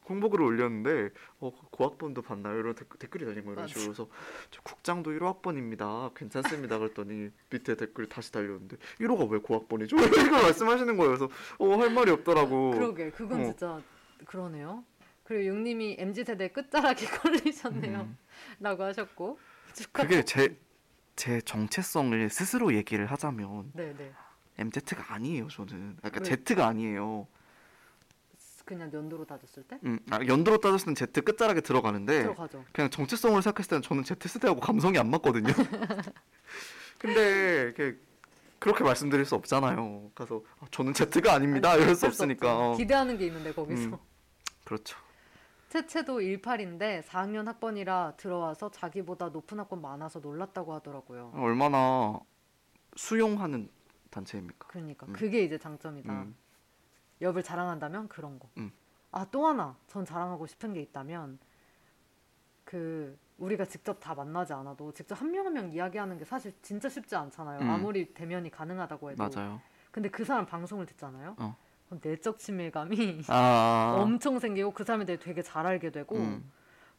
[SPEAKER 4] 홍보글을 올렸는데 어, 고학번도 봤나요? 이런 댓- 댓글이 달린 거예요. 이런
[SPEAKER 3] 맞아.
[SPEAKER 4] 식으로 그래서 저 국장도 1호학번입니다. 괜찮습니다. 그랬더니 밑에 댓글 다시 달렸는데 1호가 왜 고학번이죠? 이걸 말씀하시는 거예요. 그래서 어, 할 말이 없더라고.
[SPEAKER 3] 그러게 그건
[SPEAKER 4] 어.
[SPEAKER 3] 진짜 그러네요 그리고 육님이 MZ세대 끝자락에 걸리셨네요
[SPEAKER 4] 음.
[SPEAKER 3] 라고 하셨고 축하
[SPEAKER 4] 그게 제, 제 정체성을 스스로 얘기를 하자면
[SPEAKER 3] 네네
[SPEAKER 4] MZ가 아니에요. 저는. 그러니까
[SPEAKER 3] 왜?
[SPEAKER 4] Z가 아니에요.
[SPEAKER 3] 그냥 연도로 따졌을 때
[SPEAKER 4] 음, 아, 연도로 따졌을 땐 Z 끝자락에 들어가는데
[SPEAKER 3] 들어가죠
[SPEAKER 4] 그냥 정체성을 생각했을 때는 저는 Z 세대하고 감성이 안 맞거든요. 근데 이렇게 그렇게 말씀드릴 수 없잖아요. 가서 아, 저는 Z가 아닙니다. 이럴 수
[SPEAKER 3] 어쩔 수
[SPEAKER 4] 없으니까.
[SPEAKER 3] 없죠.
[SPEAKER 4] 어,
[SPEAKER 3] 기대하는 게 있는데 거기서
[SPEAKER 4] 음. 그렇죠.
[SPEAKER 3] 채채도 18인데 4학년 학번이라 들어와서 자기보다 높은 학번 많아서 놀랐다고 하더라고요.
[SPEAKER 4] 어. 얼마나 수용하는 단체입니까?
[SPEAKER 3] 그러니까
[SPEAKER 4] 음.
[SPEAKER 3] 그게 이제 장점이다.
[SPEAKER 4] 음.
[SPEAKER 3] 엽을 자랑한다면 그런 거.
[SPEAKER 4] 음.
[SPEAKER 3] 아 또 하나 전 자랑하고 싶은 게 있다면 그 우리가 직접 다 만나지 않아도 직접 한 명 한 명 이야기하는 게 사실 진짜 쉽지 않잖아요.
[SPEAKER 4] 음.
[SPEAKER 3] 아무리 대면이 가능하다고 해도.
[SPEAKER 4] 맞아요.
[SPEAKER 3] 근데 그 사람 방송을 듣잖아요.
[SPEAKER 4] 어.
[SPEAKER 3] 그럼 내적 친밀감이
[SPEAKER 4] 아.
[SPEAKER 3] 어. 엄청 생기고 그 사람에 대해 되게 잘 알게 되고
[SPEAKER 4] 음.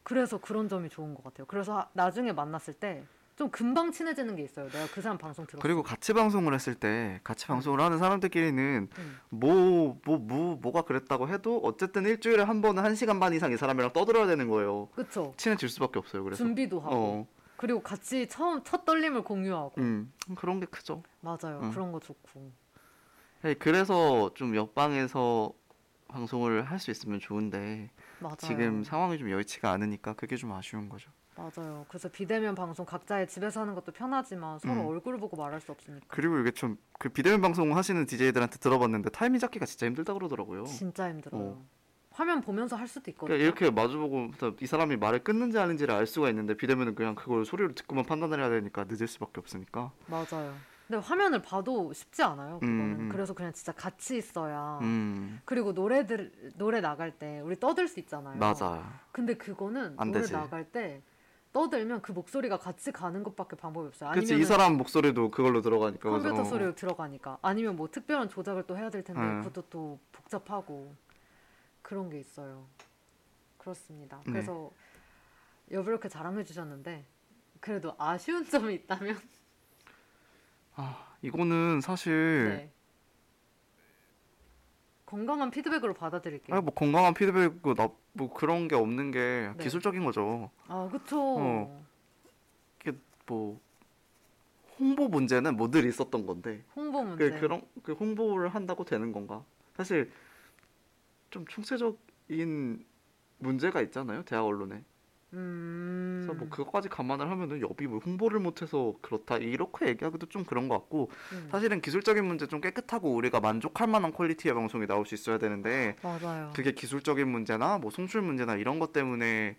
[SPEAKER 3] 그래서 그런 점이 좋은 것 같아요. 그래서 하- 나중에 만났을 때 좀 금방 친해지는 게 있어요. 내가 그 사람 방송 들었어.
[SPEAKER 4] 그리고 같이 방송을 했을 때 같이
[SPEAKER 3] 네.
[SPEAKER 4] 방송을 하는 사람들끼리는
[SPEAKER 3] 음.
[SPEAKER 4] 뭐 뭐 뭐 뭐가 그랬다고 해도 어쨌든 일주일에 한 번은 한 시간 반 이상 이 사람이랑 떠들어야 되는 거예요.
[SPEAKER 3] 그쵸?
[SPEAKER 4] 친해질 수밖에 없어요. 그래서
[SPEAKER 3] 준비도 하고
[SPEAKER 4] 어,
[SPEAKER 3] 그리고 같이 처음 첫 떨림을 공유하고
[SPEAKER 4] 음 그런 게 크죠.
[SPEAKER 3] 맞아요.
[SPEAKER 4] 음.
[SPEAKER 3] 그런 거 좋고
[SPEAKER 4] 네, 그래서 좀 옆방에서 방송을 할 수 있으면 좋은데
[SPEAKER 3] 맞아요.
[SPEAKER 4] 지금 상황이 좀 여의치가 않으니까 그게 좀 아쉬운 거죠.
[SPEAKER 3] 맞아요. 그래서 비대면 방송 각자의 집에서 하는 것도 편하지만 서로
[SPEAKER 4] 음.
[SPEAKER 3] 얼굴을 보고 말할 수 없으니까
[SPEAKER 4] 그리고 이게 좀 그 비대면 방송 하시는 DJ들한테 들어봤는데 타이밍 잡기가 진짜 힘들다 그러더라고요.
[SPEAKER 3] 진짜 힘들어요.
[SPEAKER 4] 어.
[SPEAKER 3] 화면 보면서 할 수도 있거든요.
[SPEAKER 4] 그러니까 이렇게 마주보고 이 사람이 말을 끊는지 아닌지를 알 수가 있는데 비대면은 그냥 그걸 소리로 듣고만 판단을 해야 되니까 늦을 수밖에 없으니까
[SPEAKER 3] 맞아요. 근데 화면을 봐도 쉽지 않아요. 그거는.
[SPEAKER 4] 음, 음.
[SPEAKER 3] 그래서 그냥 진짜 같이 있어야.
[SPEAKER 4] 음
[SPEAKER 3] 그리고 노래들 노래 나갈 때 우리 떠들 수 있잖아요.
[SPEAKER 4] 맞아.
[SPEAKER 3] 근데 그거는
[SPEAKER 4] 안
[SPEAKER 3] 노래
[SPEAKER 4] 되지.
[SPEAKER 3] 나갈 때 떠들면 그 목소리가 같이 가는 것밖에 방법이 없어요.
[SPEAKER 4] 그치
[SPEAKER 3] 아니면
[SPEAKER 4] 이 사람 목소리도 그걸로 들어가니까 맞아.
[SPEAKER 3] 컴퓨터
[SPEAKER 4] 어.
[SPEAKER 3] 소리로 들어가니까 아니면 뭐 특별한 조작을 또 해야 될 텐데
[SPEAKER 4] 네.
[SPEAKER 3] 그것도 또 복잡하고 그런 게 있어요. 그렇습니다.
[SPEAKER 4] 네.
[SPEAKER 3] 그래서 여부 이렇게 자랑해 주셨는데 그래도 아쉬운 점이 있다면
[SPEAKER 4] 아, 이거는 사실
[SPEAKER 3] 네. 건강한 피드백으로 받아들일게요.
[SPEAKER 4] 아, 뭐 건강한 피드백이고 나뭐 그런 게 없는 게
[SPEAKER 3] 네.
[SPEAKER 4] 기술적인 거죠.
[SPEAKER 3] 아 그쵸.
[SPEAKER 4] 어. 뭐 홍보 문제는 뭐 늘 있었던 건데
[SPEAKER 3] 홍보 문제.
[SPEAKER 4] 그 그런 그 홍보를 한다고 되는 건가? 사실 좀 총체적인 문제가 있잖아요 대학 언론에.
[SPEAKER 3] 음.
[SPEAKER 4] 그래서 뭐 그것까지 감안을 하면은 여비 뭐 홍보를 못해서 그렇다 이렇게 얘기하기도 좀 그런 것 같고
[SPEAKER 3] 음.
[SPEAKER 4] 사실은 기술적인 문제 좀 깨끗하고 우리가 만족할 만한 퀄리티의 방송이 나올 수 있어야 되는데
[SPEAKER 3] 맞아요.
[SPEAKER 4] 그게 기술적인 문제나 뭐 송출 문제나 이런 것 때문에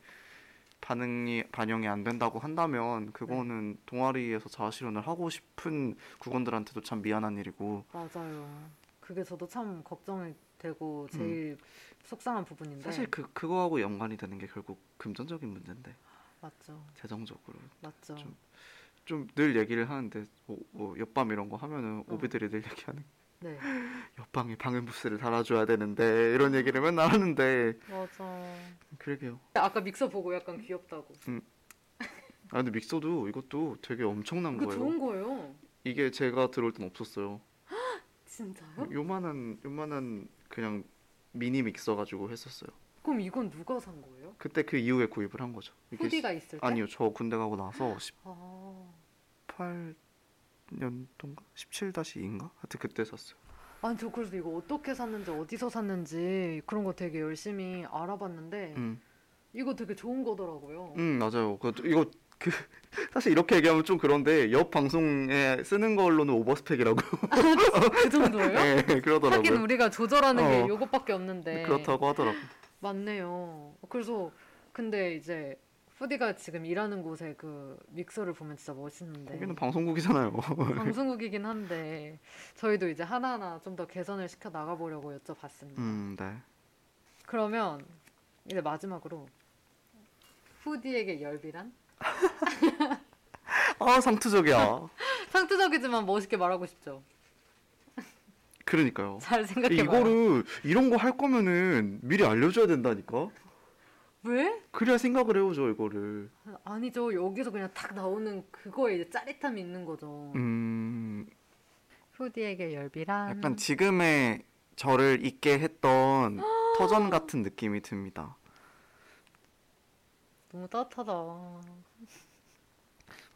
[SPEAKER 4] 반응이 반영이 안 된다고 한다면 그거는
[SPEAKER 3] 네.
[SPEAKER 4] 동아리에서 자아실현을 하고 싶은 국원들한테도 참 미안한 일이고
[SPEAKER 3] 맞아요. 그게 저도 참 걱정이 되고 제일 속상한 부분인데.
[SPEAKER 4] 음. 사실 그 그거하고 연관이 되는 게 결국 금전적인 문제인데
[SPEAKER 3] 맞죠.
[SPEAKER 4] 재정적으로
[SPEAKER 3] 맞죠.
[SPEAKER 4] 좀 좀 늘 얘기를 하는데 뭐, 뭐 옆방 이런 거 하면은
[SPEAKER 3] 어.
[SPEAKER 4] 오비들이 늘 얘기하는
[SPEAKER 3] 네.
[SPEAKER 4] 옆방에 방음 부스를 달아줘야 되는데 이런 얘기를 맨날 하는데
[SPEAKER 3] 맞아.
[SPEAKER 4] 그러게요.
[SPEAKER 3] 아까 믹서 보고 약간 귀엽다고.
[SPEAKER 4] 아 근데 믹서도 이것도 되게 엄청난
[SPEAKER 3] 그거
[SPEAKER 4] 거예요.
[SPEAKER 3] 좋은 거예요.
[SPEAKER 4] 이게 제가 들어올 땐 없었어요.
[SPEAKER 3] 진짜요?
[SPEAKER 4] 음. 요만한 요만한 그냥 미니 믹서 가지고 했었어요.
[SPEAKER 3] 그럼 이건 누가 산 거예요?
[SPEAKER 4] 그때 그 이후에 구입을 한 거죠. 이게
[SPEAKER 3] 후디가 있을
[SPEAKER 4] 시-
[SPEAKER 3] 때?
[SPEAKER 4] 아니요. 저 군대 가고 나서
[SPEAKER 3] 아.
[SPEAKER 4] 18년도인가 17-2인가 하여튼 그때 샀어요.
[SPEAKER 3] 아니 저 그래서 이거 어떻게 샀는지 어디서 샀는지 그런 거 되게 열심히 알아봤는데
[SPEAKER 4] 음.
[SPEAKER 3] 이거 되게 좋은 거더라고요.
[SPEAKER 4] 음, 맞아요. 그 이거 그 사실 이렇게 얘기하면 좀 그런데 옆 방송에 쓰는 걸로는 오버스펙이라고
[SPEAKER 3] 그 정도예요?
[SPEAKER 4] 예,
[SPEAKER 3] 하긴
[SPEAKER 4] 그러더라고요.
[SPEAKER 3] 우리가 조절하는
[SPEAKER 4] 어.
[SPEAKER 3] 게 요것밖에 없는데.
[SPEAKER 4] 그렇다고 하더라고요.
[SPEAKER 3] 네. 맞네요. 그래서 근데 이제 푸디가 지금 일하는 곳에 그 믹서를 보면 진짜 멋있는데
[SPEAKER 4] 거기는 방송국이잖아요.
[SPEAKER 3] 방송국이긴 한데 저희도 이제 하나하나 좀 더 개선을 시켜 나가 보려고 여쭤봤습니다.
[SPEAKER 4] 음, 네.
[SPEAKER 3] 그러면 이제 마지막으로 푸디에게 열비란?
[SPEAKER 4] 아, 상투적이야.
[SPEAKER 3] 상투적이지만 멋있게 말하고 싶죠.
[SPEAKER 4] 그러니까요.
[SPEAKER 3] 잘 생각해 봐요.
[SPEAKER 4] 어? 이거를 이런 거 할 거면은 미리 알려줘야 된다니까.
[SPEAKER 3] 왜?
[SPEAKER 4] 그래야 생각을 해오죠 이거를.
[SPEAKER 3] 아니죠. 여기서 그냥 딱 나오는 그거에 이제 짜릿함이 있는 거죠.
[SPEAKER 4] 음,
[SPEAKER 3] 푸디에게 열비란
[SPEAKER 4] 약간 지금의 저를 있게 했던 터전 같은 느낌이 듭니다.
[SPEAKER 3] 너무 따뜻하다.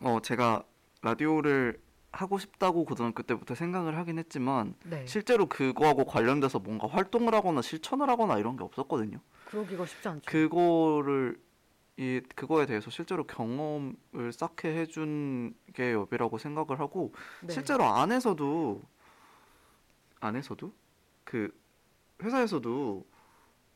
[SPEAKER 4] 어, 제가 라디오를 하고 싶다고 고등학교 때부터 생각을 하긴 했지만
[SPEAKER 3] 네.
[SPEAKER 4] 실제로 그거하고 관련돼서 뭔가 활동을 하거나 실천을 하거나 이런 게 없었거든요.
[SPEAKER 3] 그러기가 쉽지 않죠.
[SPEAKER 4] 그거를 이 그거에 대해서 실제로 경험을 쌓게 해준 게 여비라고 생각을 하고
[SPEAKER 3] 네.
[SPEAKER 4] 실제로 안에서도 안에서도 그 회사에서도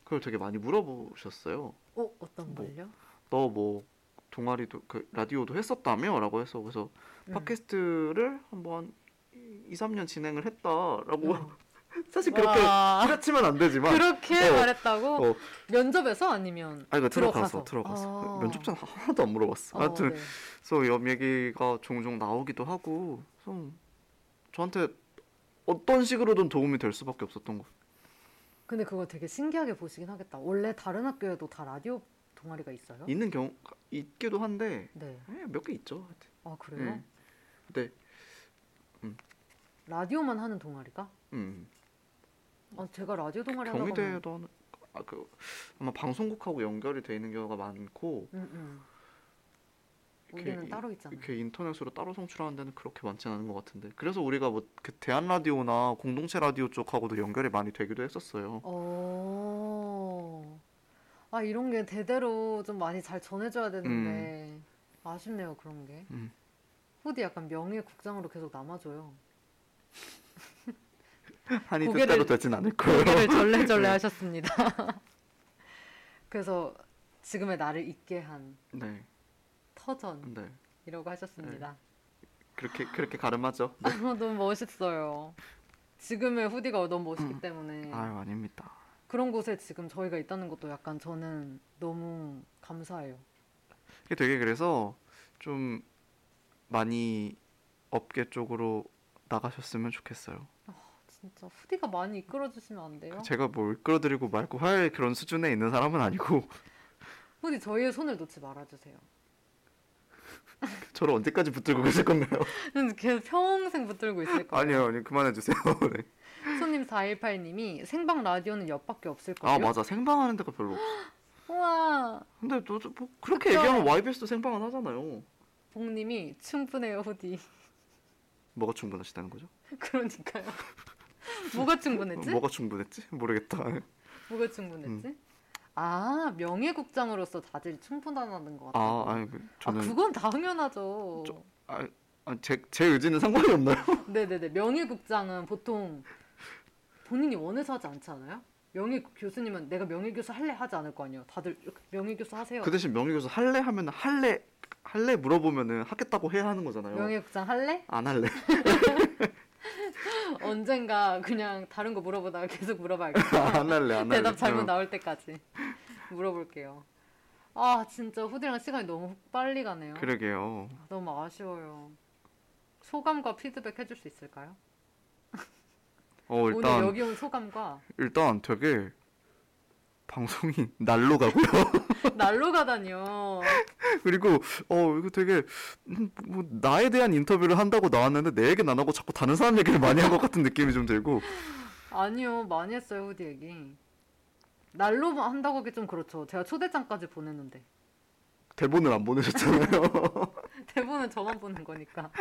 [SPEAKER 4] 그걸 되게 많이 물어보셨어요.
[SPEAKER 3] 어 어떤
[SPEAKER 4] 뭐,
[SPEAKER 3] 걸요?
[SPEAKER 4] 너 뭐 동아리도 그 라디오도 했었다며라고 해서 그래서
[SPEAKER 3] 음.
[SPEAKER 4] 팟캐스트를 한번 2, 3년 진행을 했다라고
[SPEAKER 3] 어.
[SPEAKER 4] 사실 그렇게
[SPEAKER 3] 와.
[SPEAKER 4] 후려치면 안 되지만
[SPEAKER 3] 그렇게
[SPEAKER 4] 어,
[SPEAKER 3] 말했다고
[SPEAKER 4] 어.
[SPEAKER 3] 면접에서 아니면
[SPEAKER 4] 아 이거
[SPEAKER 3] 들어가서.
[SPEAKER 4] 들어가서 들어가서 그 아,
[SPEAKER 3] 아.
[SPEAKER 4] 면접 전 하나도 안 물어봤어.
[SPEAKER 3] 어,
[SPEAKER 4] 하여튼
[SPEAKER 3] 네.
[SPEAKER 4] 그래서 옆 얘기가 종종 나오기도 하고 그래서 저한테 어떤 식으로든 도움이 될 수밖에 없었던 것 같아요.
[SPEAKER 3] 근데 그거 되게 신기하게 보시긴 하겠다. 원래 다른 학교에도 다 라디오 동아리가 있어요?
[SPEAKER 4] 있는 경우 있기도 한데 예,
[SPEAKER 3] 네.
[SPEAKER 4] 몇 개 있죠. 하여튼.
[SPEAKER 3] 아 그래요?
[SPEAKER 4] 음. 근데
[SPEAKER 3] 라디오만 하는 동아리가?
[SPEAKER 4] 음,
[SPEAKER 3] 아 제가 라디오 동아리 하다가
[SPEAKER 4] 경희대도 하는 아, 그, 아마 방송국하고 연결이 돼 있는 경우가 많고
[SPEAKER 3] 음, 음.
[SPEAKER 4] 이렇게
[SPEAKER 3] 우리는
[SPEAKER 4] 이-
[SPEAKER 3] 따로 있잖아요.
[SPEAKER 4] 이렇게 인터넷으로 따로 송출하는 데는 그렇게 많지는 않은 것 같은데 그래서 우리가 뭐 그 대한 라디오나 공동체 라디오 쪽하고도 연결이 많이 되기도 했었어요.
[SPEAKER 3] 어. 아 이런 게 대대로 좀 많이 잘 전해줘야 되는데 아쉽네요 그런 게.
[SPEAKER 4] 음.
[SPEAKER 3] 후디 약간 명예 국장으로 계속 남아줘요.
[SPEAKER 4] 한이
[SPEAKER 3] 고개를-
[SPEAKER 4] 뜻대로 되진 않을 거예요.
[SPEAKER 3] 고개를 절레절레
[SPEAKER 4] 네.
[SPEAKER 3] 하셨습니다. 그래서 지금의 나를 있게 한
[SPEAKER 4] 네,
[SPEAKER 3] 터전이라고
[SPEAKER 4] 네.
[SPEAKER 3] 하셨습니다.
[SPEAKER 4] 그렇게 그렇게 가름하죠. 네.
[SPEAKER 3] 너무 멋있어요. 지금의 후디가 너무 멋있기 때문에
[SPEAKER 4] 음. 아유 아닙니다.
[SPEAKER 3] 그런 곳에 지금 저희가 있다는 것도 약간 저는 너무 감사해요.
[SPEAKER 4] 이게 되게 그래서 좀 많이 업계 쪽으로 나가셨으면 좋겠어요.
[SPEAKER 3] 진짜 후디가 많이 이끌어 주시면 안 돼요?
[SPEAKER 4] 제가 뭘 끌어들이고 말고 할 그런 수준에 있는 사람은 아니고
[SPEAKER 3] 후디 저희의 손을 놓지 말아 주세요.
[SPEAKER 4] 저를 언제까지 붙들고 계실 건가요?
[SPEAKER 3] 계속 평생 붙들고 있을 거예요.
[SPEAKER 4] 아니요, 아니요, 그만해 주세요. 네.
[SPEAKER 3] 손님 418님이 생방 라디오는 옆밖에 없을 거예요.
[SPEAKER 4] 아 맞아, 생방하는 데가 별로. 없어.
[SPEAKER 3] 우와.
[SPEAKER 4] 근데 또 저- 뭐 그렇게
[SPEAKER 3] 그쵸.
[SPEAKER 4] 얘기하면 YBS도 생방은 하잖아요.
[SPEAKER 3] 복님이 충분해요 후디.
[SPEAKER 4] 뭐가 충분하시다는 거죠? 어,
[SPEAKER 3] 그러니까요. 뭐가 충분했지?
[SPEAKER 4] 뭐가 음. 충분했지? 모르겠다.
[SPEAKER 3] 뭐가 충분했지? 아 명예국장으로서 다들 충분하다는 것 같아요.
[SPEAKER 4] 아, 아니 그, 저는
[SPEAKER 3] 그건 당연하죠.
[SPEAKER 4] 저- 아, 제, 제 의지는 상관이 없나요?
[SPEAKER 3] 네네네 명예국장은 보통 본인이 원해서 하지 않지 않아요? 명예 교수님은 내가 명예 교수 할래 하지 않을 거 아니에요. 다들 명예 교수 하세요.
[SPEAKER 4] 그 대신 명예교수 할래 하면 할래 할래 물어보면은 하겠다고 해야 하는 거잖아요.
[SPEAKER 3] 명예국장 할래?
[SPEAKER 4] 안 할래.
[SPEAKER 3] 언젠가 그냥 다른 거 물어보다가 계속 물어봐야겠다.
[SPEAKER 4] 안 할래. 안 할래.
[SPEAKER 3] 대답 잘못
[SPEAKER 4] 응.
[SPEAKER 3] 나올 때까지 물어볼게요. 아 진짜 후디랑 시간이 너무 빨리 가네요.
[SPEAKER 4] 그러게요.
[SPEAKER 3] 너무 아쉬워요. 소감과 피드백 해줄 수 있을까요?
[SPEAKER 4] 어 일단
[SPEAKER 3] 오늘 여기 온 소감과
[SPEAKER 4] 일단 되게 방송이 날로 가고요.
[SPEAKER 3] 날로 가다니요.
[SPEAKER 4] 그리고 어 이거 되게 음, 뭐 나에 대한 인터뷰를 한다고 나왔는데 내 얘기는 안 하고 자꾸 다른 사람 얘기를 많이 한 것 같은 느낌이 좀 들고
[SPEAKER 3] 아니요 많이 했어요 후디 얘기. 날로 한다고 하기 좀 그렇죠. 제가 초대장까지 보냈는데
[SPEAKER 4] 대본을 안 보내셨잖아요.
[SPEAKER 3] 대본은 저만 보는 거니까.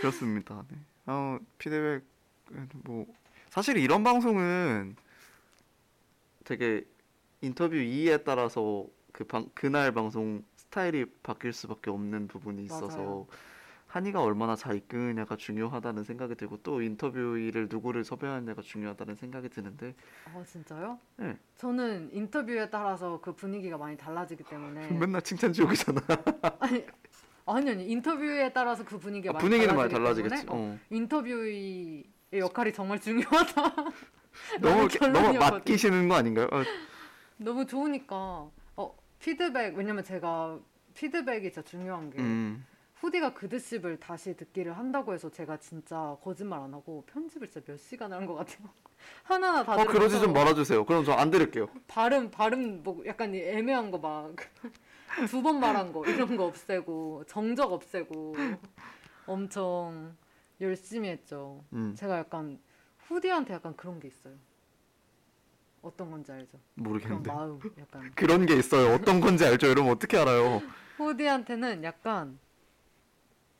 [SPEAKER 4] 그렇습니다. 네. 어, 피드백 뭐 사실 이런 방송은 되게 인터뷰 이에 따라서 그 방, 그날 방송 스타일이 바뀔 수밖에 없는 부분이 있어서
[SPEAKER 3] 맞아요.
[SPEAKER 4] 한이가 얼마나 잘 이끄느냐가 중요하다는 생각이 들고 또 인터뷰를 누구를 섭외하느냐가 중요하다는 생각이 드는데
[SPEAKER 3] 아 진짜요?
[SPEAKER 4] 네.
[SPEAKER 3] 저는 인터뷰에 따라서 그 분위기가 많이 달라지기 때문에
[SPEAKER 4] 맨날 칭찬 지옥이잖아.
[SPEAKER 3] 그러니까 아니 아니 인터뷰에 따라서 그 분위기가 많이
[SPEAKER 4] 아, 분위기는 많이
[SPEAKER 3] 달라지기
[SPEAKER 4] 달라지겠지.
[SPEAKER 3] 때문에
[SPEAKER 4] 어.
[SPEAKER 3] 인터뷰의 역할이 정말 중요하다.
[SPEAKER 4] 너무 이렇게- 너무
[SPEAKER 3] 결론이었거든.
[SPEAKER 4] 맡기시는 거 아닌가요? 어,
[SPEAKER 3] 너무 좋으니까 어 피드백 왜냐면 제가 피드백이 진짜 중요한 게
[SPEAKER 4] 음.
[SPEAKER 3] 후디가 그 드십을 다시 듣기를 한다고 해서 제가 진짜 거짓말 안 하고 편집을 진짜 몇 시간을 한 것 같아요. 하나하나 다
[SPEAKER 4] 어 그러지
[SPEAKER 3] 들으면서
[SPEAKER 4] 좀 말아주세요. 그럼 저 안 들을게요.
[SPEAKER 3] 발음 발음 뭐 약간 애매한 거 막 두 번 말한 거 이런 거 없애고 정적 없애고 엄청 열심히 했죠.
[SPEAKER 4] 음.
[SPEAKER 3] 제가 약간 후디한테 약간 그런 게 있어요. 어떤 건지 알죠? 그런
[SPEAKER 4] 모르겠는데.
[SPEAKER 3] 마음 약간
[SPEAKER 4] 그런 게 있어요. 어떤 건지 알죠? 여러분 어떻게 알아요?
[SPEAKER 3] 후디한테는 약간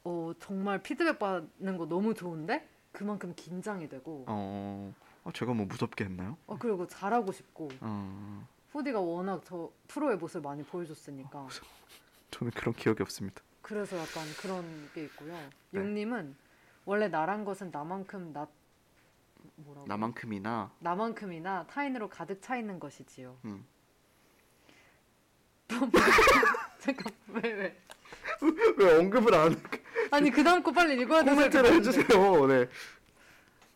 [SPEAKER 3] 어 정말 피드백 받는 거 너무 좋은데 그만큼 긴장이 되고
[SPEAKER 4] 어, 아, 제가 뭐 무섭게 했나요?
[SPEAKER 3] 어, 그리고 잘하고 싶고
[SPEAKER 4] 어,
[SPEAKER 3] 후디가 워낙 저 프로의 모습을 많이 보여줬으니까
[SPEAKER 4] 저는 그런 기억이 없습니다.
[SPEAKER 3] 그래서 약간 그런 게 있고요.
[SPEAKER 4] 네.
[SPEAKER 3] 육님은 원래 나란 것은 나만큼 나 뭐라고
[SPEAKER 4] 나만큼이나
[SPEAKER 3] 나만큼이나 타인으로 가득 차 있는 것이지요.
[SPEAKER 4] 음.
[SPEAKER 3] 잠깐 왜 왜?
[SPEAKER 4] 왜 언급을 안
[SPEAKER 3] 아니 그 다음 거 빨리 읽어야 되는데.
[SPEAKER 4] 코멘트를 해주세요. 네,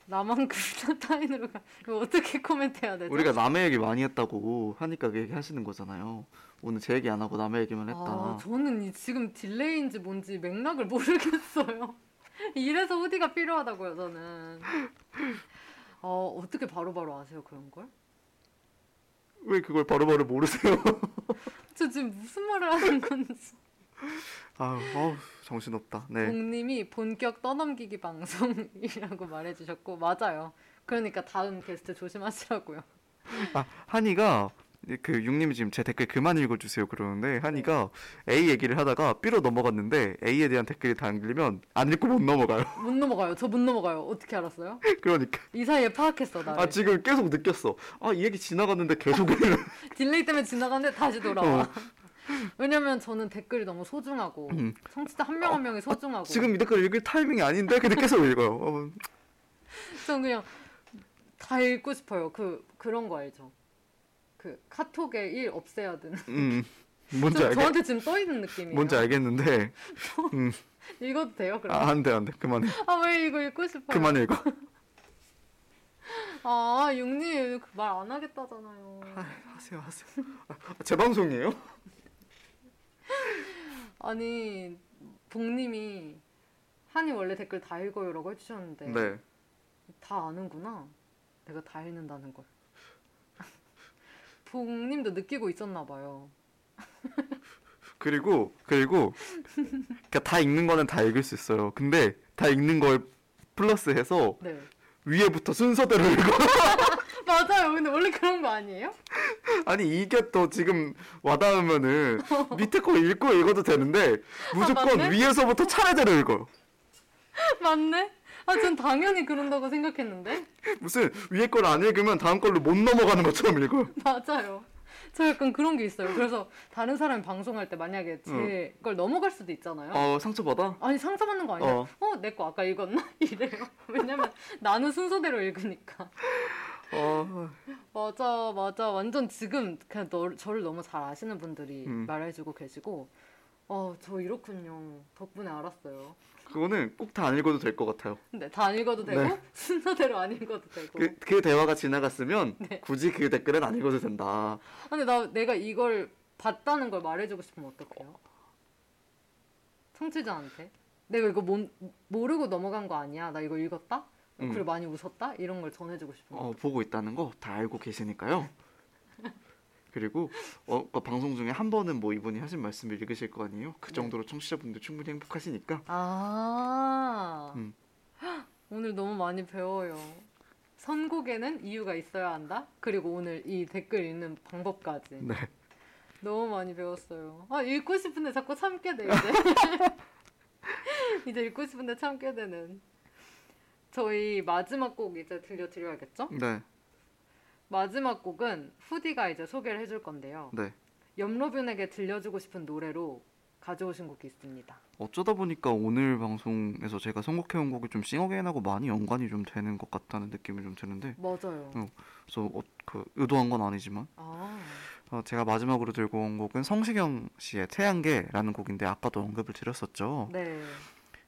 [SPEAKER 3] 나만큼이나 타인으로 가. 이거 어떻게 코멘트해야 되죠?
[SPEAKER 4] 네. 우리가 남의 얘기 많이 했다고 하니까 그 얘기 하시는 거잖아요. 오늘 제 얘기 안 하고 남의 얘기만 했다.
[SPEAKER 3] 아, 저는 이 지금 딜레이인지 뭔지 맥락을 모르겠어요. 이래서 후디가 필요하다고요, 저는. 어, 어떻게 바로바로 아세요, 그런 걸?
[SPEAKER 4] 왜 그걸 바로바로 모르세요?
[SPEAKER 3] 저 지금 무슨 말을 하는 건지.
[SPEAKER 4] 아우, 아우, 어, 정신없다. 네,
[SPEAKER 3] 공님이 본격 떠넘기기 방송이라고 말해주셨고, 맞아요. 그러니까 다음 게스트 조심하시라고요.
[SPEAKER 4] 아, 한이가 그 육님이 지금 제 댓글 그만 읽어주세요 그러는데 한이가 A 얘기를 하다가 B로 넘어갔는데 A에 대한 댓글이 달리면 안 읽고 못 넘어가요.
[SPEAKER 3] 못 넘어가요. 저 못 넘어가요. 어떻게 알았어요?
[SPEAKER 4] 그러니까.
[SPEAKER 3] 이 사이에 파악했어, 나를.
[SPEAKER 4] 아 지금 계속 느꼈어. 아 이 얘기 지나갔는데 계속 이래.
[SPEAKER 3] 딜레이 때문에 지나가는데 다시 돌아와. 왜냐면 저는 댓글이 너무 소중하고
[SPEAKER 4] 어. 음. 어,
[SPEAKER 3] 청취자 한 명 한 명이 소중하고
[SPEAKER 4] 지금 이 댓글 읽을 타이밍이 아닌데 근데 계속 읽어요. 어,
[SPEAKER 3] 전 그냥 다 읽고 싶어요. 그 그런 거 알죠? 그 카톡에 일 없애야 되는.
[SPEAKER 4] 음 뭔지
[SPEAKER 3] 저,
[SPEAKER 4] 알겠
[SPEAKER 3] 저한테 지금 떠 있는 느낌이에요.
[SPEAKER 4] 뭔지 알겠는데
[SPEAKER 3] 읽어도 돼요, 그럼?
[SPEAKER 4] 아, 안 돼, 안 돼. 그만해.
[SPEAKER 3] 아, 왜 이거 읽고 싶어요?
[SPEAKER 4] 그만 읽어.
[SPEAKER 3] 아, 육님 말 안 하겠다잖아요.
[SPEAKER 4] 하세요, 하세요. 아, 제 방송이에요?
[SPEAKER 3] 아니, 복님이 한이 원래 댓글 다 읽어요라고 해주셨는데
[SPEAKER 4] 네.
[SPEAKER 3] 다 아는구나. 내가 다 읽는다는 걸. 복님도 느끼고 있었나 봐요.
[SPEAKER 4] 그리고 그리고 그러니까 다 읽는 거는 다 읽을 수 있어요. 근데 다 읽는 걸 플러스해서
[SPEAKER 3] 네.
[SPEAKER 4] 위에부터 순서대로 읽어.
[SPEAKER 3] 맞아요. 근데 원래 그런 거 아니에요?
[SPEAKER 4] 아니 이게 또 지금 와닿으면은 밑에 거 읽고 읽어도 되는데 무조건
[SPEAKER 3] 아, 맞네?
[SPEAKER 4] 위에서부터 차례대로 읽어요.
[SPEAKER 3] 맞네? 아, 전 당연히 그런다고 생각했는데.
[SPEAKER 4] 무슨 위에 걸 안 읽으면 다음 걸로 못 넘어가는 것처럼 읽어요.
[SPEAKER 3] 맞아요. 저 약간 그런 게 있어요. 그래서 다른 사람이 방송할 때 만약에 제 걸 넘어갈 수도 있잖아요.
[SPEAKER 4] 어 상처받아?
[SPEAKER 3] 아니 상처받는 거 아니야?
[SPEAKER 4] 어.
[SPEAKER 3] 어, 내 거 아까 읽었나? 이래요. 왜냐면 나는 순서대로 읽으니까.
[SPEAKER 4] 어
[SPEAKER 3] 맞아, 맞아. 완전 지금 그냥 너, 저를 너무 잘 아시는 분들이
[SPEAKER 4] 음.
[SPEAKER 3] 말해주고 계시고, 어, 저 이렇군요. 덕분에 알았어요.
[SPEAKER 4] 그거는 꼭 다 안 읽어도 될 것 같아요.
[SPEAKER 3] 근데 다 안 읽어도 되고
[SPEAKER 4] 네.
[SPEAKER 3] 순서대로 안 읽어도 되고.
[SPEAKER 4] 그, 그 대화가 지나갔으면
[SPEAKER 3] 네.
[SPEAKER 4] 굳이 그 댓글은 안 읽어도 된다.
[SPEAKER 3] 근데 나 내가 이걸 봤다는 걸 말해주고 싶으면 어떡해요? 청취자한테 내가 이거 모, 모르고 넘어간 거 아니야? 나 이거 읽었다?
[SPEAKER 4] 음.
[SPEAKER 3] 그리고 많이 웃었다? 이런 걸 전해주고 싶어요.
[SPEAKER 4] 어, 보고 있다는 거 다 알고 계시니까요. 그리고 어, 그 방송 중에 한 번은 뭐 이분이 하신 말씀을 읽으실 거 아니에요? 그
[SPEAKER 3] 네.
[SPEAKER 4] 정도로 청취자분들 충분히 행복하시니까.
[SPEAKER 3] 아
[SPEAKER 4] 음.
[SPEAKER 3] 오늘 너무 많이 배워요. 선곡에는 이유가 있어야 한다. 그리고 오늘 이 댓글 읽는 방법까지
[SPEAKER 4] 네.
[SPEAKER 3] 너무 많이 배웠어요. 아 읽고 싶은데 자꾸 참게 돼 이제. 이제 읽고 싶은데 참게 되는. 저희 마지막 곡 이제 들려드려야겠죠?
[SPEAKER 4] 네.
[SPEAKER 3] 마지막 곡은 후디가 이제 소개를 해줄 건데요.
[SPEAKER 4] 네.
[SPEAKER 3] 염로균에게 들려주고 싶은 노래로 가져오신 곡이 있습니다.
[SPEAKER 4] 어쩌다 보니까 오늘 방송에서 제가 선곡해 온 곡이 좀 싱어게인하고 많이 연관이 좀 되는 것 같다는 느낌이 좀 드는데
[SPEAKER 3] 맞아요.
[SPEAKER 4] 음. 그래서 어, 그 의도한 건 아니지만
[SPEAKER 3] 아.
[SPEAKER 4] 어, 제가 마지막으로 들고 온 곡은 성시경 씨의 태양계라는 곡인데 아까도 언급을 드렸었죠.
[SPEAKER 3] 네.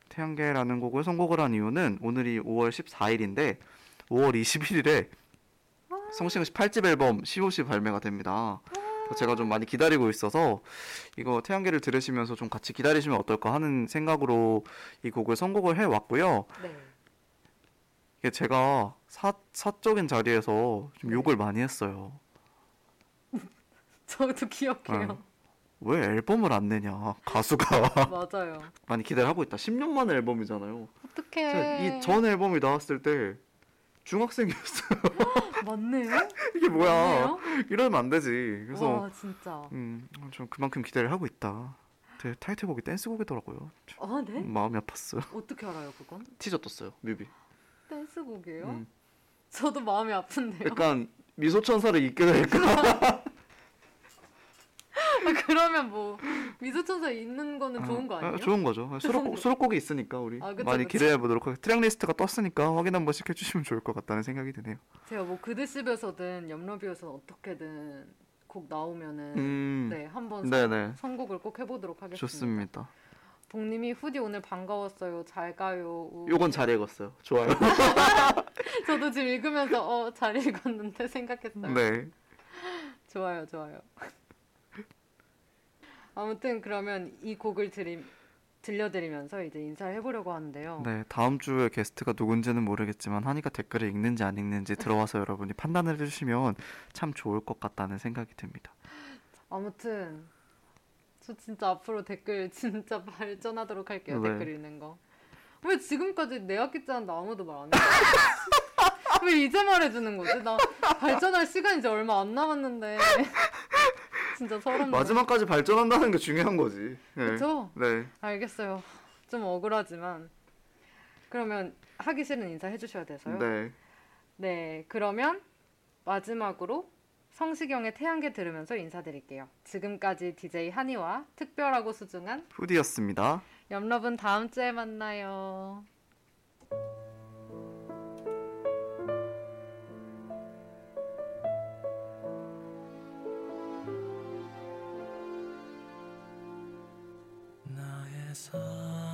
[SPEAKER 4] 태양계라는 곡을 선곡을 한 이유는 오늘이 5월 14일인데 5월 21일에 성시경 씨 8집 앨범 COC 발매가 됩니다. 그래서 제가 좀 많이 기다리고 있어서 이거 태양계를 들으시면서 좀 같이 기다리시면 어떨까 하는 생각으로 이 곡을 선곡을 해 왔고요.
[SPEAKER 3] 네.
[SPEAKER 4] 이게 제가 사, 사적인 자리에서 좀 욕을 많이 했어요.
[SPEAKER 3] 저도 기억해요.
[SPEAKER 4] 왜 앨범을 안 내냐 가수가
[SPEAKER 3] 맞아요.
[SPEAKER 4] 많이 기대를 하고 있다. 10년 만에 앨범이잖아요.
[SPEAKER 3] 어떡해.
[SPEAKER 4] 이 전 앨범이 나왔을 때 중학생이었어요.
[SPEAKER 3] 맞네요.
[SPEAKER 4] 이게 뭐야?
[SPEAKER 3] 맞네요?
[SPEAKER 4] 이러면 안 되지. 그래서
[SPEAKER 3] 와 진짜.
[SPEAKER 4] 음, 좀 그만큼 기대를 하고 있다. 제 타이틀곡이 댄스곡이더라고요. 좀
[SPEAKER 3] 아 네?
[SPEAKER 4] 마음이 아팠어요.
[SPEAKER 3] 어떻게 알아요 그건?
[SPEAKER 4] 티저 떴어요. 뮤비.
[SPEAKER 3] 댄스곡이에요?
[SPEAKER 4] 음.
[SPEAKER 3] 저도 마음이 아픈데요.
[SPEAKER 4] 약간 미소 천사를 잊게
[SPEAKER 3] 아,
[SPEAKER 4] 될까?
[SPEAKER 3] 그러면 뭐 미소천사 있는 거는 좋은 거
[SPEAKER 4] 아,
[SPEAKER 3] 아니에요?
[SPEAKER 4] 좋은 거죠. 수록곡, 수록곡이 있으니까 우리
[SPEAKER 3] 아, 그쵸,
[SPEAKER 4] 많이
[SPEAKER 3] 그쵸.
[SPEAKER 4] 기대해 보도록 하겠습니다. 트랙 리스트가 떴으니까 확인 한번 씩 해주시면 좋을 것 같다는 생각이 드네요.
[SPEAKER 3] 제가 뭐 그드십에서든 염러비에서든 어떻게든 곡 나오면은
[SPEAKER 4] 음,
[SPEAKER 3] 네 한번
[SPEAKER 4] 네, 네.
[SPEAKER 3] 선곡을 꼭 해보도록 하겠습니다.
[SPEAKER 4] 좋습니다.
[SPEAKER 3] 복님이 후디 오늘 반가웠어요. 잘 가요. 우.
[SPEAKER 4] 요건 잘 읽었어요. 좋아요.
[SPEAKER 3] 저도 지금 읽으면서 어 잘 읽었는데 생각했어요.
[SPEAKER 4] 네.
[SPEAKER 3] 좋아요, 좋아요. 아무튼 그러면 이 곡을 드림, 들려드리면서 이제 인사를 해보려고 하는데요.
[SPEAKER 4] 네, 다음 주에 게스트가 누군지는 모르겠지만 한이가 댓글을 읽는지 안 읽는지 들어와서 여러분이 판단을 해주시면 참 좋을 것 같다는 생각이 듭니다.
[SPEAKER 3] 아무튼 저 진짜 앞으로 댓글 진짜 발전하도록 할게요.
[SPEAKER 4] 네.
[SPEAKER 3] 댓글 읽는 거. 왜 지금까지 내 학기 짜는데 아무도 말 안 해? 왜 이제 말해주는 거지? 나 발전할 시간 이제 얼마 안 남았는데 진짜 서럽네.
[SPEAKER 4] 마지막까지 발전한다는 게 중요한 거지. 네.
[SPEAKER 3] 그쵸?
[SPEAKER 4] 네.
[SPEAKER 3] 알겠어요. 좀 억울하지만 그러면 하기 싫은 인사 해주셔야 돼서요.
[SPEAKER 4] 네.
[SPEAKER 3] 네, 그러면 마지막으로 성시경의 태양계 들으면서 인사드릴게요. 지금까지 DJ 한이와 특별하고 소중한
[SPEAKER 4] 후디였습니다.
[SPEAKER 3] 염러분 다음 주에 만나요.
[SPEAKER 5] 나의 삶